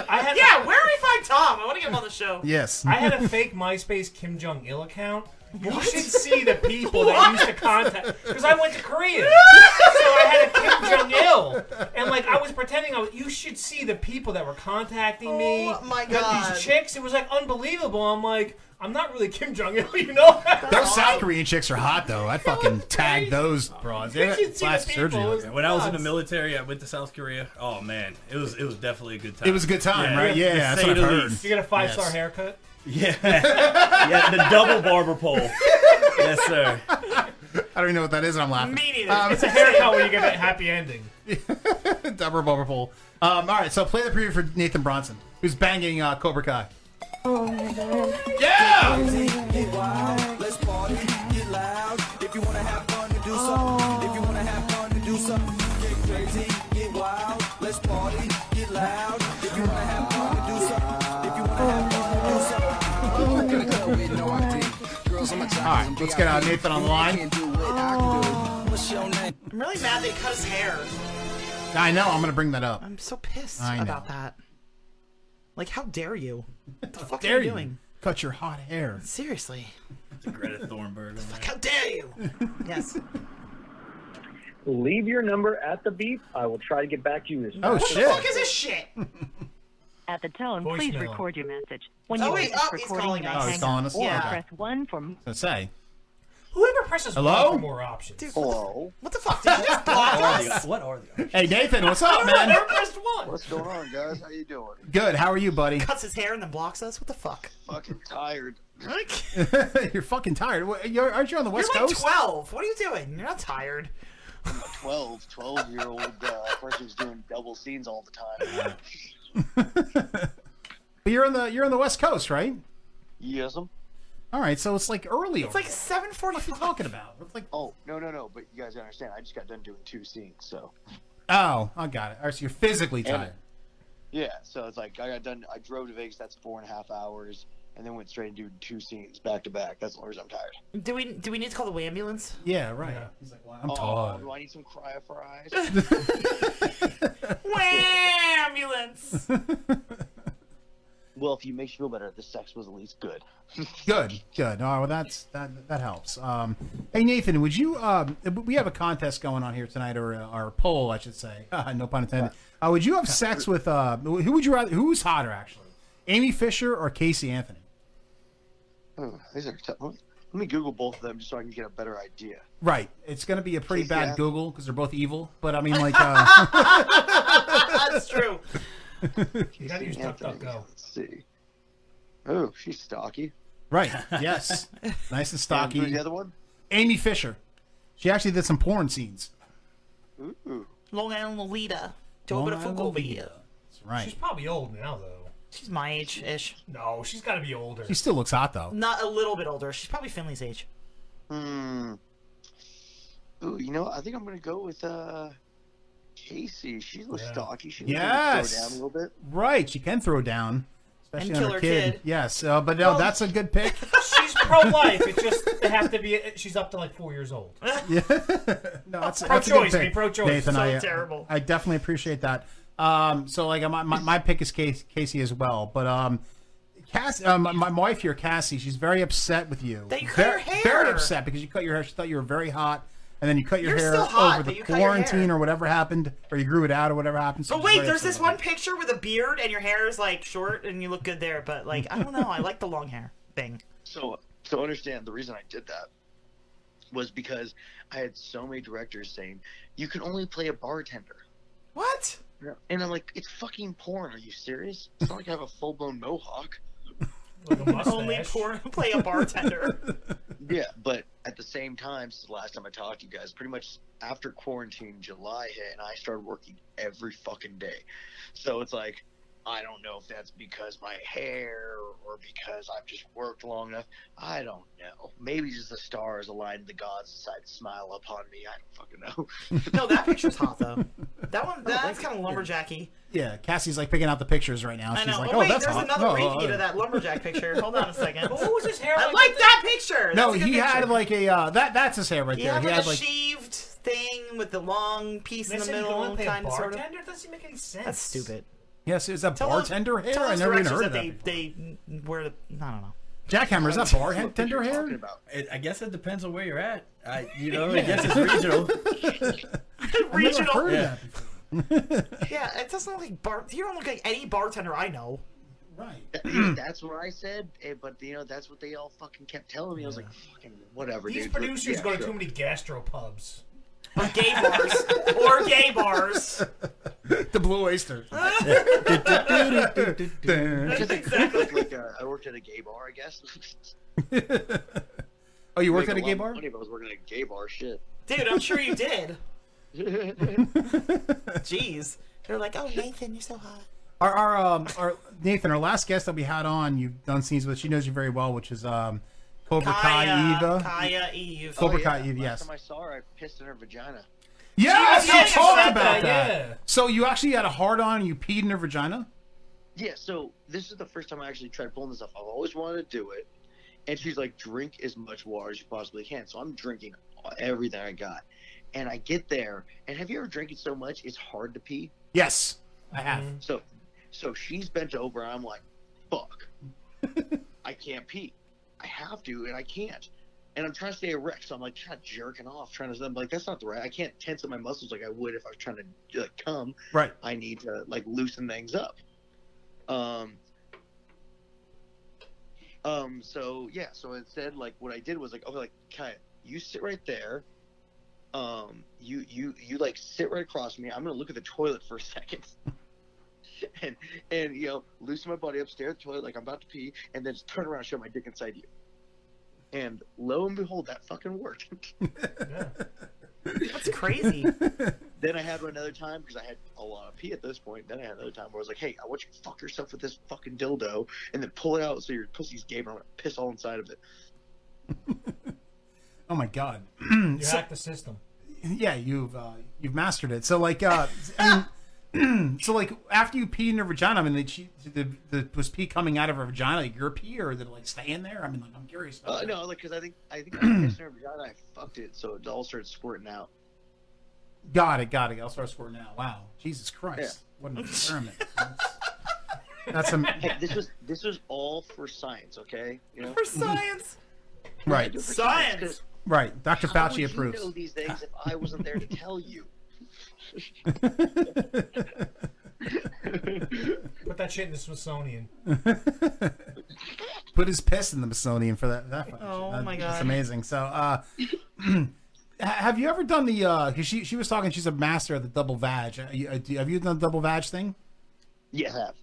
Speaker 9: face. I had
Speaker 22: yeah, where do we find Tom? I want to get him on the show.
Speaker 5: Yes.
Speaker 9: I had a fake MySpace Kim Jong Il account. You should see the people that used to contact because I went to Korea, so I had a Kim Jong Il, and like I was pretending I was. You should see the people that were contacting me.
Speaker 22: Oh, my
Speaker 9: Got
Speaker 22: God.
Speaker 9: These chicks, it was like unbelievable. I'm like, I'm not really Kim Jong Il, you know.
Speaker 5: Those South Korean chicks are hot though. I'd fucking tag those broads. They
Speaker 9: You
Speaker 5: had
Speaker 9: should see the
Speaker 5: plastic surgery.
Speaker 9: people.
Speaker 5: on
Speaker 11: Yeah,
Speaker 5: them.
Speaker 11: When I was in the military, I went to South Korea. Oh man, it was it was definitely a good time.
Speaker 5: It was a good time, right? Yeah,
Speaker 11: to
Speaker 5: that's
Speaker 11: say
Speaker 5: what
Speaker 11: the
Speaker 5: I've heard.
Speaker 11: least.
Speaker 9: You got a five star
Speaker 11: Yes.
Speaker 9: haircut.
Speaker 11: Yeah, yeah, the double barber pole. yes, sir.
Speaker 5: I don't even know what that is, and I'm laughing.
Speaker 9: Immediate. Um, it's a haircut where you get that happy ending.
Speaker 5: Double bubble pole. Um, all right, so play the preview for Nathan Bronson, who's banging uh, Cobra Kai.
Speaker 26: Yeah! Get wild, let's party, get loud. If you wanna have fun to do something, if you wanna have fun to do something, get crazy, get wild, let's party, get loud. If you wanna have fun to do something, if you wanna have fun to do something. All right,
Speaker 5: let's get, uh, Nathan on the line.
Speaker 22: I'm really mad they cut his hair.
Speaker 5: I know. I'm gonna bring that up.
Speaker 22: I'm so pissed
Speaker 5: I know.
Speaker 22: about that. Like, how dare you? What the fuck
Speaker 5: Dare
Speaker 22: are you
Speaker 5: you.
Speaker 22: doing?
Speaker 5: Cut your hot hair.
Speaker 22: Seriously.
Speaker 11: It's a Greta Thornburg.
Speaker 22: How dare you? yes.
Speaker 7: Leave your number at the beep. I will try to get back to you as soon
Speaker 6: Oh,
Speaker 22: what
Speaker 7: as
Speaker 22: the fuck is this shit?
Speaker 3: At the tone, please
Speaker 7: Voicemail.
Speaker 3: record your message. When
Speaker 22: Oh,
Speaker 3: you
Speaker 22: wait,
Speaker 3: finish
Speaker 22: oh, he's
Speaker 3: recording,
Speaker 22: calling
Speaker 3: you may
Speaker 5: us. Oh, he's
Speaker 3: hang
Speaker 5: calling
Speaker 3: up
Speaker 5: us?
Speaker 3: or
Speaker 5: Yeah.
Speaker 3: press one for
Speaker 5: So say,
Speaker 9: Whoever presses
Speaker 5: Hello?
Speaker 9: one for more options.
Speaker 7: Hello.
Speaker 22: What the fuck? Did you just block us?
Speaker 11: What are the?
Speaker 5: hey Nathan, what's up, man?
Speaker 22: pressed one.
Speaker 7: What's going on, guys? How you doing?
Speaker 5: Good. How are you, buddy?
Speaker 22: Cuts his hair and then blocks us. What the fuck?
Speaker 7: Fucking tired.
Speaker 5: You're fucking tired. What- you're- aren't you on the West
Speaker 22: You're like
Speaker 5: Coast?
Speaker 22: 12. What are you doing? You're not tired.
Speaker 7: I'm a 12, 12 year old uh, person who's doing double scenes all the time.
Speaker 5: But you're on the you're on the West Coast, right?
Speaker 7: yes, I'm.
Speaker 5: All right, so it's like early.
Speaker 7: It's
Speaker 5: over
Speaker 7: like
Speaker 22: 7:45.
Speaker 5: there.
Speaker 22: What
Speaker 5: are you talking about? It's like
Speaker 7: oh no no no, but you guys understand. I just got done doing two scenes, so
Speaker 5: Oh, I got it. All right, so you're physically
Speaker 7: And-
Speaker 5: tired.
Speaker 7: yeah. So it's like I got done. I drove to Vegas. That's four and a half hours. and then went straight and do two scenes back to back. That's the only reason I'm tired.
Speaker 22: Do we do we need to call the ambulance?
Speaker 5: Yeah, right.
Speaker 7: He's like,
Speaker 5: I'm tired.
Speaker 7: Oh, Do I need some cryo for eyes?
Speaker 22: Ambulance.
Speaker 7: well, if you makes you feel better, the sex was at least good.
Speaker 5: Good, good. Oh, well, that's that that helps. Um, hey Nathan, would you? Um, we have a contest going on here tonight, or uh, or a poll, I should say. no pun intended. Uh, would you have sex with? Uh, who would you rather? Who's hotter, actually? Amy Fisher or Casey Anthony?
Speaker 7: Oh, these are tough. Let me- let me Google both of them just so I can get a better idea.
Speaker 5: Right. It's going to be a pretty
Speaker 7: Casey
Speaker 5: bad
Speaker 7: Anthony.
Speaker 5: Google because they're both evil. But I mean, like, uh,
Speaker 22: That's true.
Speaker 7: You gotta use DuckDuckGo. Let's see. Oh, she's stocky.
Speaker 5: right? Yes. Nice and stocky.
Speaker 7: And who's the other one?
Speaker 5: Amy Fisher. She actually did some porn scenes.
Speaker 7: Ooh.
Speaker 22: Long Island Lolita. Do
Speaker 5: Long
Speaker 22: a bit of
Speaker 5: Island
Speaker 22: football
Speaker 5: Lolita.
Speaker 22: video.
Speaker 5: That's right.
Speaker 9: She's probably old now, though.
Speaker 22: She's my age ish.
Speaker 9: No, she's got to be older.
Speaker 5: She still looks hot though.
Speaker 22: Not a little bit older. She's probably Finley's age.
Speaker 7: Hmm. Ooh, you know, I think I'm gonna go with uh, Casey. She looks stocky. She looks like
Speaker 5: Yes.
Speaker 7: she's throw down a little bit.
Speaker 5: Right. She can throw down. Especially
Speaker 7: And
Speaker 5: on
Speaker 7: kill
Speaker 5: her
Speaker 7: her
Speaker 5: kid.
Speaker 7: kid.
Speaker 5: Yes. Uh, but no,
Speaker 9: Well-
Speaker 5: that's a good pick.
Speaker 9: She's pro life. It just it has to be. She's up to like four years old.
Speaker 5: Yeah. no, that's,
Speaker 9: pro
Speaker 5: that's a good
Speaker 9: choice. Be
Speaker 5: pick,
Speaker 9: pro choice.
Speaker 5: Nathan,
Speaker 9: so
Speaker 5: I, uh,
Speaker 9: terrible.
Speaker 5: I definitely appreciate that. Um, so like my, my, my pick is Casey, Casey as well, but um, Cass, um, my, my wife here, Cassie, she's very upset with you. That you cut very, your hair. Very upset because you cut your hair. She thought you were very hot, and then you cut your
Speaker 22: You're
Speaker 5: hair
Speaker 22: still hot,
Speaker 5: over the
Speaker 22: but you cut your
Speaker 5: quarantine or whatever happened, or you grew it out or whatever happened. So
Speaker 22: But
Speaker 5: she's
Speaker 22: wait,
Speaker 5: very
Speaker 22: there's this
Speaker 5: upset about
Speaker 22: one picture with a beard and your hair is like short and you look good there, but like I don't know, I like the long hair thing.
Speaker 7: So, so understand the reason I did that was because I had so many directors saying you can only play a bartender.
Speaker 22: What?
Speaker 7: And I'm like, it's fucking porn. Are you serious? It's not like I have a full blown mohawk.
Speaker 22: Only poor play a bartender.
Speaker 7: Yeah, but at the same time, since the last time I talked to you guys, pretty much after quarantine, July hit, and I started working every fucking day. So it's like, I don't know if that's because my hair or because I've just worked long enough. I don't know. Maybe just the stars aligned, the gods decided to smile upon me. I don't fucking know.
Speaker 22: no, that picture's hot though. That one that's kinda lumberjacky.
Speaker 5: it. Yeah, Cassie's like picking out the pictures right now.
Speaker 22: I
Speaker 5: She's
Speaker 22: know.
Speaker 5: like,
Speaker 22: oh, wait,
Speaker 5: that's
Speaker 22: there's
Speaker 5: hot.
Speaker 22: another
Speaker 5: No,
Speaker 22: repeat
Speaker 5: uh,
Speaker 22: of that lumberjack picture. Hold on a second.
Speaker 9: What was his hair
Speaker 22: I
Speaker 9: like?
Speaker 22: like that picture. That's
Speaker 5: No,
Speaker 22: a good
Speaker 5: he had
Speaker 22: picture.
Speaker 5: like a uh, that. That's his hair right
Speaker 22: He
Speaker 5: there.
Speaker 22: had
Speaker 5: he
Speaker 22: like
Speaker 5: had
Speaker 22: a
Speaker 5: like
Speaker 22: shaved thing with the long piece in the
Speaker 9: Listen, you
Speaker 22: middle,
Speaker 9: wanna play a
Speaker 22: kind of sort of.
Speaker 9: bartender? Doesn't make any sense.
Speaker 22: That's stupid.
Speaker 5: yes, is that bartender hair?
Speaker 22: Tell
Speaker 5: I
Speaker 22: those
Speaker 5: never even
Speaker 22: directors
Speaker 5: heard of that.
Speaker 22: that they, they were. The, I don't know.
Speaker 5: Jackhammer, is that bartender hair?
Speaker 11: It, I guess it depends on where you're at. I, you know, I guess it's regional.
Speaker 22: Regional.
Speaker 11: heard of that
Speaker 22: yeah, it doesn't look like bar. You don't look like any bartender I know.
Speaker 7: that's what I said, eh, but you know, that's what they all fucking kept telling me. I was like, fucking whatever.
Speaker 9: These
Speaker 7: dude.
Speaker 9: producers
Speaker 7: Yeah,
Speaker 9: go to
Speaker 7: sure.
Speaker 9: too many gastropubs.
Speaker 22: or gay bars.
Speaker 5: the Blue Oyster.
Speaker 7: Just like- like, like, uh, I worked at a gay bar, I guess.
Speaker 5: oh, you worked at
Speaker 7: Make
Speaker 5: a
Speaker 7: lot
Speaker 5: gay
Speaker 7: of
Speaker 5: bar?
Speaker 7: money If I was working at a gay bar, shit.
Speaker 22: Dude, I'm sure you did. Jeez, they're like, oh Nathan, you're so hot.
Speaker 5: Our, our um our Nathan, our last guest that we had on, you've done scenes with. She knows you very well, which is um Cobra Kai
Speaker 22: Kaya,
Speaker 5: Eva.
Speaker 22: Kaya Eve.
Speaker 5: Cobra
Speaker 22: Oh,
Speaker 5: Kai
Speaker 22: yeah.
Speaker 5: Eve,
Speaker 7: Last
Speaker 5: yes.
Speaker 7: time I saw her, I pissed in her vagina.
Speaker 5: Yes,
Speaker 7: She was
Speaker 5: you told
Speaker 7: saying
Speaker 5: about that.
Speaker 7: that, yeah.
Speaker 5: So you actually had a hard on and you peed in her vagina?
Speaker 7: Yeah, so this is the first time I actually tried pulling this off. I've always wanted to do it. And she's like, drink as much water as you possibly can. So I'm drinking everything I got. And I get there, and have you ever drinking so much it's hard to pee?
Speaker 5: Yes, I have.
Speaker 9: Mm-hmm.
Speaker 7: So, so she's bent over, and I'm like, "Fuck, I can't pee. I have to, and I can't." And I'm trying to stay erect, so I'm like trying to jerking off, trying to. I'm like, "That's not the right. I can't tense up my muscles like I would if I was trying to uh, come.
Speaker 5: Right.
Speaker 7: I need to like loosen things up." Um. Um. So yeah. So instead, like, what I did was like, okay, like, Kaya, you sit right there. Um. You you you like sit right across from me. I'm gonna look at the toilet for a second and and you know loosen my body upstairs toilet like I'm about to pee, and then just turn around and show my dick inside you. And lo and behold, that fucking worked.
Speaker 22: That's crazy.
Speaker 7: then I had one another time because I had a lot of pee at this point. Then I had another time where I was like, "Hey, I want you to fuck yourself with this fucking dildo, and then pull it out so your pussy's game, and I'm gonna piss all inside of it."
Speaker 5: Oh my god.
Speaker 9: You
Speaker 5: So-
Speaker 9: hacked the system.
Speaker 5: yeah, you've uh, you've mastered it. So like, uh, I mean, so like after you pee in her vagina, I mean, did she, the, the was pee coming out of her vagina like your pee or did it like stay in there? I mean, like I'm curious. About
Speaker 7: Uh,
Speaker 5: that.
Speaker 7: no, like because I think I think I was kissing her vagina, I fucked it, so it all started squirting out.
Speaker 5: Got it, got it. I'll start scoring now. Wow, Jesus Christ, what an experiment. That's some
Speaker 7: Hey, this was this was all for science, okay? You know,
Speaker 22: For science.
Speaker 5: right,
Speaker 7: For
Speaker 22: Science.
Speaker 7: 'cause
Speaker 5: right. Dr.
Speaker 7: how would
Speaker 5: Fauci approves.
Speaker 7: You know these things if I wasn't there to tell you.
Speaker 9: Put that shit in the Smithsonian.
Speaker 5: Put his piss in the Smithsonian for that. that fucking
Speaker 9: Oh
Speaker 5: shit. That-
Speaker 9: my
Speaker 5: that's
Speaker 9: God.
Speaker 5: amazing. So, uh, ha- have you ever done the? uh 'cause she she was talking. She's a master at the double vag. Uh, you- uh, do- Have you done the double vag thing?
Speaker 7: Yes, I have.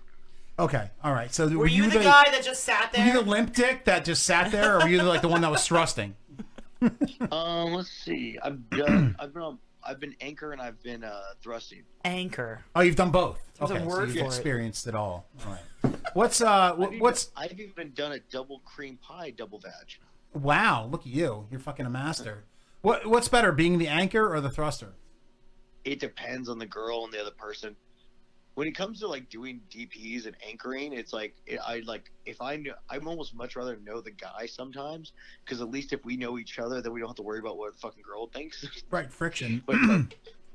Speaker 5: Okay, all right. So
Speaker 22: Were, you, the, guy that just sat
Speaker 5: Were you
Speaker 22: there?
Speaker 5: the limp dick that just sat there, or were you like the one that was thrusting?
Speaker 7: Um, let's see. I've done. I've been. On, I've been anchor and I've been uh, thrusting.
Speaker 22: Anchor.
Speaker 5: Oh, you've done both.
Speaker 7: There's a
Speaker 5: okay, so
Speaker 7: word
Speaker 5: you've
Speaker 7: for it.
Speaker 5: experienced it all. All right. What's uh?
Speaker 7: I've
Speaker 5: What,
Speaker 7: even-
Speaker 5: what's
Speaker 7: I've even done a double cream pie double vag.
Speaker 5: wow? Look at you. You're fucking a master. What what's better, being the anchor or the thruster?
Speaker 7: It depends on the girl and the other person. When it comes to like doing DPS and anchoring, it's like it, I like if I knew I'm almost much rather know the guy sometimes because at least if we know each other, then we don't have to worry about what the fucking girl thinks.
Speaker 5: Right, friction.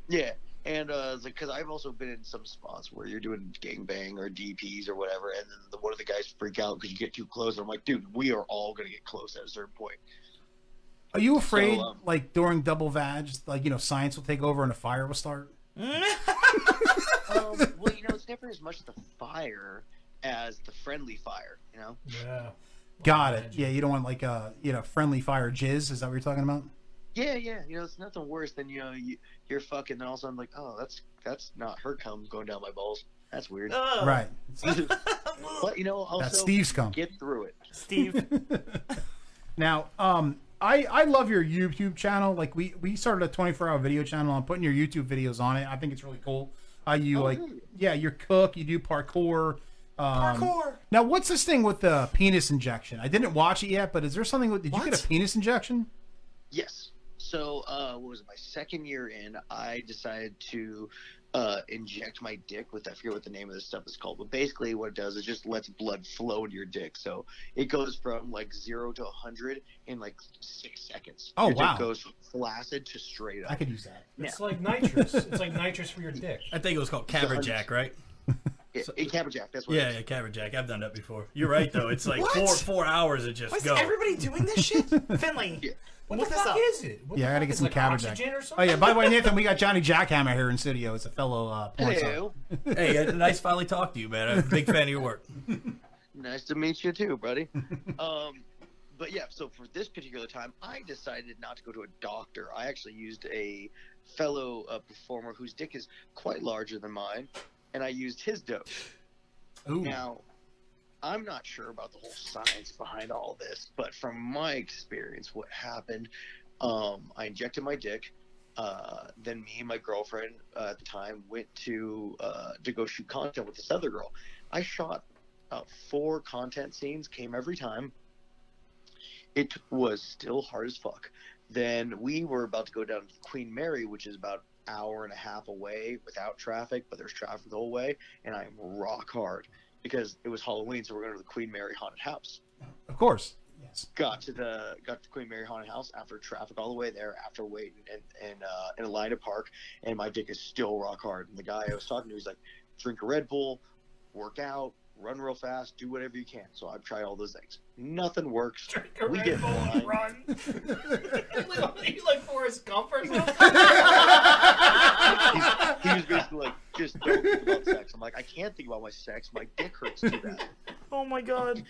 Speaker 7: Yeah, and because I've also been in some spots where you're doing gangbang or DPS or whatever, and then the, one of the guys freak out because you get too close. And I'm like, dude, we are all gonna get close at a certain point.
Speaker 5: Are you afraid,
Speaker 7: So, um,
Speaker 5: like during double vag, like you know, science will take over and a fire will start?
Speaker 7: um, well, you know, it's never as much the fire as the friendly fire. You know?
Speaker 9: Yeah.
Speaker 5: Got it. Yeah, you don't want like uh, you know, friendly fire jizz. Is that what you're talking about?
Speaker 7: Yeah, yeah. You know, it's nothing worse than you know you, you're fucking, and all of a sudden like, oh, that's that's not her cum going down my balls. That's weird.
Speaker 5: Ugh. Right.
Speaker 7: but you know, also
Speaker 5: That's Steve's cum.
Speaker 7: Get through it,
Speaker 22: Steve.
Speaker 5: Now, um, I I love your YouTube channel. Like we we started a 24 hour video channel. I'm putting your YouTube videos on it. I think it's really cool. How
Speaker 7: Oh,
Speaker 5: you like? Yeah, you cook. You do parkour. Um,
Speaker 22: Parkour.
Speaker 5: Now, what's this thing with the penis injection? I didn't watch it yet, but is there something with? Did you get a penis injection?
Speaker 7: Yes. So, uh, what was it, my second year in? I decided to uh, inject my dick with I forget what the name of this stuff is called, but basically what it does is just lets blood flow into your dick. So it goes from like zero to hundred in like six seconds.
Speaker 5: Oh,
Speaker 7: your
Speaker 5: wow.
Speaker 7: Dick goes from flaccid to straight up.
Speaker 5: I could use that.
Speaker 9: It's like nitrous. It's like nitrous for your dick.
Speaker 11: I think it was called Cabbage Jack, right?
Speaker 7: Yeah, Cabbage Jack. That's what.
Speaker 11: Yeah,
Speaker 7: it
Speaker 11: yeah,
Speaker 7: is.
Speaker 11: Cabbage Jack. I've done that before. You're right though. It's like
Speaker 7: What?
Speaker 11: four four hours of just
Speaker 22: Why is
Speaker 11: go.
Speaker 22: everybody doing this shit? Finley,
Speaker 9: What
Speaker 22: look
Speaker 9: the
Speaker 22: this
Speaker 9: fuck
Speaker 22: up.
Speaker 9: is it? What
Speaker 5: yeah, I gotta get some
Speaker 9: like
Speaker 5: cabbage.
Speaker 9: oxygen or
Speaker 5: Oh
Speaker 9: something?
Speaker 5: yeah. By the way, Nathan, we got Johnny Jackhammer here in studio. It's a fellow uh, porn star.
Speaker 7: Hello.
Speaker 11: hey, uh, nice finally talk to you, man. I'm a big fan of your work.
Speaker 7: Nice to meet you too, buddy. um, but yeah, so for this particular time, I decided not to go to a doctor. I actually used a fellow uh, performer whose dick is quite larger than mine, and I used his dose.
Speaker 11: Ooh.
Speaker 7: Now, I'm not sure about the whole science behind all this, but from my experience, what happened, um, I injected my dick. Uh, then me and my girlfriend uh, at the time went to uh, to go shoot content with this other girl. I shot uh, four content scenes, came every time. It was still hard as fuck. Then we were about to go down to Queen Mary, which is about an hour and a half away without traffic, but there's traffic the whole way, and I'm rock hard because it was Halloween, so we're going to the Queen Mary haunted house.
Speaker 5: Of course. Yes.
Speaker 7: Got to the got to Queen Mary haunted house after traffic all the way there, after waiting and and uh, in a line to park, and my dick is still rock hard. And the guy I was talking to, he's like, drink a Red Bull, work out, run real fast, do whatever you can. So I've tried all those things. Nothing works. we get blind.
Speaker 22: run.
Speaker 9: you like Forrest Gump or something?
Speaker 7: He was basically like, just don't think about sex. I'm like, I can't think about my sex. My dick hurts too bad.
Speaker 22: Oh my god.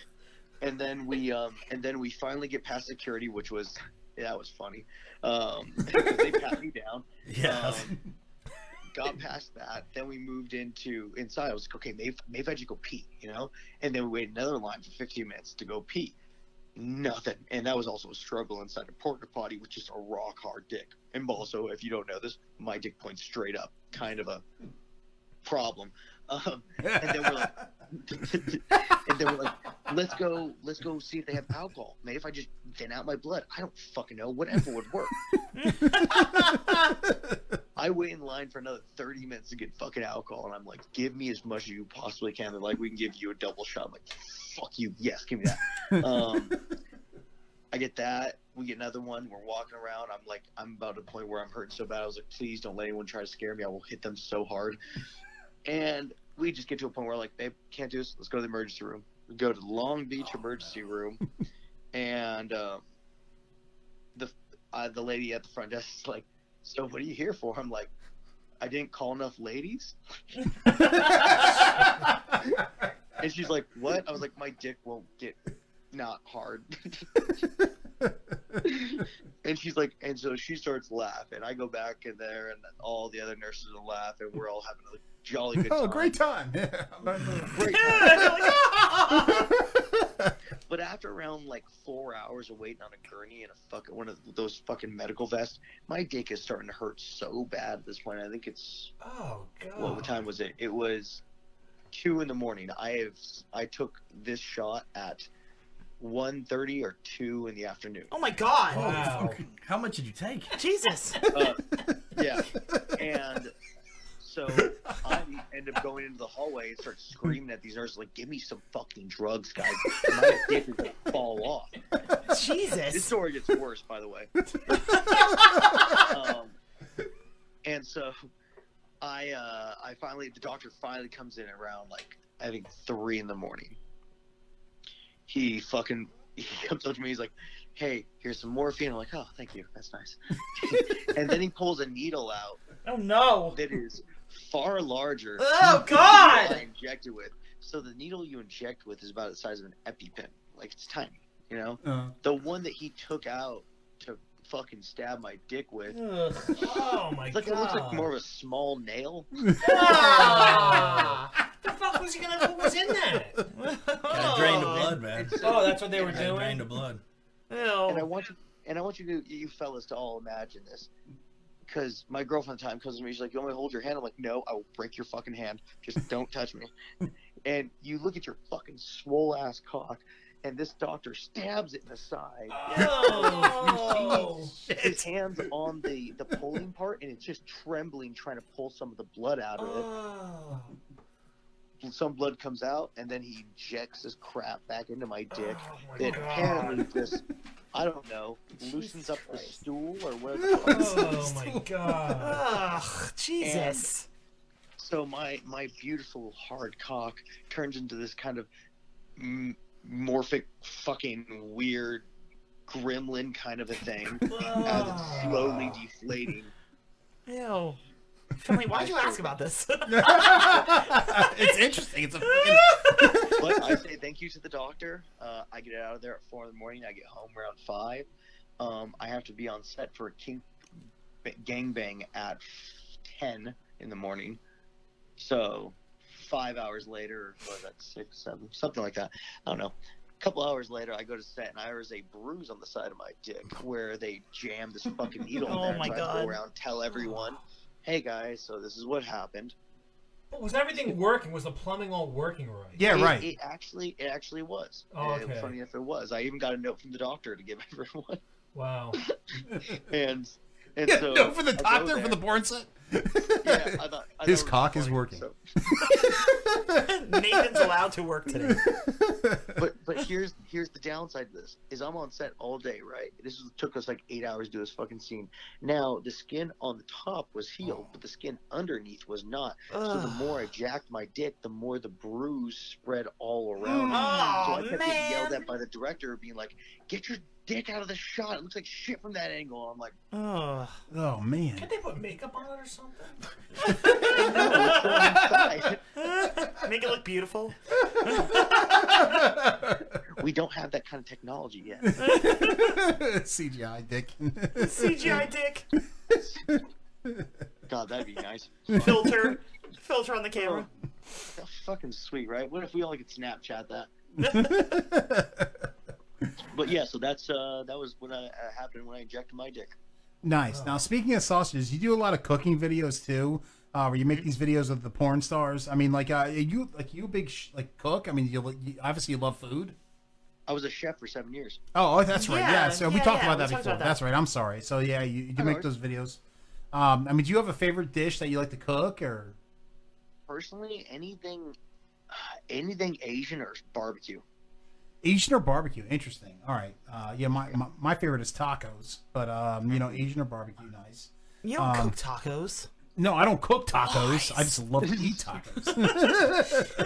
Speaker 7: and then we um and then we finally get past security which was yeah, that was funny um 'cause they pat me down
Speaker 11: Yeah.
Speaker 7: Um, got past that then we moved into inside i was like okay maybe, maybe i should go pee you know and then we waited another line for 15 minutes to go pee nothing and that was also a struggle inside a porta potty with just a rock hard dick and also if you don't know this my dick points straight up kind of a problem um, and then we're like and they were like, "Let's go, let's go see if they have alcohol. Maybe if I just thin out my blood, I don't fucking know. Whatever would work." I I wait in line for another 30 minutes to get fucking alcohol, and I'm like, give me as much as you possibly can. They're like, we can give you a double shot. I'm like, fuck you. Yes, give me that. um, I get that. We get another one. We're walking around. I'm like, I'm about to the point where I'm hurting so bad. I was like, please don't let anyone try to scare me. I will hit them so hard. And we just get to a point where like, babe, can't do this. Let's go to the emergency room. We go to the Long Beach emergency room, and um, the uh, the lady at the front desk is like, "So what are you here for?" I'm like, "I didn't call enough ladies." and she's like, "What?" I was like, "My dick won't get not hard." and she's like, and so she starts laughing. I go back in there, and all the other nurses are laughing. We're all having a jolly good time.
Speaker 5: Oh, great time. Yeah.
Speaker 7: Great time. but after around like four hours of waiting on a gurney and a fucking one of those fucking medical vests, my dick is starting to hurt so bad at this point. I think it's
Speaker 11: Oh god.
Speaker 7: what time was it? It was two in the morning. I have I took this shot at 1.30 or two in the afternoon.
Speaker 22: Oh my god.
Speaker 7: Wow.
Speaker 19: How much did you take?
Speaker 22: Jesus.
Speaker 7: yeah. And so I end up going into the hallway and start screaming at these nurses, like, give me some fucking drugs, guys. My dick is going to fall off.
Speaker 22: Jesus.
Speaker 7: This story gets worse, by the way. um, and so I, uh, I finally, the doctor finally comes in around like, I think three in the morning. He fucking, he comes up to me, he's like, hey, here's some morphine. I'm like, oh, thank you. That's nice. and then he pulls a needle out.
Speaker 22: Oh no!
Speaker 7: That is far larger.
Speaker 22: Oh,
Speaker 7: than the
Speaker 22: God!
Speaker 7: needle I injected with. So the needle you inject with is about the size of an EpiPen. Like it's tiny, you know.
Speaker 19: Uh-huh.
Speaker 7: The one that he took out to fucking stab my dick with.
Speaker 19: Ugh. Oh, my
Speaker 7: It's like, It looks like
Speaker 19: God.
Speaker 7: more of a small nail.
Speaker 22: the fuck was he gonna? What was in that?
Speaker 19: Gotta drain the blood, man.
Speaker 22: Oh, that's what they were
Speaker 19: Gotta
Speaker 22: doing?
Speaker 19: Drain the blood.
Speaker 7: And I want you, and I want you to, you fellas, to all imagine this, because my girlfriend at the time comes to me. She's like, "You want me to hold your hand?" I'm like, "No, I will break your fucking hand. Just don't touch me." and you look at your fucking swole ass cock, and this doctor stabs it in the side.
Speaker 22: Oh,
Speaker 7: His hands on the the pulling part, and it's just trembling, trying to pull some of the blood out of it
Speaker 22: Oh.
Speaker 7: some blood comes out, and then he injects this crap back into my dick.
Speaker 22: Oh my
Speaker 7: It
Speaker 22: God.
Speaker 7: apparently just, I don't know, loosens up the stool or whatever. Oh
Speaker 22: my God. Ugh, Jesus.
Speaker 7: so my my beautiful hard cock turns into this kind of m- morphic, fucking weird, gremlin kind of a thing as it's slowly
Speaker 22: Ah.
Speaker 7: deflating.
Speaker 22: Ew. Finley, why'd you ask about this?
Speaker 7: It's
Speaker 5: interesting. It's a
Speaker 7: but I say thank you to the doctor. Uh, I get out of there at four in the morning. I get home around five. Um, I have to be on set for a king gangbang at ten in the morning. So five hours later, or that's six, seven, something like that. I don't know. A couple hours later, I go to set and there is a bruise on the side of my dick where they jammed this fucking needle in
Speaker 9: Oh
Speaker 7: there. and
Speaker 9: my
Speaker 7: so I have to
Speaker 9: God.
Speaker 7: go around tell everyone, "Hey guys, so this is what happened."
Speaker 9: But was everything working? Was the plumbing all working right?
Speaker 7: It- It actually, it actually was.
Speaker 9: Oh,
Speaker 7: And
Speaker 9: okay.
Speaker 7: Funny enough, it was. I even got a note from the doctor to give everyone.
Speaker 9: Wow.
Speaker 7: And and
Speaker 5: Yeah,
Speaker 7: so
Speaker 5: no, for the
Speaker 7: I go
Speaker 5: doctor for
Speaker 7: there.
Speaker 5: the porn set.
Speaker 7: Yeah, I thought,
Speaker 5: His
Speaker 7: I thought it was
Speaker 5: cock is
Speaker 7: funny,
Speaker 5: working.
Speaker 7: so-
Speaker 22: Oh. Nathan's allowed to work today.
Speaker 7: but but here's here's the downside to this is I'm on set all day, right? This is, took us like eight hours to do this fucking scene. Now the skin on the top was healed, but the skin underneath was not. So the
Speaker 22: Ugh.
Speaker 7: more I jacked my dick, the more the bruise spread all
Speaker 22: Mm.
Speaker 7: around. so I
Speaker 22: Aw,
Speaker 7: kept getting yelled
Speaker 22: man.
Speaker 7: at by the director, being like, "Get your dick out of the shot! It looks like shit from that angle." And I'm like,
Speaker 22: Oh.
Speaker 5: Oh man.
Speaker 22: Can they put makeup on it or something? Make it look beautiful.
Speaker 7: "We don't have that kind of technology yet."
Speaker 5: CGI dick.
Speaker 22: CGI dick.
Speaker 7: God, that'd be nice. Oh,
Speaker 22: Filter. Filter on the camera.
Speaker 7: That's fucking sweet, right? What if we all could Snapchat that? but yeah, so that's uh that was what uh, uh, happened when I injected my dick.
Speaker 5: Nice. Now, speaking of sausages, you do a lot of cooking videos too, uh, where you make these videos of the porn stars. I mean, like, uh, you like you a big sh- like cook. I mean, you, you obviously you love food.
Speaker 7: I was a chef for seven years.
Speaker 5: Oh, oh, that's right. Yeah.
Speaker 7: Yeah,
Speaker 5: so we
Speaker 7: yeah,
Speaker 5: talked
Speaker 7: yeah,
Speaker 5: about that
Speaker 7: we talked
Speaker 5: before.
Speaker 7: about that.
Speaker 5: That's right. I'm sorry. So yeah, you, you
Speaker 7: No
Speaker 5: make
Speaker 7: worries.
Speaker 5: those videos. Um, I mean, do you have a favorite dish that you like to cook, or
Speaker 7: Personally, anything, uh, anything Asian or barbecue.
Speaker 5: Asian or barbecue? Interesting. All right. Uh, yeah, my, my my favorite is tacos, but um, you know, Asian or barbecue, nice.
Speaker 22: You don't
Speaker 5: Um,
Speaker 22: cook tacos.
Speaker 5: No, I don't cook tacos. I just love to eat tacos.
Speaker 22: You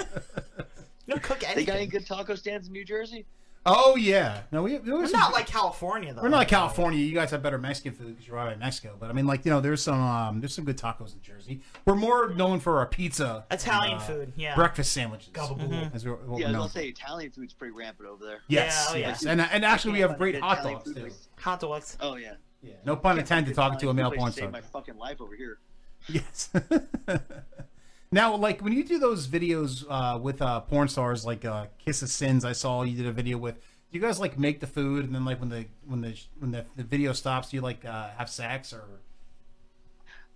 Speaker 22: don't cook
Speaker 7: They got any
Speaker 22: anything.
Speaker 7: good taco stands in New Jersey?
Speaker 5: Oh yeah, no, we, we
Speaker 22: We're
Speaker 5: always
Speaker 22: not like California though.
Speaker 5: We're not like California. You guys have better Mexican food because you're right by Mexico. But I mean, like you know, there's some um, there's some good tacos in Jersey. We're more known for our pizza, and,
Speaker 22: Italian
Speaker 5: uh,
Speaker 22: food, yeah.
Speaker 5: breakful breakfast sandwiches.
Speaker 22: Gabagool. Mhm.
Speaker 5: as we're, what we're
Speaker 7: Mm-hmm. yeah, I was
Speaker 5: known
Speaker 7: gonna
Speaker 5: for.
Speaker 7: say Italian food's pretty rampant over there.
Speaker 5: Yes, yes, and and actually we have great oh, hot
Speaker 7: Italian
Speaker 5: dogs
Speaker 7: food
Speaker 5: too.
Speaker 7: place-
Speaker 22: Hot dogs.
Speaker 7: Oh yeah. Yeah.
Speaker 5: No pun intended. Talking to a male porn
Speaker 7: Saved
Speaker 5: star.
Speaker 7: my fucking life over here.
Speaker 5: Yes. now, like when you do those videos uh, with uh, porn stars, like uh, Kiss of Sins, I saw you did a video with. Do you guys like make the food and then like when the when the when the, the video stops, do you like uh, have sex or?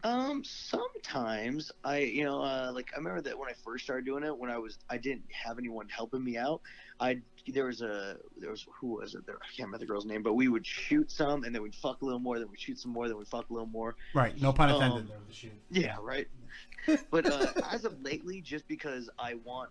Speaker 7: Um, sometimes I, you know, uh, like I remember that when I first started doing it, when I was, I didn't have anyone helping me out. I there was a there was who was it there? I can't remember the girl's name, but we would shoot some, and then we'd fuck a little more, then we'd shoot some more, then we'd fuck a little more.
Speaker 5: Right. No pun
Speaker 7: Um,
Speaker 5: intended. there with the shoe.
Speaker 7: Yeah, right. but uh, as of lately, just because I want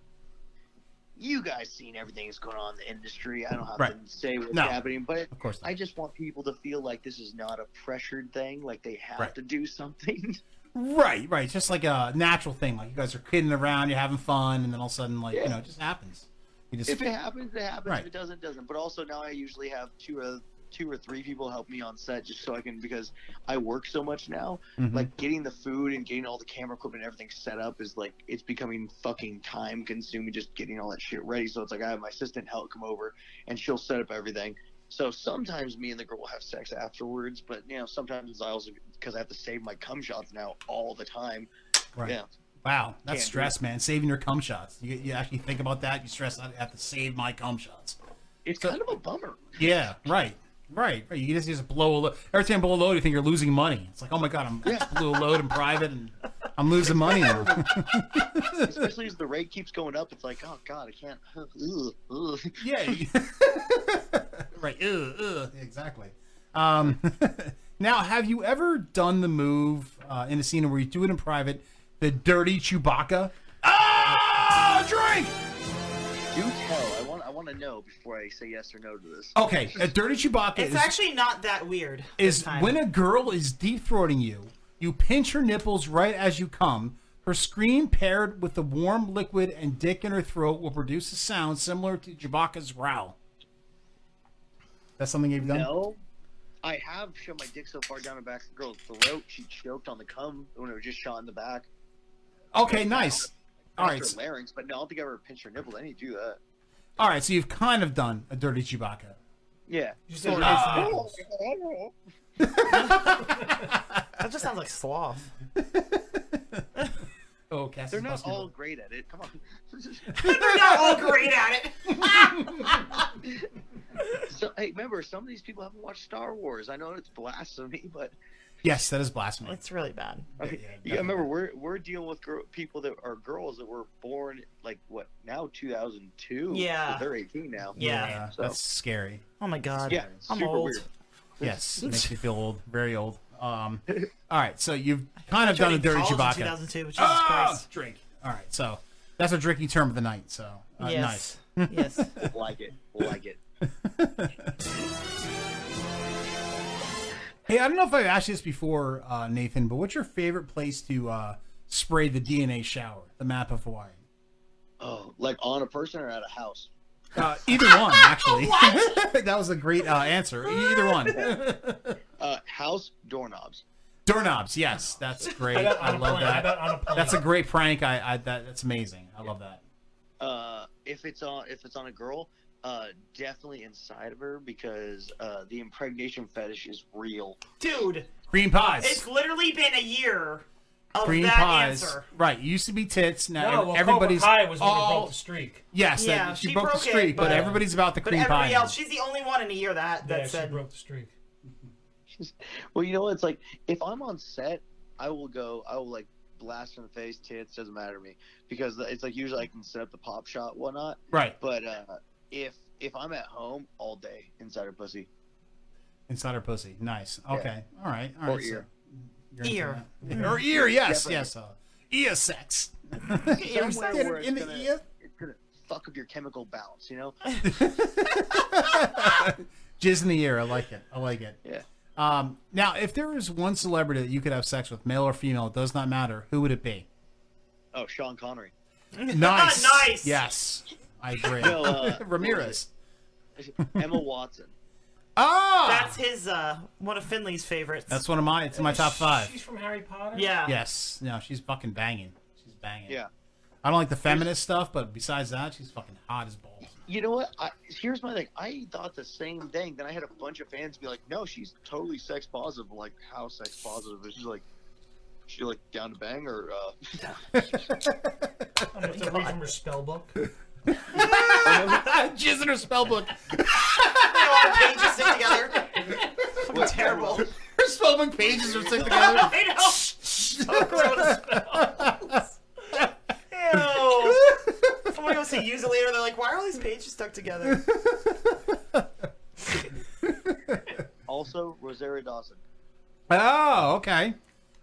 Speaker 7: you guys seen everything that's going on in the industry, I don't have
Speaker 5: Right.
Speaker 7: to say what's
Speaker 5: No,
Speaker 7: happening. But
Speaker 5: of course
Speaker 7: I just want people to feel like this is not a pressured thing, like they have to do something.
Speaker 5: Right, right. It's just like a natural thing. Like you guys are kidding around, you're having fun, and then all of a sudden, like you know, it just happens. You just
Speaker 7: if it happens, it happens.
Speaker 5: Right.
Speaker 7: If it doesn't, it doesn't. But also now I usually have two or two or three people help me on set just so I can because I work so much now.
Speaker 12: Mhm.
Speaker 7: Like getting the food and getting all the camera equipment and everything set up is like it's becoming fucking time consuming just getting all that shit ready. So it's like I have my assistant help come over and she'll set up everything. So sometimes me and the girl will have sex afterwards, but you know sometimes I also because I have to save my cum shots now all the time.
Speaker 5: Right.
Speaker 7: Yeah.
Speaker 5: Wow, that's
Speaker 7: Can't do
Speaker 5: stress,
Speaker 7: it.
Speaker 5: man. Saving your cum shots. You, you actually think about that. You stress. I have to save my cum shots.
Speaker 7: It's kind of a bummer.
Speaker 5: Yeah, right, right, right. You just just blow a load. Every time you blow a load, you think you're losing money. It's like, oh my god, I'm I just blew a load in private, and I'm losing money now.
Speaker 7: Especially as the rate keeps going up, it's like, oh god, I can't. Ugh, ugh.
Speaker 5: Yeah. right. Ugh, ugh. Exactly. Um, now, have you ever done the move uh, in a scene where you do it in private, the dirty Chewbacca? Ah, drink.
Speaker 7: Do tell. I want. I want to know before I say yes or no to this.
Speaker 5: Okay, a dirty Chewbacca
Speaker 22: It's
Speaker 5: is,
Speaker 22: actually not that weird. this
Speaker 5: is
Speaker 22: time.
Speaker 5: when a girl is deep throating you, you pinch her nipples right as you come. Her scream paired with the warm liquid and dick in her throat will produce a sound similar to Chewbacca's growl. That's something you've done?
Speaker 7: No. I have shoved my dick so far down the back of the girl's throat, she choked on the cum when it was just shot in the back.
Speaker 5: Okay, nice.
Speaker 7: I
Speaker 5: All
Speaker 7: pinched
Speaker 5: right.
Speaker 7: Her larynx, but no, I don't think I ever pinched her nipple. I need to do that.
Speaker 5: All right, so you've kind of done a dirty Chewbacca.
Speaker 7: Yeah.
Speaker 22: You
Speaker 5: said nice
Speaker 7: Oh,
Speaker 5: nipples.
Speaker 22: that just sounds like sloth.
Speaker 5: Oh, Cass
Speaker 7: They're not all great at it. Come on.
Speaker 22: They're not all great at
Speaker 7: it. so, hey, remember, some of these people haven't watched Star Wars. I know it's blasphemy, but
Speaker 5: Yes, that is blasphemy.
Speaker 22: It's really bad.
Speaker 7: Okay.
Speaker 5: Yeah,
Speaker 7: Yeah, remember we're we're dealing with girl, people that are girls that were born like what now 2002.
Speaker 22: Yeah.
Speaker 7: so they're 18 now. so,
Speaker 5: that's scary.
Speaker 22: Oh my god.
Speaker 7: Yeah,
Speaker 22: I'm
Speaker 7: super
Speaker 22: old.
Speaker 7: weird.
Speaker 5: Yes, it makes me feel old, very old. Um, all right, so you've kind
Speaker 22: I
Speaker 5: of done a
Speaker 22: turned
Speaker 5: dirty
Speaker 22: college in
Speaker 5: Chewbacca.
Speaker 22: 2002. Jesus
Speaker 5: Ah,
Speaker 22: Christ.
Speaker 5: Drink. All right, so that's a drinking term of the night. So uh,
Speaker 22: Yes.
Speaker 5: nice.
Speaker 22: yes.
Speaker 7: like it. Like it.
Speaker 5: Hey, I don't know if I've asked you this before, uh, Nathan, but what's your favorite place to uh, spray the DNA shower, the map of Hawaii?
Speaker 7: Oh, like on a person or at a house?
Speaker 5: Uh, either one, actually. that was a great uh, answer. Either one.
Speaker 7: Uh, house doorknobs.
Speaker 5: Doorknobs, yes, that's great.
Speaker 7: How about
Speaker 5: I
Speaker 7: on a
Speaker 5: love
Speaker 7: plane? How about on a
Speaker 5: that.
Speaker 7: plane?
Speaker 5: That's a great prank. I, I that, that's amazing. I love that.
Speaker 7: Uh, if it's on if it's on a girl, uh, definitely inside of her because uh, the impregnation fetish is real.
Speaker 22: Dude,
Speaker 5: Green pies.
Speaker 22: it's literally been a year of
Speaker 5: Green
Speaker 22: that
Speaker 5: pies.
Speaker 22: answer.
Speaker 5: Right, used to be tits. Now
Speaker 22: No,
Speaker 5: ev-
Speaker 22: well,
Speaker 5: everybody's
Speaker 22: Cobra Kai was the one who
Speaker 5: all-
Speaker 22: broke the streak.
Speaker 5: Yes, that-
Speaker 22: Yeah,
Speaker 5: she,
Speaker 22: she
Speaker 5: broke, the
Speaker 22: broke it,
Speaker 5: streak, but,
Speaker 22: but-
Speaker 5: everybody's about the
Speaker 22: But
Speaker 5: cream pie.
Speaker 22: everybody
Speaker 5: now.
Speaker 22: else, she's the only one in a year that that
Speaker 9: Yeah, she
Speaker 22: said
Speaker 9: broke the streak.
Speaker 7: Well, you know what? It's like if I'm on set, I will go. I will like blast in the face, tits doesn't matter to me because it's like usually I can set up the pop shot, whatnot.
Speaker 5: Right.
Speaker 7: But uh, if if I'm at home all day inside her pussy,
Speaker 5: Inside her pussy. Nice. Okay. All right. All
Speaker 7: Or
Speaker 5: right. so-
Speaker 7: ear.
Speaker 5: Ear. Or ear, yes,
Speaker 7: Yeah,
Speaker 5: yes. Uh, ear sex.
Speaker 7: but
Speaker 5: Ear
Speaker 7: somewhere
Speaker 5: sex.
Speaker 7: where it's
Speaker 5: In the
Speaker 7: gonna-
Speaker 5: ear?
Speaker 7: It's gonna fuck up your chemical balance, you know?
Speaker 5: Jizz in the ear. I like it. I like it.
Speaker 7: Yeah.
Speaker 5: Um, now, if there is one celebrity that you could have sex with, male or female, it does not matter. Who would it be?
Speaker 7: Oh, Sean Connery.
Speaker 5: Nice. Yes, I agree.
Speaker 7: No, uh,
Speaker 5: Ramirez.
Speaker 7: Emma Watson.
Speaker 5: Oh!
Speaker 22: That's his, uh, one of Finley's favorites.
Speaker 5: That's one of my. It's in my top five.
Speaker 9: She's from Harry Potter.
Speaker 22: Yeah.
Speaker 5: Yes. No, she's fucking banging. She's banging.
Speaker 7: Yeah.
Speaker 5: I don't like the feminist stuff, but besides that, she's fucking hot as balls.
Speaker 7: You know what? I, here's my thing. I thought the same thing. Then I had a bunch of fans be like, "No, she's totally sex positive." Like, how sex positive? Is she like, she like down to bang or? Uh...
Speaker 9: I'm gonna have to read from her spell book.
Speaker 7: uh,
Speaker 5: Jizz in her spell book.
Speaker 22: all the pages stick together. Fucking terrible.
Speaker 5: Her spell book pages are stick
Speaker 22: together. Ew. Somebody wants to use it later. They're like, why are all these pages stuck together?
Speaker 7: also, Rosario Dawson.
Speaker 5: Oh, okay.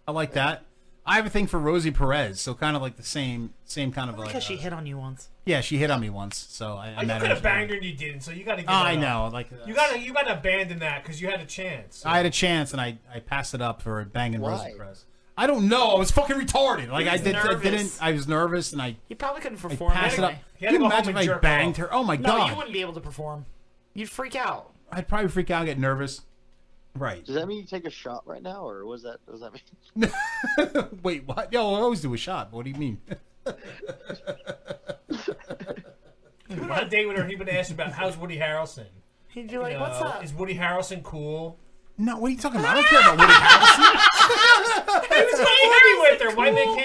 Speaker 5: I like that. I have a thing for Rosie Perez, so kind of like the same, same kind of like.
Speaker 9: Because
Speaker 5: uh,
Speaker 9: she
Speaker 22: hit on you once.
Speaker 5: yeah, she hit on me once, so I, I
Speaker 9: you
Speaker 5: met
Speaker 9: could
Speaker 5: her.
Speaker 9: have banged her and you didn't, so you got to.
Speaker 5: Oh, I know, like, uh,
Speaker 9: you got to you got to abandon that because you had a chance.
Speaker 5: I had a chance and I, I passed it up for banging
Speaker 9: Why?
Speaker 5: Rosie Perez. I don't know. I was fucking retarded. Like I
Speaker 9: He's
Speaker 5: did, I
Speaker 9: nervous.
Speaker 5: didn't. I was nervous and I
Speaker 22: You probably couldn't
Speaker 5: I
Speaker 22: perform.
Speaker 5: passed it up.
Speaker 22: anyway.
Speaker 5: Can you imagine if I banged her? Oh my
Speaker 22: no,
Speaker 5: god!
Speaker 22: you wouldn't be able to perform. You'd freak out.
Speaker 5: I'd probably freak out, and get nervous. Right.
Speaker 7: Does that mean you take a shot right now, or was that? Does that mean?
Speaker 5: Wait, what? Yo, I always do a shot. What do you mean?
Speaker 9: I'm on a date with her. He would ask about how's Woody Harrelson.
Speaker 22: He'd be
Speaker 9: like,
Speaker 22: "What's up?"
Speaker 9: Is Woody Harrelson cool?
Speaker 5: No, what are you talking about? I don't care about Woody Harrelson.
Speaker 9: he was playing heavyweight there. White man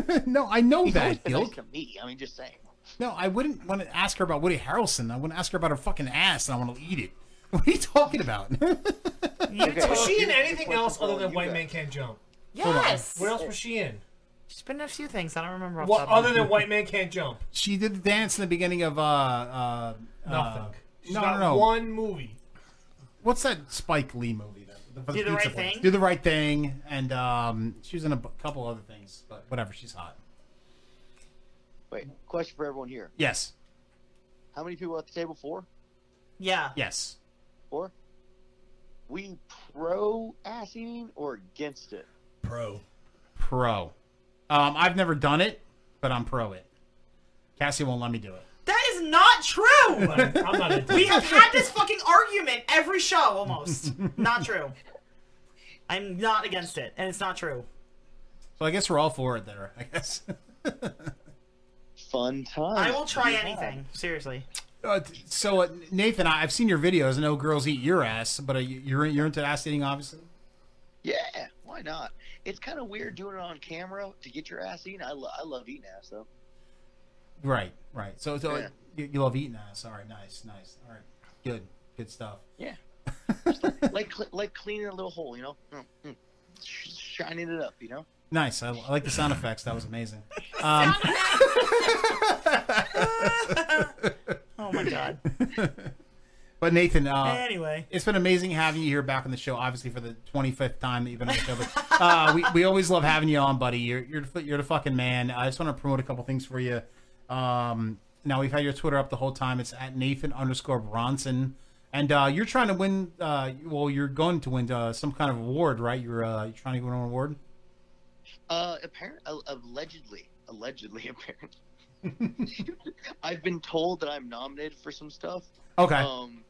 Speaker 9: can't jump.
Speaker 5: no, I know that, Gil.
Speaker 7: to me. I mean, just saying.
Speaker 5: No, I wouldn't want to ask her about Woody Harrelson. I want to ask her about her fucking ass, and I want to eat it. What are you talking about?
Speaker 9: Was she in anything else other than White Man Can't Jump?
Speaker 5: Hold on.
Speaker 22: Yes.
Speaker 9: What else was she in?
Speaker 22: She's been in a few things. I don't remember. off the
Speaker 9: What
Speaker 22: top of my
Speaker 9: other
Speaker 22: head.
Speaker 9: than White Man Can't Jump?
Speaker 5: She did the dance in the beginning of uh, uh
Speaker 9: Nothing.
Speaker 5: uh,
Speaker 9: She's
Speaker 5: no,
Speaker 9: got
Speaker 5: no, no.
Speaker 9: one movie.
Speaker 5: What's that Spike Lee movie? That, for
Speaker 9: Do the
Speaker 5: pizza
Speaker 9: Right
Speaker 5: place?
Speaker 9: Thing?
Speaker 5: Do the right thing, and um, she was in a b- couple other things, but whatever. She's hot.
Speaker 7: Wait. Question for everyone here.
Speaker 5: Yes.
Speaker 7: How many people at the table? Four.
Speaker 22: Yeah.
Speaker 5: Yes.
Speaker 7: Four. We pro ass eating or against it?
Speaker 5: Pro. Pro. Um, I've never done it, but I'm pro it. Cassie won't let me do it.
Speaker 22: That is not true.
Speaker 5: I'm not into
Speaker 22: we
Speaker 5: it.
Speaker 22: have had this fucking argument every show almost. not true. I'm not against it, and it's not true.
Speaker 5: So I guess we're all for it there. I guess.
Speaker 7: Fun time.
Speaker 22: I will try anything. Seriously.
Speaker 5: Uh, t- so uh, Nathan, I- I've seen your videos. I know girls eat your ass, but uh, you- you're you're into ass eating, obviously.
Speaker 7: Yeah, why not? It's kind of weird doing it on camera to get your ass eaten. I, lo- I love eating ass though.
Speaker 5: Right, right. So, so uh,
Speaker 7: Yeah.
Speaker 5: you, you love eating ass. All right, nice, nice. All right, good, good stuff.
Speaker 7: Yeah, Just like like, cle- like cleaning a little hole, you know, Mm, mm. Sh- shining it up, you know.
Speaker 5: Nice. I, I like the sound effects. That was amazing. Um,
Speaker 22: oh my god.
Speaker 5: But Nathan, uh,
Speaker 22: Anyway.
Speaker 5: it's been amazing having you here back on the show. Obviously for the 25th time that you've been on the show. But, uh, we, we always love having you on, buddy. You're you're the- you're the fucking man. I just want to promote a couple things for you. Um, now we've had your Twitter up the whole time. It's at Nathan underscore Bronson. And uh, you're trying to win. Uh, well, you're going to win uh, some kind of award, right? You're uh, you're trying to win an award.
Speaker 7: Uh, apparent uh, allegedly, allegedly apparently. I've been told that I'm nominated for some stuff.
Speaker 5: Okay.
Speaker 7: Um,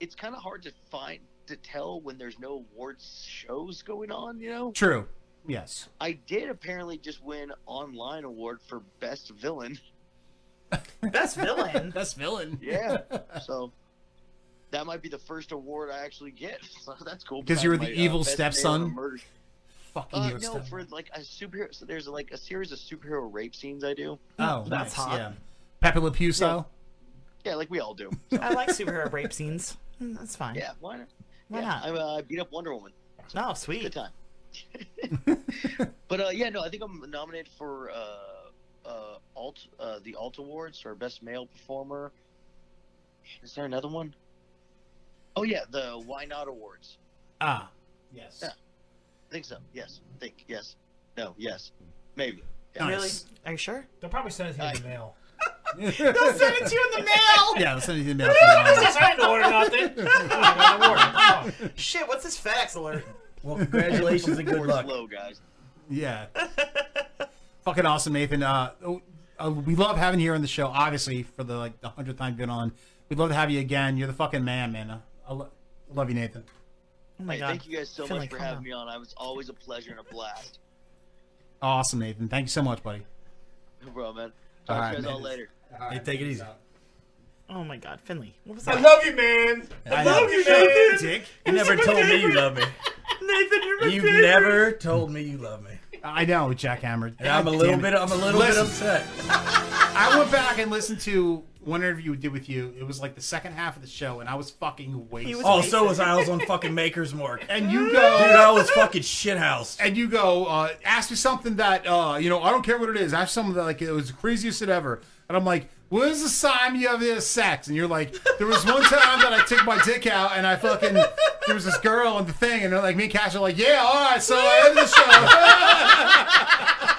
Speaker 7: it's kind of hard to find to tell when there's no awards shows going on, you know.
Speaker 5: True. Yes.
Speaker 7: I did apparently just win online award for best villain.
Speaker 22: Best villain.
Speaker 5: Best villain.
Speaker 7: Yeah. So that might be the first award I actually get. So that's cool.
Speaker 5: Because you were the
Speaker 7: Besides my, uh,
Speaker 5: evil
Speaker 7: best
Speaker 5: stepson?
Speaker 7: man murder-
Speaker 5: Fucking
Speaker 7: Uh,
Speaker 5: evil
Speaker 7: no,
Speaker 5: stepson.
Speaker 7: for like a superhero. So there's like a series of superhero rape scenes I do.
Speaker 5: Oh, nice. Yeah. Pepe Le Pew style.
Speaker 7: Yeah, like we all do.
Speaker 22: I like superhero rape scenes. Mm, That's fine.
Speaker 7: Yeah, why not?
Speaker 22: Why
Speaker 7: yeah,
Speaker 22: not?
Speaker 7: I, uh, I beat up Wonder Woman.
Speaker 22: No, sweet.
Speaker 7: Good time. but uh, yeah, no, I think I'm nominated for uh, uh, alt uh, the alt awards for best male performer. Is there another one? Oh yeah, the Why Not Awards.
Speaker 5: Ah. Yes.
Speaker 7: think so. Yes. Think. Yes. No. Yes. Maybe. Yeah.
Speaker 22: Really? Are you sure?
Speaker 9: They'll probably send it to you in the mail.
Speaker 22: They'll send it to you in the mail.
Speaker 5: Yeah, let's send you the mail.
Speaker 9: What's this? I didn't order nothing.
Speaker 22: Shit, what's this FedEx alert?
Speaker 5: Well, congratulations and good luck.
Speaker 7: Hello, guys.
Speaker 5: Yeah. Fucking awesome, Nathan. Uh, oh, uh, we love having you here on the show. Obviously, for the like the hundredth time being on, we'd love to have you again. You're the fucking man, man. Uh, I lo- love you, Nathan.
Speaker 7: Oh
Speaker 5: my God.
Speaker 7: Thank you guys so
Speaker 5: I feel
Speaker 7: much
Speaker 5: like
Speaker 7: for
Speaker 5: hell.
Speaker 7: having me on. I was always a pleasure and a blast.
Speaker 5: Awesome, Nathan. Thank you so much, buddy.
Speaker 7: No problem, man.
Speaker 5: All
Speaker 7: Talk
Speaker 5: right,
Speaker 7: to you guys
Speaker 5: man.
Speaker 7: all later.
Speaker 5: Hey, take it easy.
Speaker 22: Oh my God, Finley. What was
Speaker 9: I
Speaker 22: that?
Speaker 9: love you, man. I
Speaker 22: know.
Speaker 9: love you,
Speaker 22: Shut up,
Speaker 9: man.
Speaker 22: dick.
Speaker 6: You never told me you love me.
Speaker 22: Nathan, you're my
Speaker 6: You've
Speaker 22: favorite.
Speaker 6: never told me you love me.
Speaker 5: I know, Jack Hammered.
Speaker 6: And I'm a
Speaker 5: God
Speaker 6: little
Speaker 5: damn it.
Speaker 6: bit- I'm a little bit upset.
Speaker 5: I went back and listened to one interview we did with you. It was like the second half of the show, and I was fucking wasted.
Speaker 6: oh, so was I. I was on fucking Maker's Mark.
Speaker 5: And you go,
Speaker 6: Dude, I was fucking shithoused.
Speaker 5: and you go, uh, ask me something that uh, you know, I don't care what it is. Ask something that like it was the craziest shit ever. And I'm like, what is the sign you have this sex? And you're like, there was one time that I took my dick out and I fucking there was this girl on the thing, and they're like me and Cash are like, yeah, all right, so I ended the show.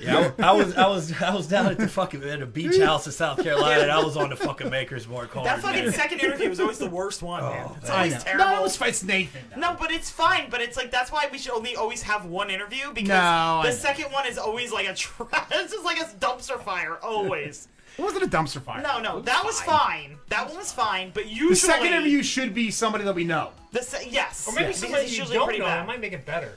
Speaker 6: Yeah, I, I was, I was, I was down at the fucking at a beach house in South Carolina, and I was on the fucking Maker's Mark. hard,
Speaker 22: That fucking
Speaker 6: man.
Speaker 22: second interview was always the worst one,
Speaker 5: Oh.
Speaker 22: man. It's
Speaker 6: I
Speaker 22: always
Speaker 6: know.
Speaker 22: terrible.
Speaker 5: No, it's, it's Nathan.
Speaker 22: No, but it's fine. But it's like that's why we should only always have one interview because
Speaker 5: No, I
Speaker 22: the
Speaker 5: know.
Speaker 22: second one is always like a trash. It's just like a dumpster fire always.
Speaker 5: It wasn't a dumpster fire.
Speaker 22: No, no, that was fine. That one was fine. But usually
Speaker 5: The second interview should be somebody that we know.
Speaker 22: The se- yes,
Speaker 9: Or maybe
Speaker 22: because
Speaker 9: somebody
Speaker 22: it's
Speaker 9: you
Speaker 22: usually
Speaker 9: don't
Speaker 22: pretty
Speaker 9: know.
Speaker 22: bad.
Speaker 9: It might make it better.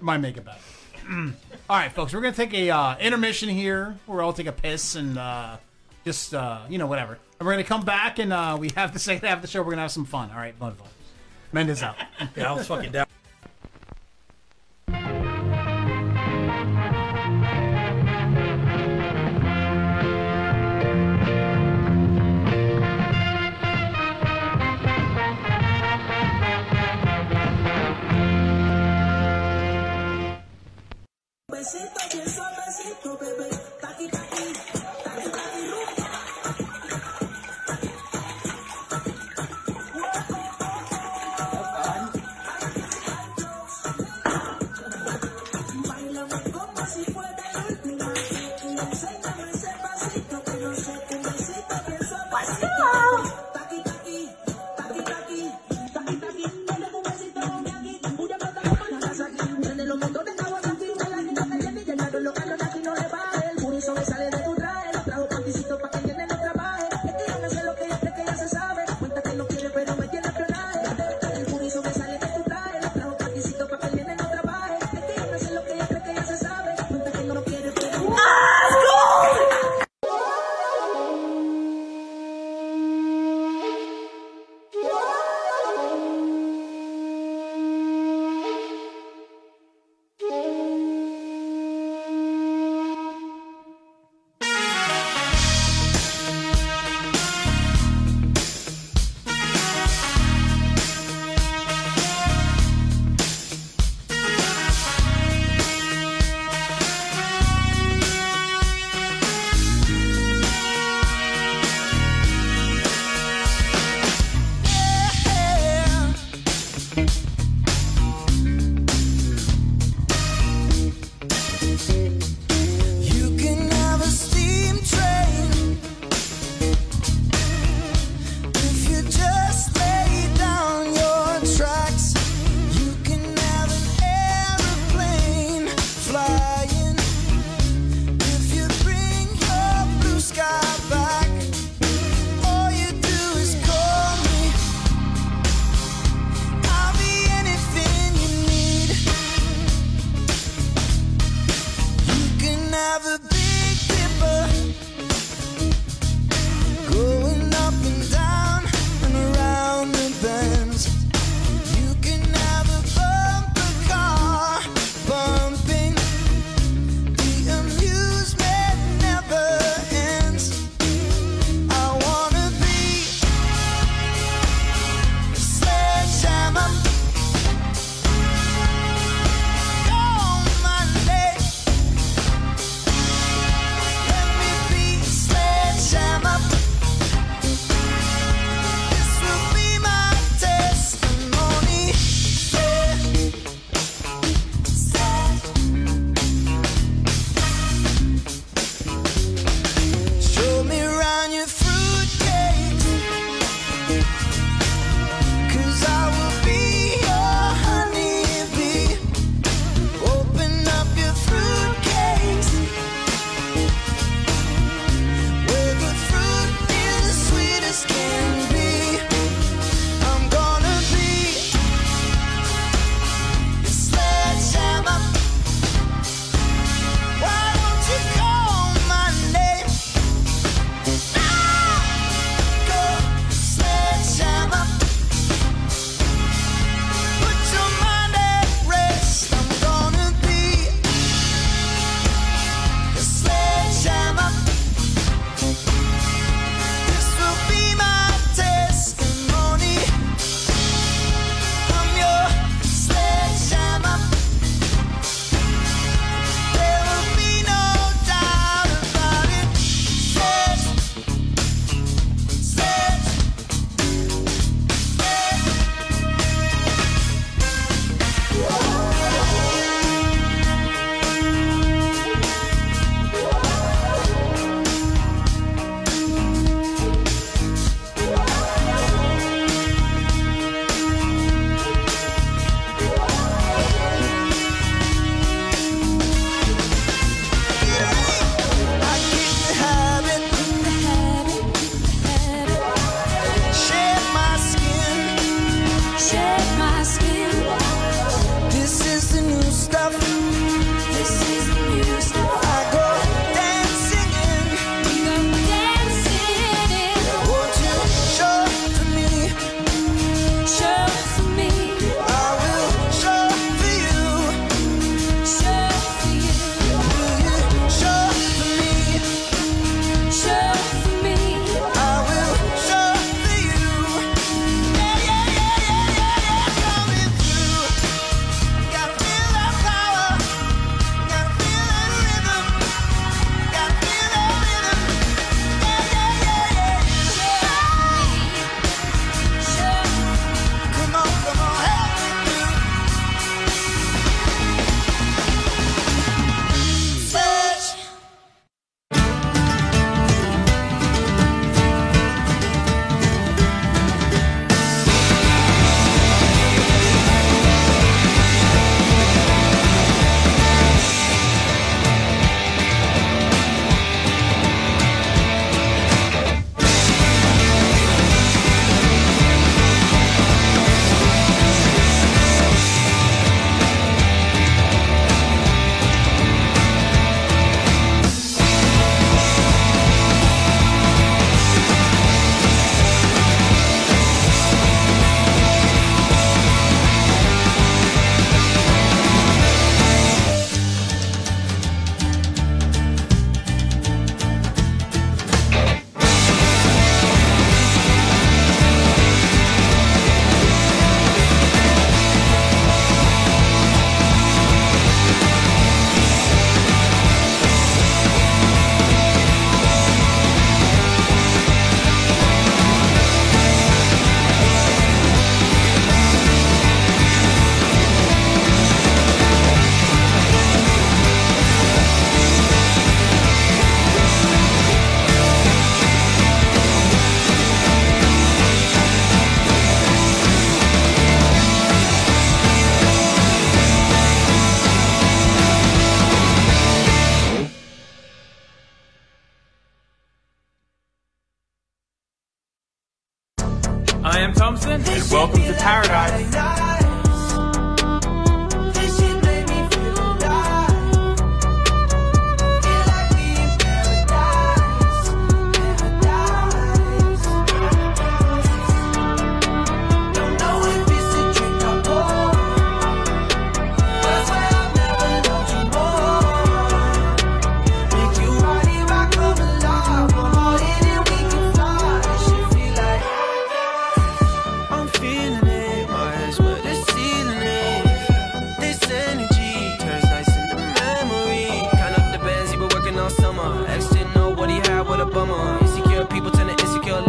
Speaker 5: Might make it better. Mm. all right, folks, we're gonna take a uh, intermission here. We're all take a piss and uh, just uh, you know whatever. And we're gonna come back and uh, we have the second half of the show. We're gonna have some fun. All right, fun, fun. Mendez out.
Speaker 6: Yeah, I was fucking down. Ah, Ah!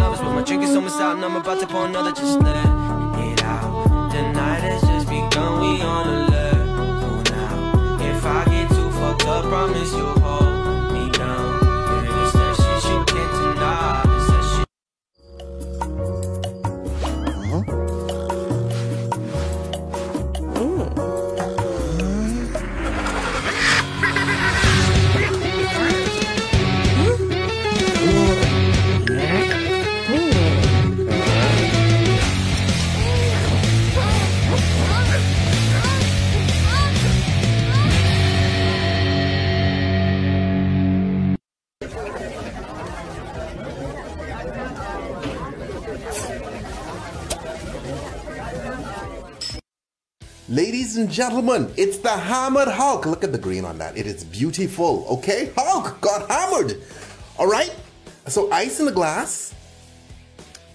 Speaker 12: I'm about to pour another just let it out. The night has just begun, we on alert. Cool now. If I get too fucked up, promise you'll hold me down. And it's that shit you can't deny. It's that shit.
Speaker 33: Ladies and gentlemen, it's the Hammered Hulk. Look at the green on that. It is beautiful, okay? Hulk got hammered. All right? So ice in the glass,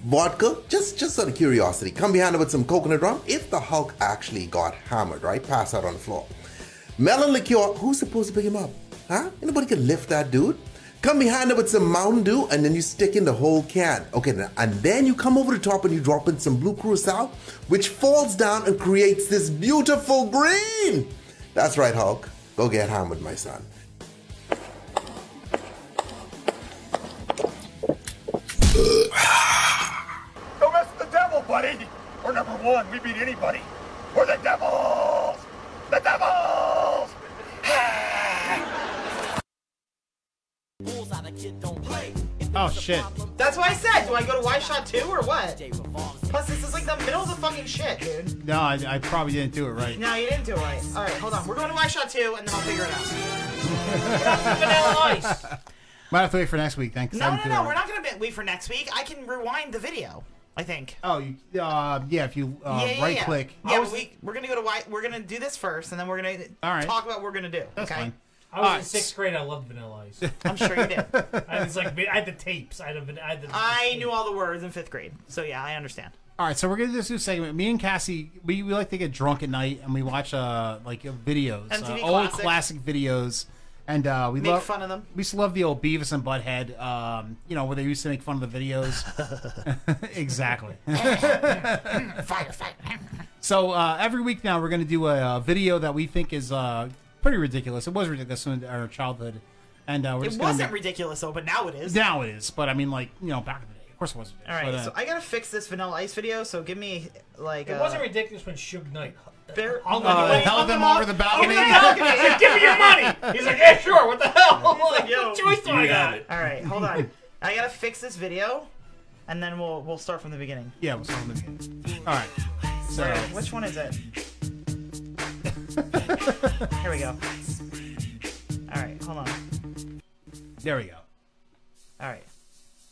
Speaker 33: vodka, just just out of curiosity. Come behind it with some coconut rum if the Hulk actually got hammered, right? Pass out on the floor. Melon liqueur, who's supposed to pick him up? Huh? Anybody can lift that dude? Come behind it with some Mountain Dew and then you stick in the whole can. Okay, now- and then you come over the top and you drop in some blue curacao, which falls down and creates this beautiful green. That's right, Hulk. Go get hammered, my son.
Speaker 25: Don't mess with the devil, buddy! We're number one. We beat anybody. We're the devils! The devils!
Speaker 22: Oh shit. That's what I said. Do I go to Y Shot 2 or what? Plus, this is like the middle of the fucking shit, dude.
Speaker 5: No, I, I probably didn't do it right.
Speaker 22: No, you didn't do it right. Alright, hold on. We're going to Y Shot 2 and then I'll figure it out. Vanilla ice.
Speaker 5: Might have to wait for next week, thanks.
Speaker 22: No, no, no. We're not going to wait for next week. I can rewind the video, I think.
Speaker 5: Oh, you, uh, yeah. If you uh,
Speaker 22: yeah, yeah,
Speaker 5: right
Speaker 22: yeah.
Speaker 5: click,
Speaker 22: Yeah,
Speaker 6: Oh,
Speaker 22: we, we're going to go to Y. We're going to do this first and then we're going
Speaker 5: Alright.
Speaker 22: to talk about what we're going to do. okay?
Speaker 9: I was in sixth grade. I loved Vanilla Ice.
Speaker 22: I'm sure you did.
Speaker 9: I was like, I had the tapes. I had, a, van- I had the.
Speaker 22: I knew all the words in fifth grade, so yeah, I understand.
Speaker 5: All right, so we're gonna do this new segment. Me and Cassie, we, we like to get drunk at night and we watch uh like uh, videos, uh,
Speaker 22: MTV
Speaker 5: old
Speaker 22: classics.
Speaker 5: classic videos, and uh, we
Speaker 22: Make
Speaker 5: love
Speaker 22: fun of them.
Speaker 5: We used to love the old Beavis and Butthead, um, you know, where they used to make fun of the videos. exactly.
Speaker 22: fire, fire.
Speaker 5: So uh, every week now we're going to do a, uh video that we think is uh, pretty ridiculous. It was ridiculous in our childhood, and uh, we're
Speaker 22: It
Speaker 5: just gonna
Speaker 22: wasn't
Speaker 5: make-
Speaker 22: ridiculous though, but now it is.
Speaker 5: now it is. But I mean, like you know, back in the day, of course it wasn't.
Speaker 22: All right,
Speaker 5: But, uh,
Speaker 22: so I gotta fix this Vanilla Ice video. So give me like.
Speaker 9: It
Speaker 22: uh,
Speaker 9: wasn't ridiculous when Suge Knight.
Speaker 22: Bear-
Speaker 9: hung
Speaker 22: Uh,
Speaker 9: the-
Speaker 22: held
Speaker 9: hung
Speaker 22: him
Speaker 9: up-
Speaker 22: over the
Speaker 9: hung him
Speaker 22: balcony.
Speaker 9: over the balcony. He's like, "Give me your money." He's like, "Yeah, sure. What the hell?" I'm like, "What choice do I got?"
Speaker 22: All right, hold on. I gotta fix this video, and then we'll we'll start from the beginning.
Speaker 5: yeah, it was on the beginning. All right, so
Speaker 22: All right, which one is it? Here we go. All right, hold on.
Speaker 5: there we go.
Speaker 22: All right.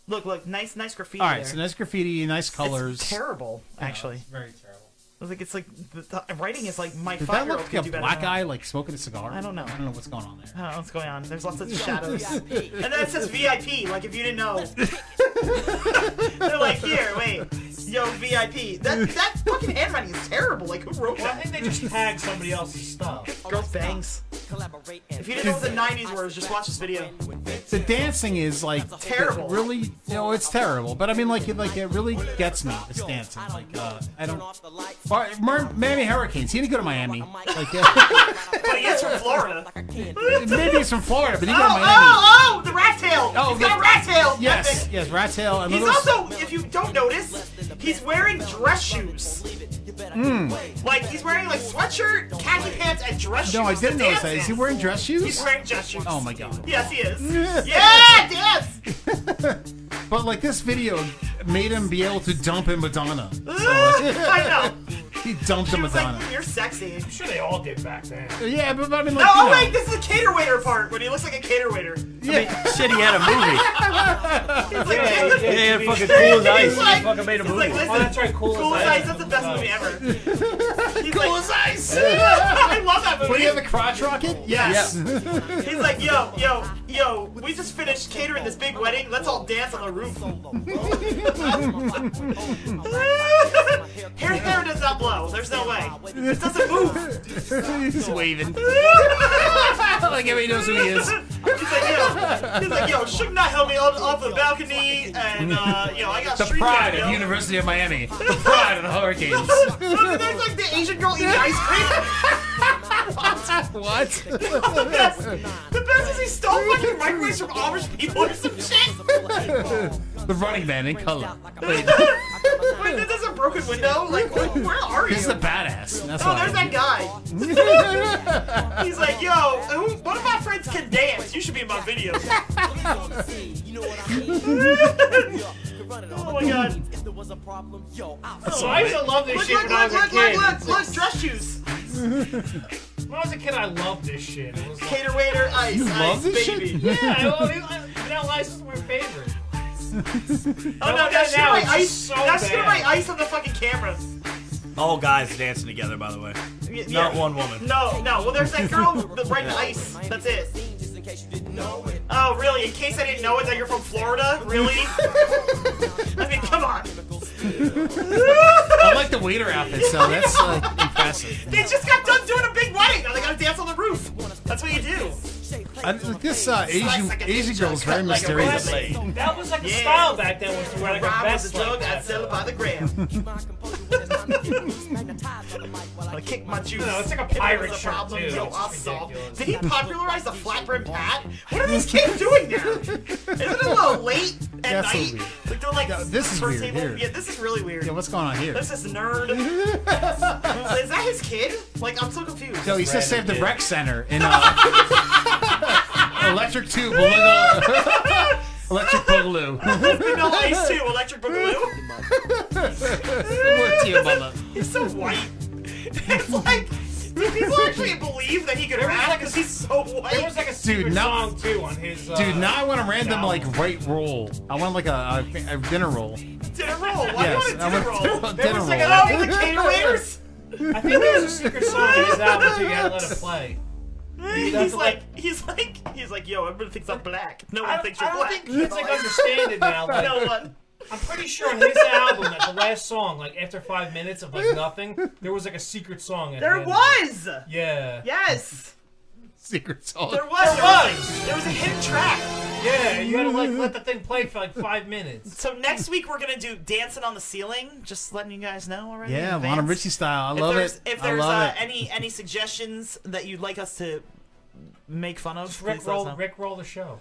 Speaker 22: Look, look, nice, nice graffiti.
Speaker 5: All right,
Speaker 22: there.
Speaker 5: so nice graffiti, nice colors. Uh,
Speaker 22: terrible,
Speaker 5: I know,
Speaker 22: actually.
Speaker 5: it's very terrible.
Speaker 22: I was like, it's like the, the writing is like my
Speaker 5: Did
Speaker 22: five
Speaker 5: that
Speaker 22: year old
Speaker 5: look like
Speaker 22: could
Speaker 5: a
Speaker 22: do better.
Speaker 5: black
Speaker 22: than that.
Speaker 5: guy like smoking a cigar?
Speaker 22: I don't know.
Speaker 5: I don't know what's going on there.
Speaker 22: I don't know what's going on. There's lots of shadows. and then it says VIP. Like if you didn't know, they're like, here, wait, yo VIP. That that fucking handwriting is terrible. Like who wrote that? I think they just tagged somebody else's stuff. Girls bangs. If you didn't know what the '90s were, just watch this video.
Speaker 5: The dancing is like
Speaker 22: Terrible.
Speaker 5: it Really, you know, it's terrible. But I mean, like, it, like it really gets me. This dancing, like, uh, I don't. Mar- Mar- Miami Hurricanes. He didn't go to Miami. Like, uh,
Speaker 22: But he is from Florida.
Speaker 5: maybe he's from Florida, but he
Speaker 22: oh,
Speaker 5: got Miami.
Speaker 22: oh, oh, the rat tail.
Speaker 5: Oh,
Speaker 22: He's got
Speaker 5: the-
Speaker 22: a rat tail.
Speaker 5: Yes,
Speaker 22: Epic.
Speaker 5: yes, rat tail. And
Speaker 22: He's
Speaker 5: little-
Speaker 22: also, if you don't notice, he's wearing dress shoes. Hmm.
Speaker 5: Mm.
Speaker 22: Like he's wearing like sweatshirt, khaki pants, and dress
Speaker 5: No, I
Speaker 22: shoes. to
Speaker 5: didn't notice
Speaker 22: dance
Speaker 5: that. Is
Speaker 22: in.
Speaker 5: he wearing dress shoes?
Speaker 22: He's wearing dress shoes.
Speaker 5: Oh my god.
Speaker 22: Yes, he is. yeah, dance.
Speaker 5: But like this video made him be able to dump in Madonna.
Speaker 22: I
Speaker 5: He dumped in Madonna.
Speaker 22: know. You're sexy. I'm sure they all did back then.
Speaker 5: yeah, but I mean,
Speaker 22: No,
Speaker 5: like,
Speaker 22: oh
Speaker 5: you know.
Speaker 22: wait, this is the cater waiter part when he looks like a cater waiter.
Speaker 5: yeah.
Speaker 27: Shit, he had a movie.
Speaker 22: He's like,
Speaker 27: Yeah,
Speaker 22: listen-
Speaker 27: yeah, yeah, fucking Cool as Ice.
Speaker 22: He's like,
Speaker 27: He fucking made a
Speaker 22: he's
Speaker 27: movie.
Speaker 22: Like, listen,
Speaker 27: Oh, that's right, Cool as Ice.
Speaker 22: That's the best movie ever. He's
Speaker 27: Cool
Speaker 22: like,
Speaker 27: as Ice.
Speaker 22: I love that movie.
Speaker 27: When he had the
Speaker 5: crotch rocket?
Speaker 22: Yes. He's like, yo, yo, yo. We just finished catering this big wedding. Let's all dance on the roof. hair, hair does not blow. There's no way. It doesn't move.
Speaker 5: He's waving. like everybody knows who he is.
Speaker 22: He's like, yo, he's like, yo, Suge Knight helped me off, off the balcony, and uh, you know, I got
Speaker 5: the
Speaker 22: street
Speaker 5: pride
Speaker 22: cred,
Speaker 5: of
Speaker 22: yo.
Speaker 5: University of Miami. The pride of the Hurricanes.
Speaker 22: That's like the Asian girl eating ice cream.
Speaker 5: what?
Speaker 22: the best. The best is he stole fucking microwaves from Amish people or some shit.
Speaker 5: The running man in color.
Speaker 22: Wait, that- that's a broken window. Like, where where are you?
Speaker 5: This is a badass. That's
Speaker 22: oh,
Speaker 5: why.
Speaker 22: there's that guy. He's like, yo, who, one of my friends can dance. You should be in my video. oh my god.
Speaker 9: So I used to love this
Speaker 22: Look,
Speaker 9: shit
Speaker 22: look,
Speaker 9: when I was
Speaker 22: look,
Speaker 9: a
Speaker 22: look,
Speaker 9: kid.
Speaker 22: look, look, look, dress shoes.
Speaker 9: When I was a kid, I loved this shit. It was like,
Speaker 22: Cater waiter, ice,
Speaker 5: You
Speaker 22: ice,
Speaker 5: love this
Speaker 22: baby.
Speaker 5: shit?
Speaker 9: yeah, I, love it. I, Vanilla Ice was my favorite.
Speaker 22: Oh no,
Speaker 9: Look
Speaker 22: that's
Speaker 9: at now,
Speaker 22: my
Speaker 9: it's
Speaker 22: ice.
Speaker 9: just so
Speaker 22: that's
Speaker 9: bad.
Speaker 22: my ice on the fucking cameras.
Speaker 27: All guys dancing together, by the way.
Speaker 22: Y-
Speaker 27: Not
Speaker 22: yeah.
Speaker 27: one woman.
Speaker 22: No, no. Well, there's that girl with the red ice. That's it. Oh, really? In case I didn't know it, that you're from Florida? Really? I mean, come on.
Speaker 5: I like the waiter outfit, so that's like impressive.
Speaker 22: They just got done doing a big wedding. Now they gotta dance on the roof. That's what you do.
Speaker 5: I, this uh, Asian Asian girl is very
Speaker 9: Like a
Speaker 5: mysterious.
Speaker 9: redhead. that was like the
Speaker 22: Yeah.
Speaker 9: style back then was to wear like a
Speaker 22: Rob
Speaker 9: vest
Speaker 22: was a
Speaker 9: like
Speaker 22: drug I'd
Speaker 9: that.
Speaker 22: sell it by the gram. I kick my juice.
Speaker 9: No, it's like a
Speaker 22: If it
Speaker 9: pirate
Speaker 22: was
Speaker 9: shirt,
Speaker 22: problem,
Speaker 9: too.
Speaker 22: Yo,
Speaker 9: It's
Speaker 22: I'm solved. Did he popularize the flat brim hat? What are these kids doing now? Isn't it a little late at
Speaker 5: That's so
Speaker 22: night?
Speaker 5: weird.
Speaker 22: Like they're like
Speaker 5: Yeah, this is weird
Speaker 22: turntable-
Speaker 5: here.
Speaker 22: Yeah, this is really weird.
Speaker 5: Yeah, what's going on here?
Speaker 22: This is nerd. is that his kid? Like I'm so confused.
Speaker 5: So he says save the rec center in uh, electric tube. Boogaloo. electric boogaloo.
Speaker 22: Vanilla Ice too, Electric
Speaker 5: More to you,
Speaker 22: Boogaloo.
Speaker 5: Bubba.
Speaker 22: he's so white. It's like, do people actually believe that he could rap? Because he's so white. There was like a
Speaker 5: Dude, now,
Speaker 9: too on his. uh,
Speaker 5: dude, now I want a random like right roll. I want like a, a, a dinner roll.
Speaker 22: Dinner roll. Why
Speaker 5: Yes,
Speaker 22: do you
Speaker 5: I
Speaker 22: want a dinner
Speaker 5: want
Speaker 22: roll?
Speaker 5: dinner-
Speaker 22: there
Speaker 5: dinner
Speaker 22: was like
Speaker 5: roll.
Speaker 22: an oh, the caterers.
Speaker 9: I think there was a secret song in his album too. You gotta let it play.
Speaker 22: He's
Speaker 9: That's
Speaker 22: like, he's like, he's like, yo, everyone thinks I'm black. No one
Speaker 9: I,
Speaker 22: thinks you're
Speaker 9: I don't
Speaker 22: black.
Speaker 9: think kids like understand it now. Like,
Speaker 22: no one.
Speaker 9: I'm pretty sure on his album, at the last song, like after five minutes of like nothing, there was like a secret song. At the
Speaker 22: There
Speaker 9: end.
Speaker 22: was.
Speaker 9: Yeah.
Speaker 22: Yes.
Speaker 5: Secret
Speaker 9: Oh.
Speaker 5: song.
Speaker 22: There was.
Speaker 9: There was.
Speaker 22: There was a hidden track.
Speaker 9: Yeah, you gotta like let the thing play for like five minutes.
Speaker 22: So next week we're gonna do dancing on the ceiling. Just letting you guys know already. in
Speaker 5: Yeah,
Speaker 22: advance.
Speaker 5: Lana Richie style. I
Speaker 22: if
Speaker 5: love
Speaker 22: there's,
Speaker 5: it.
Speaker 22: If
Speaker 5: I
Speaker 22: there's
Speaker 5: love
Speaker 22: uh,
Speaker 5: it.
Speaker 22: any any suggestions that you'd like us to make fun of,
Speaker 9: Rick
Speaker 22: please let us
Speaker 9: roll,
Speaker 22: know.
Speaker 9: Rick roll the show.